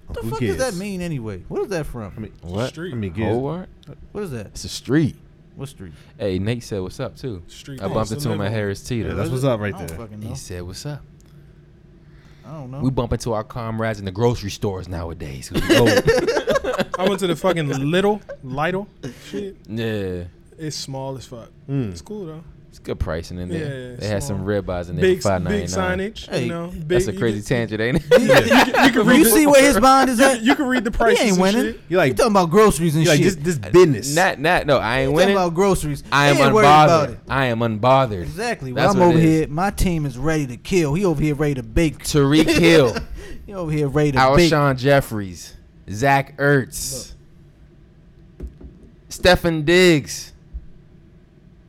Speaker 1: What the fuck does that mean anyway? What is that from?
Speaker 6: I mean,
Speaker 2: What?
Speaker 4: Street.
Speaker 6: I mean, guess.
Speaker 2: Howard?
Speaker 1: What is that?
Speaker 2: It's a street.
Speaker 1: What street?
Speaker 2: Hey, Nate said what's up too.
Speaker 4: Street
Speaker 2: I bumped
Speaker 4: Bengals
Speaker 2: into him at
Speaker 4: level.
Speaker 2: Harris
Speaker 6: Yeah,
Speaker 2: Teeter.
Speaker 6: that's
Speaker 1: What is
Speaker 6: what's
Speaker 1: it?
Speaker 6: up right
Speaker 1: I don't
Speaker 6: there.
Speaker 1: fucking know.
Speaker 2: he said what's up.
Speaker 1: I don't know.
Speaker 2: We bump into our comrades in the grocery stores nowadays.
Speaker 4: I went to the fucking little Lidl. Shit,
Speaker 2: yeah.
Speaker 4: it's small as fuck.
Speaker 6: Mm.
Speaker 4: It's cool though.
Speaker 2: It's good pricing in there.
Speaker 4: Yeah,
Speaker 2: they had some
Speaker 4: small.
Speaker 2: red bars in there
Speaker 4: Big
Speaker 2: for five ninety
Speaker 4: big
Speaker 2: nine.
Speaker 4: signage.
Speaker 1: Hey,
Speaker 4: you know, big,
Speaker 2: That's a
Speaker 4: you
Speaker 2: crazy
Speaker 4: can-
Speaker 2: tangent, ain't it?
Speaker 4: You can read
Speaker 1: you
Speaker 4: the-
Speaker 1: see where his mind is at?
Speaker 4: You can read the prices.
Speaker 1: he ain't
Speaker 4: and
Speaker 1: winning.
Speaker 4: shit.
Speaker 6: You like-
Speaker 1: you talking about groceries and
Speaker 6: You like
Speaker 1: shit.
Speaker 6: this? This business.
Speaker 2: not not no, I ain't
Speaker 1: talking
Speaker 2: winning.
Speaker 1: about groceries.
Speaker 2: I am
Speaker 1: He ain't worried about
Speaker 2: unbothered.
Speaker 1: it.
Speaker 2: I am unbothered.
Speaker 1: Exactly. Well,
Speaker 2: That's
Speaker 1: I'm
Speaker 2: what
Speaker 1: over
Speaker 2: it is.
Speaker 1: here. My team is ready to kill. He over here ready to bake.
Speaker 2: Tariq Hill,
Speaker 1: He over here ready to bake.
Speaker 2: Alshon Jeffries, Zach Ertz, Stephen Diggs.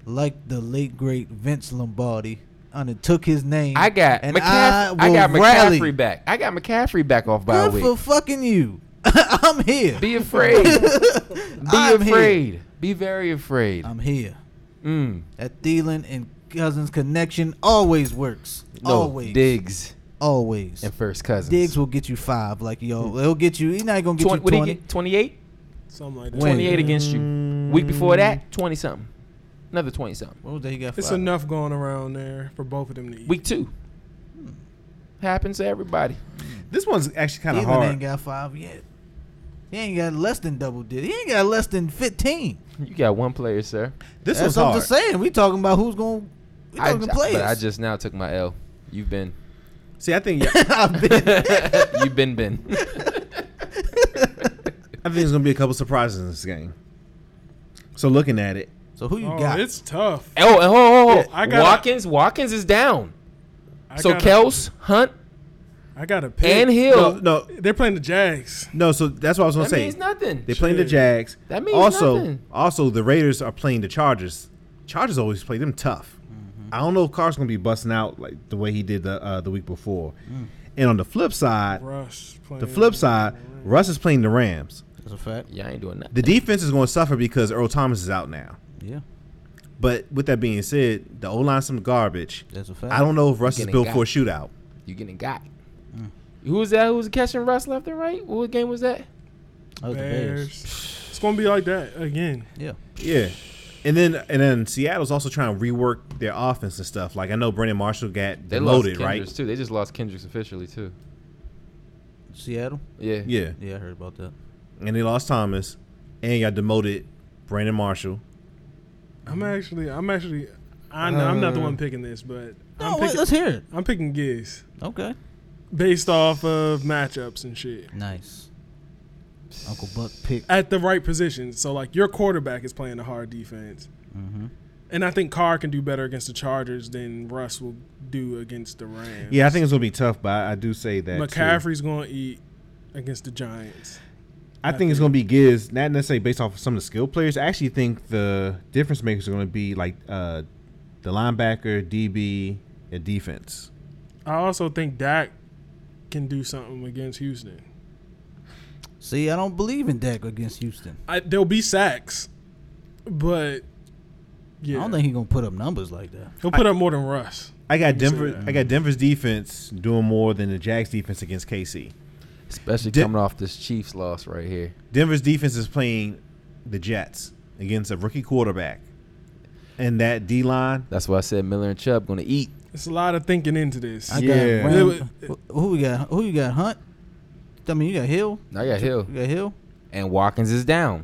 Speaker 1: Like the late great Vince Lombardi, undertook his name.
Speaker 2: I got
Speaker 1: and
Speaker 2: McCaffrey. I,
Speaker 1: will
Speaker 2: got
Speaker 1: rally.
Speaker 2: McCaffrey back. I got McCaffrey back off by a
Speaker 1: Good
Speaker 2: week.
Speaker 1: for fucking you. I'm here.
Speaker 2: Be afraid. Be
Speaker 1: I'm here.
Speaker 2: afraid. Be very afraid.
Speaker 1: I'm here.
Speaker 2: Mm.
Speaker 1: That Thielen and Cousins connection always works.
Speaker 2: No,
Speaker 1: always.
Speaker 2: Diggs
Speaker 1: Always.
Speaker 2: and first cousins.
Speaker 1: Diggs will get you five. Like yo, he'll get you. He's not gonna get
Speaker 2: Twen-
Speaker 1: you
Speaker 2: what did
Speaker 1: twenty.
Speaker 2: he get? 28?
Speaker 4: Something like that.
Speaker 1: When? Mm.
Speaker 2: 28 against you. Week before that, 20 something. Another twenty something.
Speaker 1: What was that? He got
Speaker 4: It's
Speaker 1: five.
Speaker 4: enough going around there for both of them to eat.
Speaker 2: Week two. Happens to everybody.
Speaker 6: This one's actually kind of
Speaker 1: Even ain't
Speaker 6: hard.
Speaker 1: got five yet. He ain't got less than double digit. He ain't got less than fifteen.
Speaker 2: You got one player, sir.
Speaker 6: This
Speaker 1: That's
Speaker 6: one's
Speaker 1: what I'm
Speaker 6: hard.
Speaker 1: just saying. We talking about who's going. We
Speaker 2: I,
Speaker 1: talking
Speaker 2: j-
Speaker 1: players.
Speaker 2: but I just now took my L. You've been.
Speaker 6: See, I think I
Speaker 1: I've been.
Speaker 2: You've been been.
Speaker 6: think there's gonna be a couple surprises in this game. So looking at it,
Speaker 1: So who you
Speaker 4: Oh,
Speaker 1: got?
Speaker 4: it's tough.
Speaker 2: Oh, and ho, ho, ho.
Speaker 4: I gotta-
Speaker 2: Watkins, Watkins is down.
Speaker 4: I
Speaker 2: So
Speaker 4: gotta-
Speaker 2: Kels, Hunt,
Speaker 4: I got to pick.
Speaker 2: and
Speaker 6: no,
Speaker 2: Hill.
Speaker 6: no,
Speaker 4: They're playing the Jags.
Speaker 6: no. So that's what I was gonna
Speaker 2: that means
Speaker 6: say.
Speaker 2: nothing.
Speaker 6: They playing the Jags.
Speaker 2: That means
Speaker 6: also,
Speaker 2: nothing.
Speaker 6: also the Raiders are playing the Chargers. Chargers always play them tough.
Speaker 2: Mm-hmm.
Speaker 6: I don't know if Carr's gonna be busting out like the way he did the uh, the week before.
Speaker 2: Mm.
Speaker 6: And on the flip side,
Speaker 4: Rush. Playing
Speaker 6: the flip side, Russ is playing the Rams.
Speaker 1: That's a fact.
Speaker 2: Yeah, I ain't doing nothing.
Speaker 6: The defense is gonna suffer because Earl Thomas is out now.
Speaker 1: Yeah,
Speaker 6: But with that being said, the O line's some garbage.
Speaker 1: that's a fact.
Speaker 6: I don't know if Russ is
Speaker 2: Getting
Speaker 6: built
Speaker 2: got.
Speaker 6: for a shootout.
Speaker 2: You getting got.
Speaker 6: Mm.
Speaker 2: Who was that? Who was catching Russ left and right? What game was that?
Speaker 1: That was the Bears.
Speaker 4: Bears. It's gonna be like that again.
Speaker 1: Yeah.
Speaker 6: Yeah. And then and then Seattle's also trying to rework their offense and stuff. Like I know Brandon Marshall got
Speaker 2: They
Speaker 6: loaded,
Speaker 2: lost Kendricks
Speaker 6: right?
Speaker 2: too. They just lost Kendricks officially too.
Speaker 1: Seattle.
Speaker 2: Yeah.
Speaker 6: Yeah.
Speaker 1: Yeah, I heard about that.
Speaker 6: And they lost Thomas. And got demoted Brandon Marshall.
Speaker 4: I'm actually. I'm actually. I know, I'm not
Speaker 6: Uh.
Speaker 4: the one picking this,
Speaker 2: Oh,
Speaker 4: but
Speaker 1: No,
Speaker 4: I'm
Speaker 1: wait,
Speaker 4: picking.
Speaker 1: let's hear it.
Speaker 4: I'm picking Giz
Speaker 1: Okay.
Speaker 4: based off of matchups and shit
Speaker 1: Nice. Uncle Buck picked.
Speaker 4: at the right positions. So like your quarterback is playing a hard defense,
Speaker 6: Mm-hmm.
Speaker 4: and I think Carr can do better against the Chargers than Russ will do against the Rams.
Speaker 6: Yeah, I think it's gonna be tough, but I, I do say that. too.
Speaker 4: McCaffrey's gonna eat against the Giants.
Speaker 6: I think it's gonna be Giz, not necessarily based off of some of the skill players. I actually think the difference makers are gonna be like uh, the linebacker, DB, and defense.
Speaker 4: I also think Dak can do something against Houston.
Speaker 1: See, I don't believe in Dak against Houston.
Speaker 4: I, there'll be sacks, but yeah,
Speaker 1: I don't think he's gonna put up numbers like that.
Speaker 4: he'll put up more than Russ.
Speaker 6: I got
Speaker 4: say
Speaker 6: Denver.
Speaker 4: that.
Speaker 6: I got Denver's defense doing more than the Jags' defense against KC.
Speaker 2: Especially
Speaker 6: Did-
Speaker 2: coming off this Chiefs loss right here.
Speaker 6: Denver's defense is playing the Jets against a rookie quarterback, and that D line.
Speaker 2: That's why I said Miller and Chubb gonna eat.
Speaker 4: It's a lot of thinking into this.
Speaker 1: I
Speaker 6: Yeah.
Speaker 1: got Ram,
Speaker 4: Yeah,
Speaker 1: who- who we got? Who you got? Hunt. I mean, you got Hill.
Speaker 2: Now you got Hill.
Speaker 1: You got Hill.
Speaker 2: And Watkins is down.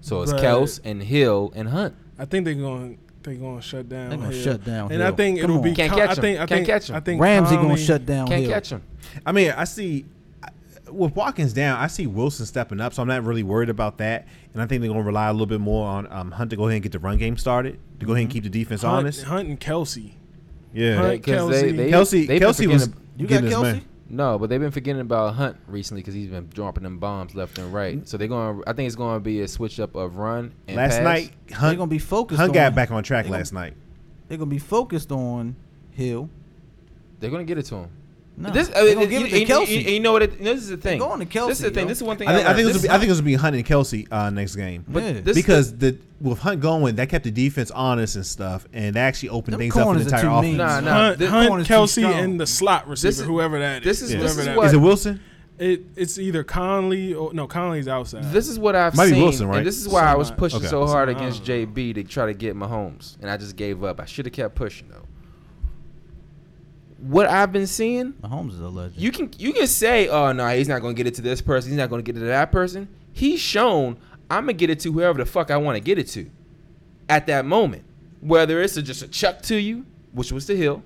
Speaker 2: So it's
Speaker 4: But-
Speaker 2: Kels and Hill and Hunt.
Speaker 4: I think they're going. They're going to shut down.
Speaker 1: They gonna
Speaker 4: Hill.
Speaker 1: shut down
Speaker 4: And I
Speaker 1: Hill.
Speaker 4: think
Speaker 1: Come
Speaker 4: it'll be.
Speaker 1: on.
Speaker 2: Can't
Speaker 4: Con-
Speaker 2: catch
Speaker 4: I
Speaker 2: him.
Speaker 4: think. I
Speaker 2: Can't
Speaker 4: think.
Speaker 2: catch him.
Speaker 4: I think
Speaker 1: Ramsey
Speaker 6: um,
Speaker 1: gonna
Speaker 4: Conley-
Speaker 1: shut down
Speaker 2: Can't
Speaker 1: Hill.
Speaker 2: catch him.
Speaker 6: I mean, I see I- with Watkins down, I see Wilson stepping up, so I'm not really worried about that. And I think they're going to rely a little bit more on um, Hunt to go ahead and get the run game started, to go
Speaker 1: Mm-hmm.
Speaker 6: ahead and keep the defense
Speaker 4: Hunt,
Speaker 6: honest.
Speaker 4: Hunt and Kelsey.
Speaker 6: Yeah,
Speaker 4: Hunt-
Speaker 2: Because they,
Speaker 4: Kelce.
Speaker 2: they,
Speaker 6: Kelsey.
Speaker 2: they've been
Speaker 6: Kelsey was.
Speaker 2: forgetting-
Speaker 1: You got
Speaker 6: getting his
Speaker 1: Kelsey.
Speaker 6: man.
Speaker 2: No, but they've been forgetting about Hunt recently because he's been dropping them bombs left and right. So they're going. to I think it's going to be a switch up of run and
Speaker 6: Last
Speaker 2: pass.
Speaker 6: night,
Speaker 1: They're
Speaker 6: Hunt,
Speaker 1: gonna be focused.
Speaker 6: Hunt
Speaker 1: on,
Speaker 6: got back on track
Speaker 1: they gonna-
Speaker 6: last night.
Speaker 1: They're gonna be focused on Hill.
Speaker 2: They're going to get it to him.
Speaker 1: No,
Speaker 2: This, uh,
Speaker 1: they're gonna
Speaker 2: you-
Speaker 1: give it
Speaker 2: you-
Speaker 1: to
Speaker 2: you-
Speaker 1: Kelsey.
Speaker 2: You, you know what? It, this is the thing.
Speaker 1: going to
Speaker 2: This is the
Speaker 1: Kelsey,
Speaker 2: thing.
Speaker 1: yo.
Speaker 2: This is one thing.
Speaker 6: I think, I
Speaker 2: learned.
Speaker 6: think,
Speaker 2: This
Speaker 6: it's,
Speaker 2: is-
Speaker 6: I think it's gonna be Hunt and Kelsey uh, next game.
Speaker 1: but yeah.
Speaker 2: this-
Speaker 6: because the with Hunt going, that kept the defense honest and stuff, and that actually opened
Speaker 1: Them
Speaker 6: things up for the
Speaker 1: corners are
Speaker 6: entire
Speaker 1: too
Speaker 6: offense.
Speaker 1: mean.
Speaker 2: Nah, nah.
Speaker 4: Hunt,
Speaker 2: this-
Speaker 4: Hunt
Speaker 1: corner's too
Speaker 4: Kelsey,
Speaker 1: strong.
Speaker 4: and the slot receiver,
Speaker 2: is-
Speaker 4: whoever that is.
Speaker 2: this is-
Speaker 4: whoever
Speaker 2: this is
Speaker 4: that
Speaker 2: what-
Speaker 6: Is it Wilson?
Speaker 4: It, it's either Conley or no Conley's outside.
Speaker 2: This is what I've
Speaker 6: Might be
Speaker 2: seen,
Speaker 6: Wilson, right?
Speaker 2: and this is why I was
Speaker 4: Somebody-
Speaker 2: pushing
Speaker 6: Okay.
Speaker 2: so hard
Speaker 4: Somebody-
Speaker 2: against JB to try to get Mahomes, and I just gave up. I should have kept pushing though. What I've been seeing,
Speaker 1: Mahomes is a legend.
Speaker 2: you can you can say, "Oh no, he's not going to get it to this person. He's not going to get it to that person." He's shown I'm gonna get it to whoever the fuck I want to get it to, at that moment. Whether it's a, just a chuck to you, which was the hill,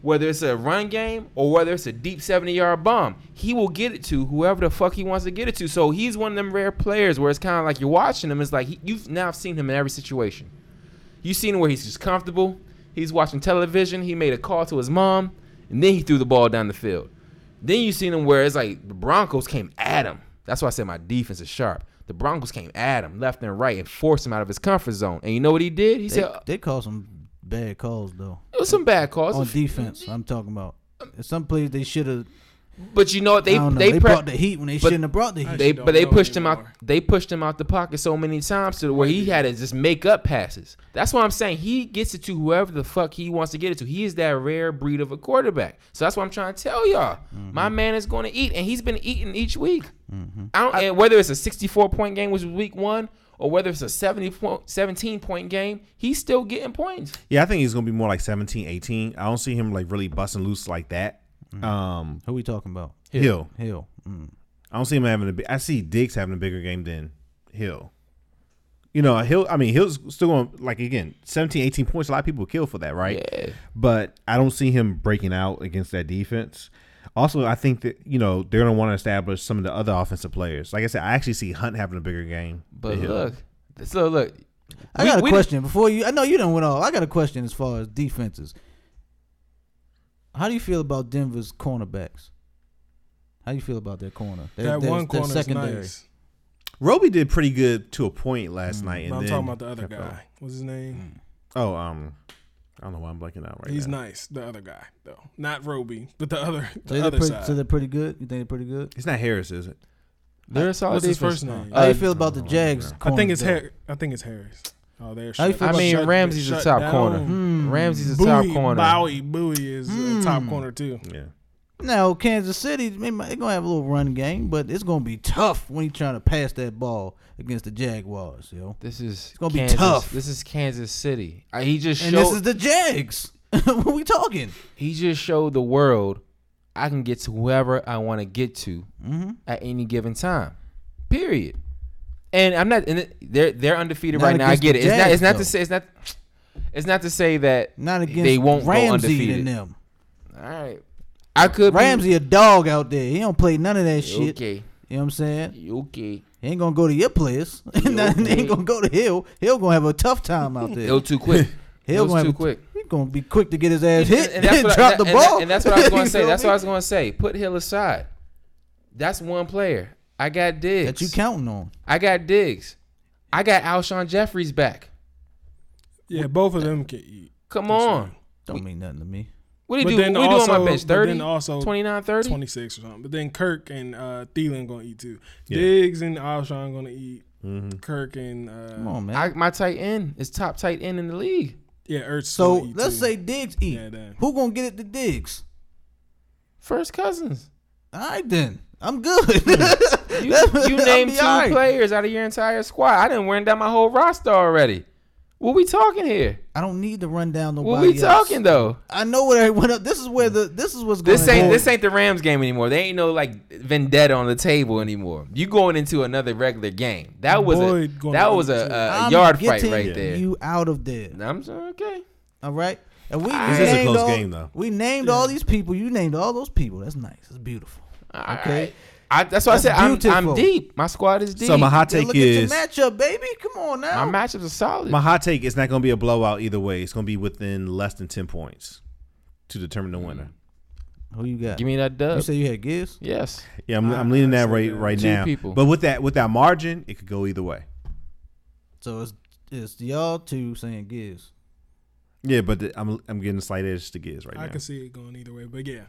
Speaker 2: whether it's a run game or whether it's a deep 70 yard bomb, he will get it to whoever the fuck he wants to get it to. So he's one of them rare players where it's kind of like you're watching him. It's like he, you've now seen him in every situation. You've seen where he's just comfortable. He's watching television. He made a call to his mom, and then he threw the ball down the field. Then you seen him where it's like the Broncos came at him. That's why I said my defense is sharp. The Broncos came at him left and right and forced him out of his comfort zone. And you know what he did? He
Speaker 1: they,
Speaker 2: said,
Speaker 1: they call some bad calls though
Speaker 2: "It was some bad calls
Speaker 1: on defense. I'm talking about some plays they should have.
Speaker 2: But you know what?
Speaker 1: They, I
Speaker 2: They
Speaker 1: don't know,
Speaker 2: they,
Speaker 1: they
Speaker 2: pre-
Speaker 1: brought the heat when they
Speaker 2: but
Speaker 1: shouldn't have brought the heat.
Speaker 2: they
Speaker 4: don't
Speaker 2: but they
Speaker 4: know
Speaker 2: pushed him out.
Speaker 4: anymore.
Speaker 2: They pushed him out the pocket so many times to where he had to just make up passes. That's why I'm saying he gets it to whoever the fuck he wants to get it to. He is that rare breed of a quarterback. So that's what I'm trying to tell y'all.
Speaker 4: Mm-hmm.
Speaker 2: My man is going to eat, and he's been eating each week. I don't, and whether it's a 64 point game, which was week one, or whether it's a 70 point, 17 point game, he's still getting points.
Speaker 6: Yeah, I think he's gonna be more like 17, 18. I don't see him like really busting loose like that. Um,
Speaker 1: Who we talking about?
Speaker 6: Hill.
Speaker 1: Hill. Mm.
Speaker 6: I don't see him having a. bi- I see Diggs having a bigger game than Hill. You know, Hill. I mean, Hill's still going like again 17, 18 points. A lot of people kill for that, right?
Speaker 2: Yeah.
Speaker 6: But I don't see him breaking out against that defense. Also, I think that you know they're gonna want to establish some of the other offensive players. Like I said, I actually see Hunt having a bigger game.
Speaker 2: But
Speaker 6: than Hill.
Speaker 2: look, so look,
Speaker 1: I
Speaker 2: We-
Speaker 1: got a
Speaker 2: we-
Speaker 1: question before you. I know you don't went off. I got a question as far as defenses. How do you feel about Denver's cornerbacks? How do you feel about their corner? Their,
Speaker 4: that
Speaker 1: their-
Speaker 4: one
Speaker 1: their
Speaker 4: corner is nice.
Speaker 6: Roby did pretty good to a point last night. And
Speaker 4: Mm, But I'm
Speaker 6: then,
Speaker 4: talking about the other guy. What's his name?
Speaker 6: Oh, um, I don't know why I'm blanking out right
Speaker 4: He's
Speaker 6: now.
Speaker 4: nice. The other guy though, not Roby, but the other
Speaker 1: So
Speaker 4: the
Speaker 1: they're,
Speaker 4: other
Speaker 1: pretty,
Speaker 4: side.
Speaker 1: so they're pretty good. You think they're pretty good?
Speaker 6: It's not Harris, is it?
Speaker 2: they're a solid
Speaker 4: What's his
Speaker 2: defense.
Speaker 4: first name?
Speaker 1: How do you
Speaker 2: Uh,
Speaker 1: feel about the Jags?
Speaker 4: I think it's
Speaker 1: corners,
Speaker 4: Harris. I think it's Harris. Oh, they're.
Speaker 1: How you
Speaker 4: shut-
Speaker 1: feel
Speaker 2: I
Speaker 1: about
Speaker 2: mean,
Speaker 4: shut-
Speaker 2: Ramsey's a
Speaker 4: shut
Speaker 2: top
Speaker 4: down. Hmm.
Speaker 2: corner. Ramsey's a top
Speaker 4: Bowie,
Speaker 2: corner.
Speaker 4: Bowie, Bowie is a top corner too.
Speaker 6: Yeah.
Speaker 1: though? Now Kansas City, they might- they're gonna have a little run game, but it's gonna be tough when you're trying to pass that ball against the Jaguars, yo.
Speaker 2: This is it's
Speaker 1: gonna be tough.
Speaker 2: This is Kansas City. I, he just
Speaker 1: And
Speaker 2: showed.
Speaker 1: this is the Jags. what we talking?
Speaker 2: he just showed the world I can get to whoever I want to get to
Speaker 1: Mm-hmm.
Speaker 2: at any given time. Period. And I'm not. And it- they're they're undefeated
Speaker 1: Not
Speaker 2: right now. I
Speaker 1: against
Speaker 2: get
Speaker 1: the
Speaker 2: it. It's not.
Speaker 1: Jags,
Speaker 2: It's not
Speaker 1: though.
Speaker 2: to say. It's not. It's not to say that
Speaker 1: Not against
Speaker 2: they won't go
Speaker 1: Ramsey
Speaker 2: undefeated.
Speaker 1: and them.
Speaker 2: All right. I could be-
Speaker 1: Ramsey a dog out there. He don't play none of that shit.
Speaker 2: Okay.
Speaker 1: You know what I'm saying?
Speaker 2: Okay.
Speaker 1: He ain't gonna go to your place. He
Speaker 2: okay.
Speaker 1: ain't gonna go to Hill. Hill gonna have a tough time out there.
Speaker 2: It was too quick. It
Speaker 1: Hill
Speaker 2: was
Speaker 1: gonna
Speaker 2: too
Speaker 1: have a-
Speaker 2: quick.
Speaker 1: He gonna be quick to get his ass hit and,
Speaker 2: that's what I-
Speaker 1: drop the
Speaker 2: and that-
Speaker 1: ball.
Speaker 2: and that's what I was going
Speaker 1: You
Speaker 2: to say.
Speaker 1: feel
Speaker 2: That's
Speaker 1: me?
Speaker 2: what I was going to say. Put Hill aside. That's one player. I got Diggs.
Speaker 1: that you counting on.
Speaker 2: I got Diggs. I got Alshon Jeffries back.
Speaker 4: Yeah, both of them can eat.
Speaker 2: Come on.
Speaker 1: Don't mean nothing to me.
Speaker 2: What do
Speaker 4: But
Speaker 2: you do?
Speaker 4: then
Speaker 2: What do you do on
Speaker 4: also-
Speaker 2: my bench?
Speaker 4: but then
Speaker 2: 30,
Speaker 4: also
Speaker 2: 29, 30?
Speaker 4: 26 or something. But then Kirk and uh, Thielen gonna eat too. Diggs and Alshon gonna eat. Kirk and
Speaker 1: Come
Speaker 4: uh,
Speaker 1: on, man.
Speaker 2: I, my tight end is top tight end in the league.
Speaker 4: yeah, Ertz.
Speaker 1: so
Speaker 4: gonna eat
Speaker 1: let's
Speaker 6: E
Speaker 4: too.
Speaker 1: say Diggs eat.
Speaker 4: Yeah, damn.
Speaker 1: Who gonna get it to Diggs?
Speaker 2: First cousins.
Speaker 1: All right then. I'm good.
Speaker 2: Hmm. You,
Speaker 1: That-
Speaker 2: you
Speaker 1: I'll
Speaker 2: named
Speaker 1: be
Speaker 2: two
Speaker 1: all right.
Speaker 2: players out of your entire squad. I didn't run down my whole roster already. What we talking here?
Speaker 1: I don't need to run down nobody.
Speaker 2: What we
Speaker 1: else.
Speaker 2: talking though?
Speaker 1: I know what everyone else. This is where the this is what's going.
Speaker 2: This ain't this ain't the Rams game anymore. They ain't no like vendetta on the table anymore. You going into another regular game. That was
Speaker 4: Boyd
Speaker 2: a
Speaker 4: gonna
Speaker 2: that was a,
Speaker 4: eat you.
Speaker 2: a, a
Speaker 1: I'm
Speaker 2: yard fight
Speaker 1: getting
Speaker 2: right there.
Speaker 1: You out of there.
Speaker 2: I'm sorry, okay.
Speaker 1: All right. And we
Speaker 2: This
Speaker 6: is a
Speaker 1: named
Speaker 6: close
Speaker 1: all,
Speaker 6: game, though.
Speaker 1: We named all these people. You named all those people. That's nice. It's beautiful.
Speaker 2: All
Speaker 1: Okay.
Speaker 2: right. I, that's why I
Speaker 1: That's
Speaker 2: said I'm, I'm
Speaker 1: beautiful.
Speaker 2: deep. My squad is deep.
Speaker 6: So my hot
Speaker 1: Yeah,
Speaker 6: take
Speaker 1: look at your
Speaker 6: is
Speaker 1: matchup, baby. Come on now.
Speaker 2: my matchups are solid.
Speaker 6: my hot take is not going to be a blowout either way. It's going to be within less than ten points to determine the winner.
Speaker 1: Who you got?
Speaker 2: Give me that dub.
Speaker 1: you say you had Gibbs.
Speaker 2: yes.
Speaker 6: Ah, Yeah, I'm, I'm leaning that right right
Speaker 2: Two
Speaker 6: now.
Speaker 2: people.
Speaker 6: But with that with that margin, it could go either way.
Speaker 1: So it's it's y'all two saying Gibbs.
Speaker 6: Yeah, but the, I'm I'm getting a slight edge to Giz right
Speaker 4: I
Speaker 6: now.
Speaker 4: can see it going either way, but yeah.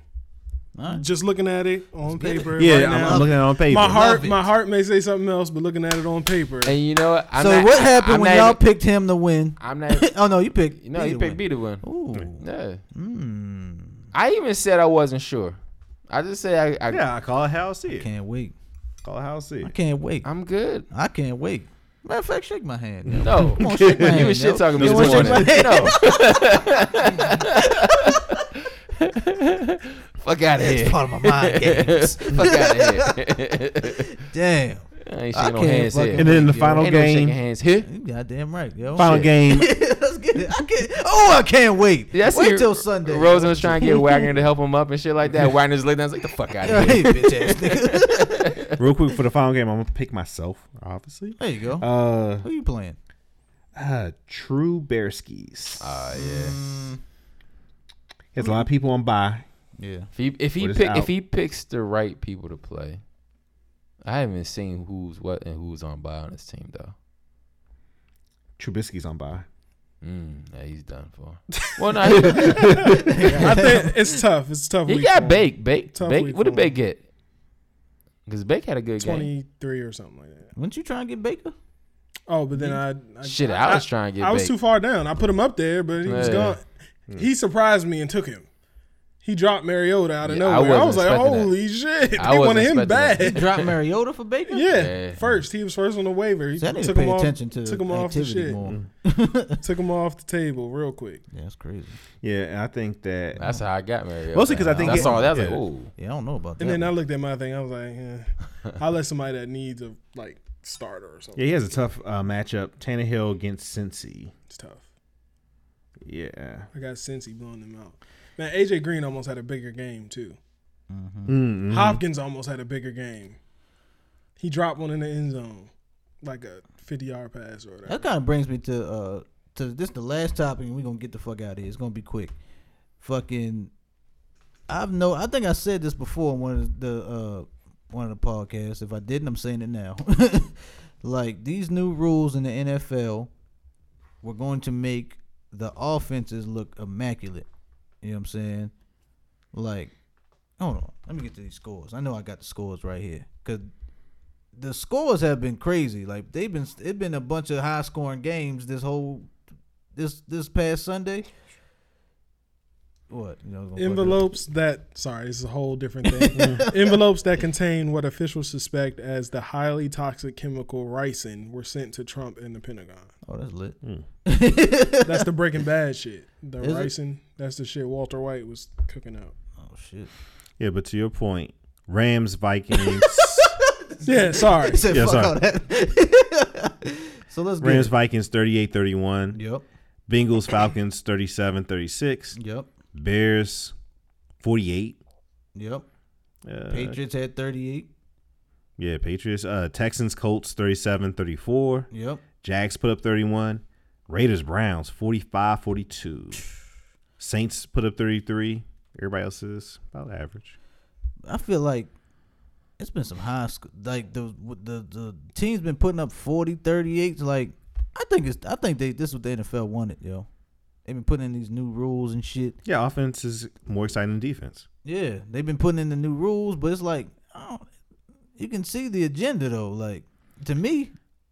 Speaker 1: All right.
Speaker 4: Just looking at it on paper.
Speaker 6: yeah,
Speaker 4: right
Speaker 6: I'm,
Speaker 4: now,
Speaker 6: I'm looking at it on paper.
Speaker 4: my heart,
Speaker 1: Love it.
Speaker 4: my heart may say something else, but looking at it on paper,
Speaker 2: And you know what? I'm
Speaker 1: so
Speaker 2: not-
Speaker 1: what happened
Speaker 2: I'm
Speaker 1: when
Speaker 2: not
Speaker 1: y'all
Speaker 2: even-
Speaker 1: picked him to win?
Speaker 2: I'm not.
Speaker 1: oh no, you picked.
Speaker 2: You know,
Speaker 1: me
Speaker 2: you
Speaker 1: to
Speaker 2: picked
Speaker 1: win.
Speaker 2: me to win.
Speaker 1: Ooh.
Speaker 2: Yeah.
Speaker 4: Hmm.
Speaker 1: Mm.
Speaker 2: I even said I wasn't sure. I just said I. I
Speaker 6: Yeah, I call it how I see it.
Speaker 1: Can't wait.
Speaker 6: Call it how I see
Speaker 1: I
Speaker 6: it.
Speaker 1: can't wait.
Speaker 2: I'm good.
Speaker 1: I can't wait. Matter of fact, shake my hand. yo.
Speaker 2: No,
Speaker 1: Come on, shake my
Speaker 2: you
Speaker 1: hand,
Speaker 2: was
Speaker 1: yo.
Speaker 2: shit talking me
Speaker 1: You
Speaker 2: this
Speaker 1: wanna shake
Speaker 2: morning.
Speaker 1: my hand?
Speaker 2: No. Fuck out of
Speaker 1: It's
Speaker 2: here.
Speaker 1: part of my mind games.
Speaker 2: Fuck out of here.
Speaker 1: Damn.
Speaker 2: I ain't
Speaker 1: I
Speaker 2: shaking no
Speaker 1: can't
Speaker 2: hands here.
Speaker 1: fucking-
Speaker 6: And then the
Speaker 1: Yo,
Speaker 6: final
Speaker 2: Ain't no shaking
Speaker 6: game,
Speaker 2: hands here.
Speaker 1: You goddamn right, yo.
Speaker 6: final
Speaker 2: Shit.
Speaker 6: game.
Speaker 1: Let's get it. I can't. Oh, I can't wait.
Speaker 2: Yeah, I see
Speaker 1: wait till Sunday.
Speaker 2: Rosen was trying to get Wagner to help him up and shit like that. Wagner's laid down. I was like, the fuck out of
Speaker 1: hey,
Speaker 2: here.
Speaker 1: bitch ass nigga.
Speaker 6: Real quick for the final game, I'm gonna pick myself, obviously.
Speaker 1: There you go.
Speaker 6: Uh,
Speaker 1: Who you playing?
Speaker 6: uh True Bearskis.
Speaker 2: Ah, yeah.
Speaker 6: There's a lot of people on by.
Speaker 1: Yeah.
Speaker 2: If he if he
Speaker 6: What is
Speaker 2: pick,
Speaker 6: out?
Speaker 2: if he picks the right people to play, I haven't seen who's what and who's on by on his team though.
Speaker 6: Trubisky's on by.
Speaker 2: Mm, yeah, he's done for. Well, no, he,
Speaker 4: I think it's tough. It's a tough.
Speaker 2: he
Speaker 4: week for
Speaker 2: got
Speaker 4: him.
Speaker 2: Bake. Bake.
Speaker 4: Tough
Speaker 2: Bake.
Speaker 4: week
Speaker 2: What did
Speaker 4: for him.
Speaker 2: Bake get? Because Bake had a good game.
Speaker 4: twenty-three or something like that.
Speaker 1: Wouldn't you try and get Baker?
Speaker 4: Oh, but then I, I
Speaker 2: Shit, I, was trying to get. Hmm.
Speaker 4: I was
Speaker 2: Bake.
Speaker 4: too far down. I put him up there, but he was
Speaker 2: Yeah.
Speaker 4: gone. He surprised me and took him. He dropped Mariota out of
Speaker 2: Yeah, I
Speaker 4: nowhere. I, was
Speaker 2: wasn't
Speaker 4: like,
Speaker 2: expecting that.
Speaker 4: holy shit. They
Speaker 2: I
Speaker 4: wanted
Speaker 2: wasn't
Speaker 4: him
Speaker 2: expecting that. He
Speaker 4: bad.
Speaker 1: Drop Mariota for Baker.
Speaker 4: Yeah,
Speaker 2: Yeah.
Speaker 4: first he was first on the waiver. He
Speaker 1: See, I need to
Speaker 4: took
Speaker 1: pay
Speaker 4: him off,
Speaker 1: attention to
Speaker 4: took him off the
Speaker 1: activity
Speaker 4: shit.
Speaker 1: more.
Speaker 2: Mm.
Speaker 4: Took him off the table real quick.
Speaker 1: Yeah, that's crazy.
Speaker 6: Yeah, and I think that
Speaker 2: That's how I got married.
Speaker 6: Mostly 'cause I think
Speaker 2: that's
Speaker 6: it-
Speaker 2: all. That was
Speaker 6: yeah.
Speaker 2: like, ooh,
Speaker 1: Yeah, I don't know about
Speaker 4: And
Speaker 1: that.
Speaker 4: then I
Speaker 1: one.
Speaker 4: looked at my thing. I was like, eh, I let somebody that needs a like starter or something.
Speaker 6: yeah, he has a tough uh, matchup. Tannehill against Cincy.
Speaker 4: It's tough.
Speaker 6: Yeah.
Speaker 4: I got Cincy blowing them out. Man, AJ Green almost had a bigger game too.
Speaker 1: Mm-hmm.
Speaker 6: mm
Speaker 4: Hopkins almost had a bigger game. He dropped one in the end zone, like a fifty-yard pass or whatever.
Speaker 1: that kind of brings me to uh to this the last topic, and we're gonna get the fuck out of here. It's gonna be quick. Fucking, I've no. I think I said this before in one of the uh one of the podcasts. If I didn't, I'm saying it now. like these new rules in the NFL were going to make the offenses look immaculate. You know what I'm saying? Like, hold on. Let me get to these scores. I know I got the scores right here because the scores have been crazy. Like they've been it's been a bunch of high scoring games this whole this this past Sunday. What you know? I was gonna fuck it up.
Speaker 4: Envelopes that sorry, this is a whole different thing. Envelopes that contain what officials suspect as the highly toxic chemical ricin were sent to Trump in the Pentagon.
Speaker 1: Oh, that's lit.
Speaker 4: That's the Breaking Bad shit. The
Speaker 1: Is it?
Speaker 4: ricin, that's the shit Walter White was cooking up.
Speaker 1: Oh shit.
Speaker 6: Yeah, but to your point, Rams, Vikings,
Speaker 4: Yeah, sorry.
Speaker 1: He said,
Speaker 6: Yeah,
Speaker 1: fuck
Speaker 6: sorry.
Speaker 1: all that. so let's get
Speaker 6: Rams,
Speaker 1: Rams.
Speaker 6: Vikings 38-31,
Speaker 1: Yep.
Speaker 6: Bengals, Falcons 37-36,
Speaker 1: Yep.
Speaker 6: Bears 48.
Speaker 1: Yep.
Speaker 6: Uh,
Speaker 1: Patriots had 38.
Speaker 6: Yeah, Patriots. Uh, Texans, Colts 37-34,
Speaker 1: Yep.
Speaker 6: Jags put up 31, Raiders, Browns 45-42. Saints put up 33. Everybody else is about average.
Speaker 1: I feel like it's been some high school. Like the the the team's been putting up 40, 38. Like I think it's I think they this is what the NFL wanted, yo. They've been putting in these new rules and shit.
Speaker 6: Yeah, offense is more exciting than defense.
Speaker 1: Yeah, they've been putting in the new rules, but it's like I don't, you can see the agenda though. Like to me,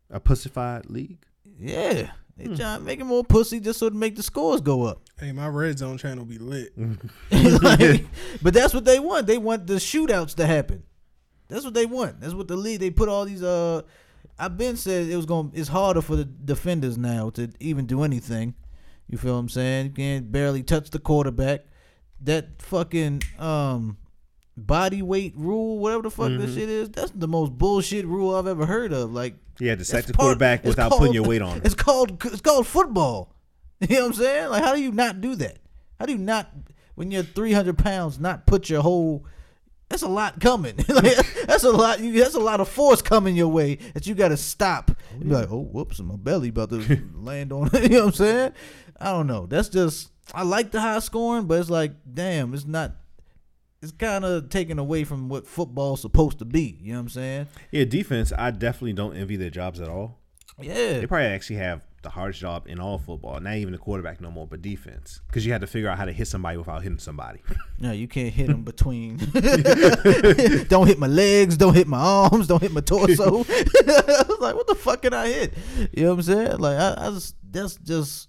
Speaker 6: A pussified league.
Speaker 1: yeah, they trying to make it more pussy just so to make the scores go up.
Speaker 4: Hey, my red zone channel be lit.
Speaker 1: Mm-hmm. Like, but that's what they want. They want the shootouts to happen. That's what they want. That's what the league. They put all these. Uh, I've been said it was going. to It's harder for the defenders now to even do anything. You feel what I'm saying? You can barely touch the quarterback. That fucking um, body weight rule, whatever the fuck this shit is. That's the most bullshit rule I've ever heard of. Like
Speaker 6: Yeah, to sack
Speaker 1: that's
Speaker 6: the
Speaker 1: part-
Speaker 6: quarterback
Speaker 1: it's
Speaker 6: without
Speaker 1: called-
Speaker 6: putting your weight on.
Speaker 1: It's called it's called football. You know what I'm saying? Like, how do you not do that? How do you not when you're 300 pounds not put your whole that's a lot coming. like, that's a lot. You, that's a lot of force coming your way that you got to stop. You be like, oh, whoops, my belly about to land on. you know what I'm saying? I don't know. That's just. I like the high scoring, but it's like, damn, it's not. It's kind of taken away from what football's supposed to be. You know what I'm saying?
Speaker 6: Yeah, defense. I definitely don't envy their jobs at all.
Speaker 1: Yeah.
Speaker 6: They probably actually have the hardest job in all football. Not even the quarterback no more, but defense, because you had to figure out how to hit somebody without hitting somebody.
Speaker 1: No, you can't hit them between. don't hit my legs. Don't hit my arms. Don't hit my torso. I was like, what the fuck can I hit? You know what I'm saying? Like, I, I just that's just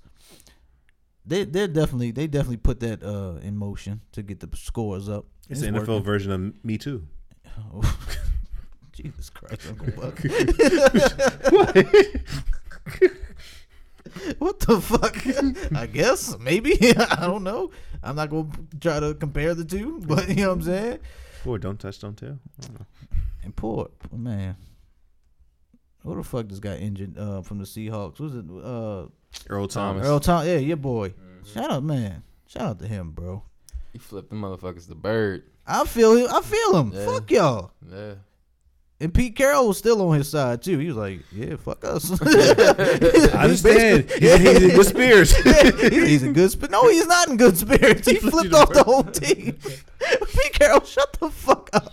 Speaker 1: they they're definitely they definitely put that uh in motion to get the scores up.
Speaker 6: It's the NFL
Speaker 1: working.
Speaker 6: version of Me Too.
Speaker 1: Oh. Jesus Christ, Uncle Buck. what the fuck? I guess, maybe. I don't know. I'm not going to try to compare the two, but you know what I'm saying?
Speaker 6: Or don't touch, don't tell. I don't know.
Speaker 1: And poor, poor man. Who the fuck just got injured uh, from the Seahawks? Was it uh,
Speaker 6: Earl Thomas.
Speaker 1: Earl Tom? Yeah, your boy. Shout out, man. Shout out to him, bro.
Speaker 2: he flipped the motherfuckers the bird.
Speaker 1: I feel him. I feel him.
Speaker 2: Yeah.
Speaker 1: Fuck y'all.
Speaker 2: Yeah.
Speaker 1: And Pete Carroll was still on his side too. He was like, "Yeah, fuck us." uh,
Speaker 6: I understand. He's, he's in good spirits.
Speaker 1: he's, he's in good spirits. No, he's not in good spirits. He flipped off the whole team. Pete Carroll, shut the fuck up.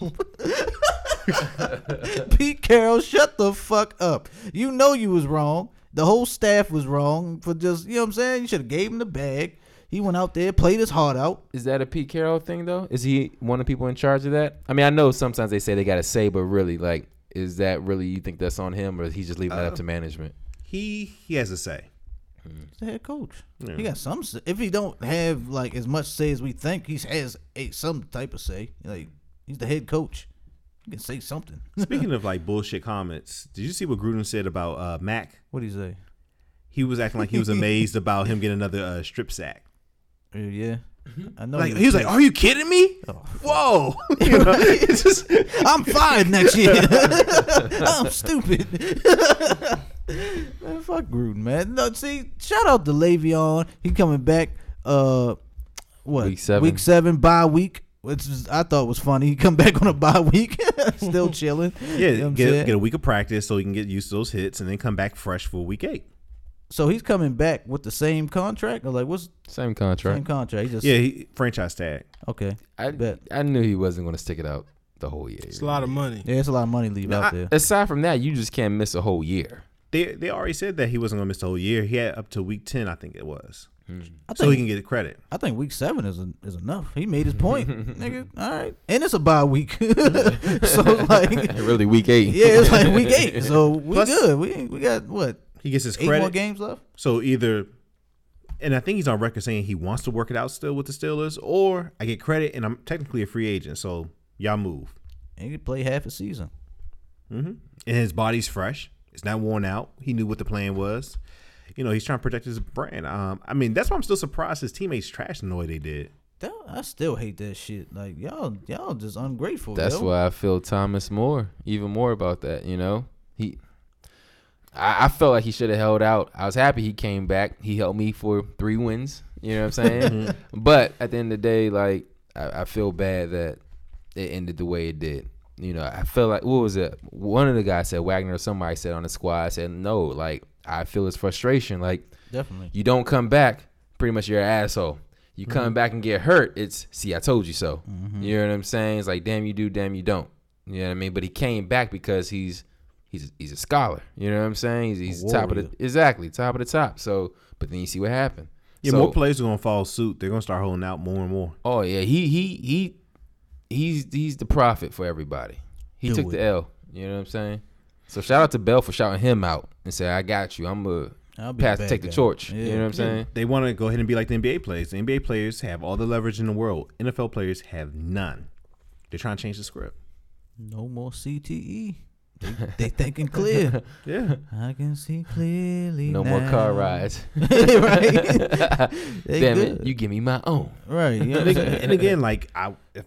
Speaker 1: Pete Carroll, shut the fuck up. You know you was wrong. The whole staff was wrong for just you know what I'm saying. You should have gave him the bag. He went out there, played his heart out.
Speaker 2: Is that a Pete Carroll thing though? Is he one of the people in charge of that? I mean, I know sometimes they say they got to say, but really, like,
Speaker 4: Uh,
Speaker 2: is that really you think that's on him, or is he just leaving that up to management?
Speaker 6: he he has a say.
Speaker 1: He's the head coach. He got some. s- If he don't have like as much say as we think, he has a some type of say. Like he's the head coach. He can say something.
Speaker 6: Speaking of like bullshit comments, did you see what Gruden said about uh, Mac?
Speaker 1: what do you say?
Speaker 6: He was acting like he was amazed about him getting another uh, strip sack.
Speaker 1: Uh, yeah, I know.
Speaker 6: Like he was like, "Are you kidding me? Whoa!" You know, it's just-
Speaker 1: I'm fired next year. I'm stupid. man, fuck Gruden, man. No, see, shout out to Le'Veon. He coming back. Uh, what
Speaker 2: Week seven.
Speaker 1: Week seven bye week. Which is, I thought was funny. He come back on a bye week, still chilling.
Speaker 6: yeah,
Speaker 1: You know what I'm
Speaker 6: get,
Speaker 1: saying?
Speaker 6: get a week of practice so he can get used to those hits, and then come back fresh for week eight.
Speaker 1: So he's coming back with the same contract. Or like what's
Speaker 2: Same
Speaker 1: the
Speaker 2: contract.
Speaker 1: same contract? He just
Speaker 6: Yeah, he, franchise tag.
Speaker 1: okay.
Speaker 2: I
Speaker 1: Bet.
Speaker 2: I knew he wasn't going to stick it out the whole year.
Speaker 4: It's a lot of money.
Speaker 1: Yeah, it's a lot of money leave out
Speaker 2: I-
Speaker 1: there.
Speaker 2: aside from that, you just can't miss a whole year.
Speaker 6: They they already said that he wasn't gonna miss the whole year. He had up to week ten, I think it was,
Speaker 1: I
Speaker 6: so he
Speaker 1: think
Speaker 6: can get credit.
Speaker 1: I think week seven is en- is enough. He made his point, nigga. All right, and it's a bye week, so like
Speaker 2: really, week eight.
Speaker 1: Yeah, it's like week eight, so we
Speaker 6: Plus-
Speaker 1: good. We we got what
Speaker 6: He gets his
Speaker 1: eight
Speaker 6: credit.
Speaker 1: more games left.
Speaker 6: So either, and I think he's on record saying he wants to work it out still with the Steelers, or I get credit and I'm technically a free agent. So y'all move.
Speaker 1: And he could play half a season.
Speaker 6: And his body's fresh. It's not worn out. He knew what the plan was. You know, he's trying to protect his brand. Um, I mean, that's why I'm still surprised his teammates trashed him the way they did.
Speaker 1: That, I still hate that shit. Like y'all, y'all just ungrateful.
Speaker 2: That's
Speaker 1: yo.
Speaker 2: why I feel Thomas more, even more about that. You know, he. I, I felt like he should have held out. I was happy he came back. He helped me for three wins. You know what I'm saying? but at the end of the day, like I, I feel bad that it ended the way it did. You know, I feel like what was it? One of the guys said Wagner or somebody said on the squad said no. Like I feel his frustration. Like
Speaker 1: Definitely.
Speaker 2: you don't come back, pretty much you're an asshole. You
Speaker 1: Mm-hmm.
Speaker 2: come back and get hurt, it's see, I told you so. You know what I'm saying? It's like damn you do, damn you don't. You know what I mean? But he came back because he's he's he's a scholar. You know what I'm saying? He's, he's top of the
Speaker 1: warrior.
Speaker 2: exactly top of the top. So, but then you see what happened.
Speaker 6: Yeah,
Speaker 2: So-
Speaker 6: more players are gonna follow suit. They're gonna start holding out more and more.
Speaker 2: Oh yeah, he he he he's he's the prophet for everybody. He
Speaker 1: Do
Speaker 2: took
Speaker 1: it.
Speaker 2: the L. You know what I'm saying? So shout out to Bell for shouting him out and say, "I got you. I'm
Speaker 1: I'll
Speaker 2: gonna
Speaker 1: be the
Speaker 2: pass,
Speaker 1: bad
Speaker 2: take the
Speaker 1: guy."
Speaker 2: torch."
Speaker 1: Yeah.
Speaker 2: You know what I'm saying?
Speaker 6: They want to go ahead and be like the NBA players. The NBA players have all the leverage in the world. NFL players have none. They're trying to change the script.
Speaker 1: No more E. CTE. They, they thinking clear.
Speaker 6: Yeah.
Speaker 1: I can see clearly.
Speaker 2: No more car
Speaker 1: now.
Speaker 2: rides.
Speaker 1: right. They
Speaker 2: Damn
Speaker 1: good.
Speaker 2: it, you give me my own.
Speaker 1: Right. You know what I'm
Speaker 6: and,
Speaker 1: saying?
Speaker 6: ag- and again, like I, if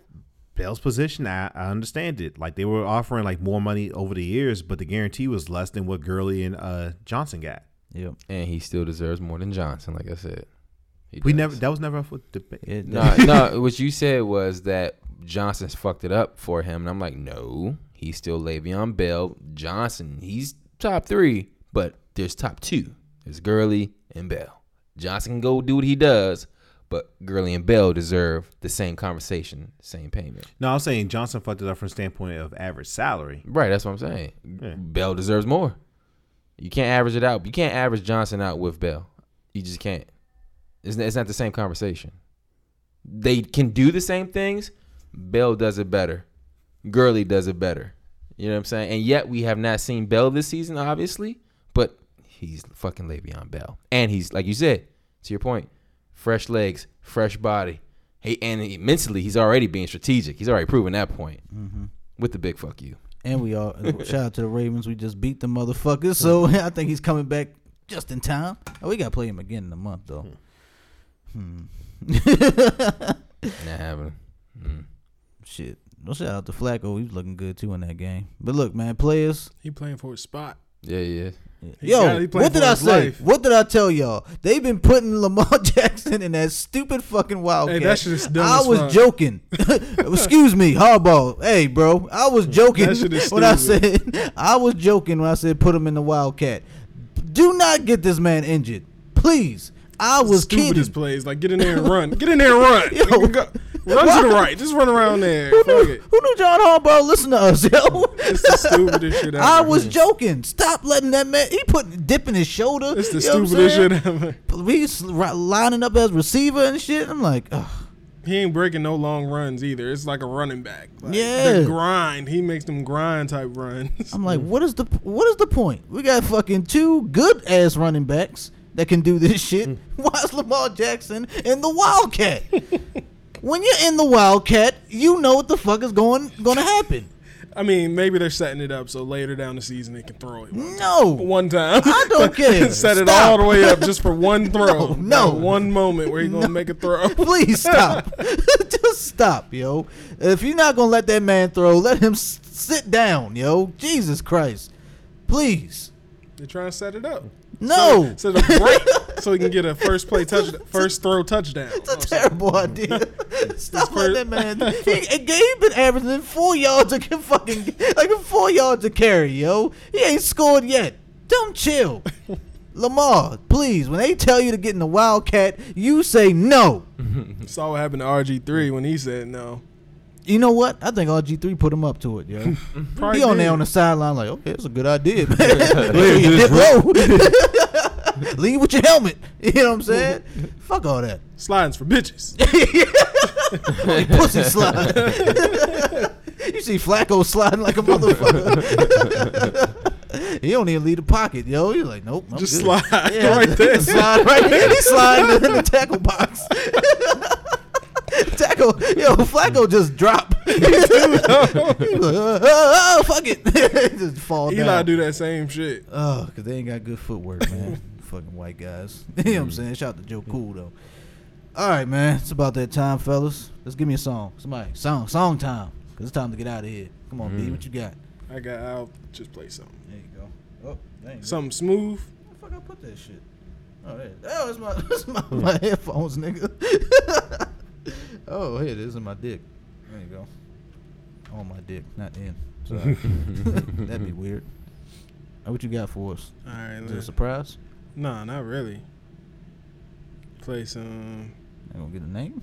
Speaker 6: Bell's position, I, I understand it. Like they were offering like more money over the years, but the guarantee was less than what Gurley and uh, Johnson got.
Speaker 1: Yep.
Speaker 2: And he still deserves more than Johnson, like I said. He
Speaker 6: We
Speaker 2: does.
Speaker 6: never. That was never up for debate.
Speaker 1: It-
Speaker 2: No, no, what you said was that Johnson's fucked it up for him. And I'm like, no, he's still Le'Veon Bell. Johnson, he's top three, but there's top two. There's Gurley and Bell. Johnson can go do what he does, but Gurley and Bell deserve the same conversation, same payment.
Speaker 6: No, I'm saying Johnson fucked it up from the standpoint of average salary.
Speaker 2: Right, that's what I'm saying. Bell deserves more. You can't average it out. You can't average Johnson out with Bell. You just can't. It's not, it's not the same conversation. They can do the same things. Bell does it better. Gurley does it better. You know what I'm saying? And yet we have not seen Bell this season, obviously, but he's fucking Le'Veon Bell. And he's, like you said, to your point, fresh legs, fresh body. Hey, and he, mentally, he's already being strategic. He's already proven that point with the big fuck you.
Speaker 1: mm-hmm. And we all uh, shout out to the Ravens. We just beat the motherfuckers. So I think he's coming back just in time. Oh, we gotta play him again in a month though. Hmm.
Speaker 2: Not happening. Mm.
Speaker 1: Shit. No shout out to Flacco. He was looking good too in that game. But look, man, players.
Speaker 4: He playing for a spot.
Speaker 2: Yeah, yeah.
Speaker 4: He
Speaker 1: Yo,
Speaker 4: got- he playing
Speaker 1: what did
Speaker 4: for
Speaker 1: I
Speaker 4: his
Speaker 1: say?
Speaker 4: life.
Speaker 1: What did I tell y'all? They've been putting Lamar Jackson in that stupid fucking wildcat.
Speaker 4: that shit is dumb
Speaker 1: I
Speaker 4: as
Speaker 1: was
Speaker 4: fuck.
Speaker 1: joking. Excuse me, hardball. Hey, bro, I was joking
Speaker 4: That shit is
Speaker 1: when I
Speaker 4: stupid.
Speaker 1: said I was joking when I said put him in the wildcat. Do not get this man injured, please. I was kidding.
Speaker 4: Stupidest plays. Like, get in there and run. Get in there and run.
Speaker 1: Yo.
Speaker 4: Nigga, go- run to the right. Just run around there.
Speaker 1: Who
Speaker 4: Fuck
Speaker 1: knew,
Speaker 4: it.
Speaker 1: who knew John Harbaugh? Listen to us, yo.
Speaker 4: It's the stupidest shit ever.
Speaker 1: I was joking. Stop letting that man. He put dipping his shoulder.
Speaker 4: It's the
Speaker 1: you know what I'm
Speaker 4: stupidest
Speaker 1: saying?
Speaker 4: shit ever.
Speaker 1: we s- ri- lining up as receiver and shit. I'm like, ugh.
Speaker 4: He ain't breaking no long runs either. It's like a running back. Like,
Speaker 1: Yeah.
Speaker 4: The grind. He makes them grind type runs.
Speaker 1: I'm like, what is the what is the point? We got fucking two good ass running backs that can do this shit. Why is Lamar Jackson in the Wildcat? when you're in the Wildcat, you know what the fuck is going gonna happen.
Speaker 4: I mean, maybe they're setting it up so later down the season they can throw it. One
Speaker 1: No,
Speaker 4: One time,
Speaker 1: Mm. I don't care.
Speaker 4: Set it
Speaker 1: Stop.
Speaker 4: all the way up just for one
Speaker 1: No,
Speaker 4: throw.
Speaker 1: no.
Speaker 4: That one moment where you're gonna make a throw.
Speaker 1: please stop. Just stop, yo. If you're not gonna let that man throw, let him s- sit down, yo. Jesus Christ, please.
Speaker 4: They're trying to set it up.
Speaker 1: No,
Speaker 4: Set it up right so he can get a first play touchdown, first throw touchdown.
Speaker 1: It's a terrible idea. Stop
Speaker 4: per-
Speaker 1: letting that man. He, he been averaging four yards a ca- fucking like four yards a carry, yo. He ain't scored yet. Don't chill, Lamar. Please, when they tell you to get in the Wildcat, you say no.
Speaker 4: Saw what happened to RG three when he said no.
Speaker 1: You know what? I think RG three put him up to it, yo.
Speaker 4: Probably
Speaker 1: he on there
Speaker 4: did.
Speaker 1: on the sideline like, okay, that's a good idea. man." Dip low. Leave with your helmet. You know what I'm saying? Fuck all that.
Speaker 4: sliding's for bitches.
Speaker 1: Like pussy slide. you see Flacco sliding like a motherfucker. he don't even leave the pocket, yo. He's like, nope. I'm good.
Speaker 4: Just slide
Speaker 1: Yeah.
Speaker 4: right there.
Speaker 1: slide right there. He sliding in the tackle box. tackle, yo, Flacco just drop. He's like, oh, oh, oh, fuck it. just fall
Speaker 4: Eli
Speaker 1: down.
Speaker 4: do that same shit.
Speaker 1: Oh, because they ain't got good footwork, man. Fucking white guys. you know what I'm saying? Shout out to Joe Cool, though. All right, man. It's about that time, fellas. Let's give me a song. Somebody, song, song time. Because it's time to get out of here. Come on, B, what you got?
Speaker 4: I got. I'll just play something.
Speaker 1: There you go. Oh, there you go.
Speaker 4: Something smooth.
Speaker 1: Where the fuck I put that shit? Oh, there. Oh, it's my, it's my, my headphones, nigga. oh, here it is in my dick. There you go. On my dick, not in. Sorry. That'd be weird. Now, what you got for us?
Speaker 4: All right.
Speaker 1: Is it a
Speaker 4: let-
Speaker 1: surprise?
Speaker 4: Nah, not really. Play some
Speaker 1: I gonna get a name.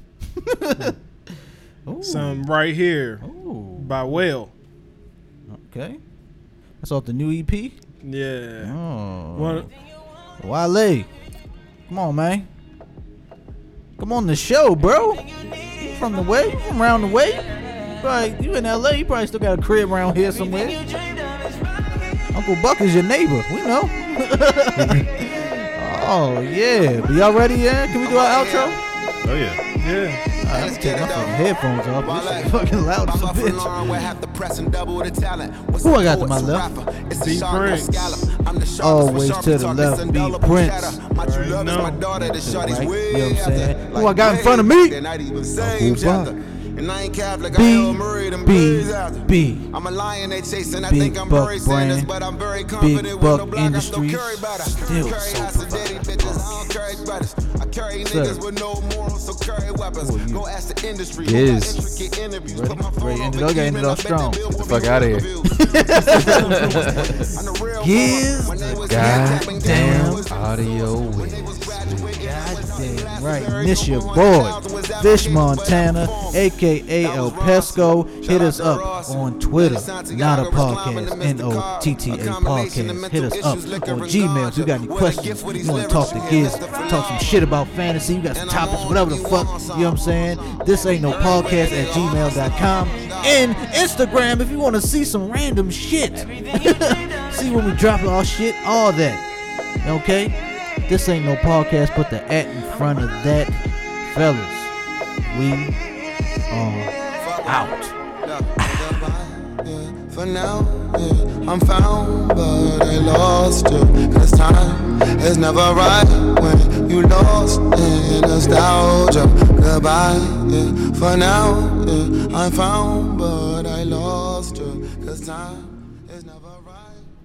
Speaker 1: Ooh.
Speaker 4: some right here
Speaker 1: Ooh.
Speaker 4: by Whale.
Speaker 1: Okay. That's off the new EP.
Speaker 4: Yeah.
Speaker 1: Oh.
Speaker 4: One-
Speaker 1: Wale. Come on, man. Come on the show, bro. You from the way, you from around the way. Right, you in LA, you probably still got a crib around here somewhere. Uncle Buck is your neighbor, we know. oh yeah. But y'all ready, yeah? Can we do our outro?
Speaker 6: Oh yeah.
Speaker 4: yeah.
Speaker 1: Alright, Uh, I'm taking my fucking headphones off. This shit fucking loud as a bitch.
Speaker 9: Who I got to my left?
Speaker 4: D. Prince.
Speaker 9: Always to the left, B. Prince.
Speaker 4: Right now.
Speaker 1: Right,
Speaker 9: Right,
Speaker 1: you know what I'm saying?
Speaker 9: Who I got in front of me? Who
Speaker 1: Who I?
Speaker 9: B,
Speaker 1: B,
Speaker 9: B, B.
Speaker 1: B,
Speaker 9: I'm a lion they chasing. I
Speaker 1: Big
Speaker 9: think I'm
Speaker 1: Buck
Speaker 9: Barry Sanders,
Speaker 1: brand.
Speaker 9: but I'm very
Speaker 1: Big
Speaker 9: confident with
Speaker 1: Buck
Speaker 9: no block.
Speaker 1: Industries,
Speaker 9: I still carry butter.
Speaker 1: still
Speaker 9: carry
Speaker 1: so
Speaker 9: isogenic bitches. I don't carry brothers. I carry
Speaker 1: Sir.
Speaker 9: niggas with no morals, so carry weapons.
Speaker 1: Who are you?
Speaker 9: Go ask the industry.
Speaker 2: Yes.
Speaker 9: Who got intricate interviews?
Speaker 1: Ready?
Speaker 9: Put my
Speaker 1: Ready,
Speaker 9: phone
Speaker 1: ended
Speaker 9: on
Speaker 1: up-
Speaker 9: the
Speaker 1: ended up strong.
Speaker 2: the fuck outta here.
Speaker 1: Here's
Speaker 2: Goddamn audio wins.
Speaker 1: Goddamn right. And This your boy, Fish Montana, aka El Pesco. Hit us up on Twitter, not a podcast, N O T T A podcast. Hit us up on Gmail if you got any questions. You want to talk to Giz, talk some shit about fantasy, you got some topics, whatever the fuck, you know what I'm saying? This ain't no podcast at gmail.com. And Instagram if you want to see some random shit. see when we drop our shit, all that. Okay? This ain't no podcast. Put the at in front of that, fellas. We are out.
Speaker 9: For now, yeah, I'm found, but I lost you. Cause time is never right when you lost in nostalgia. Goodbye, yeah, for now, yeah, I'm found, but I lost you. Cause time is never right.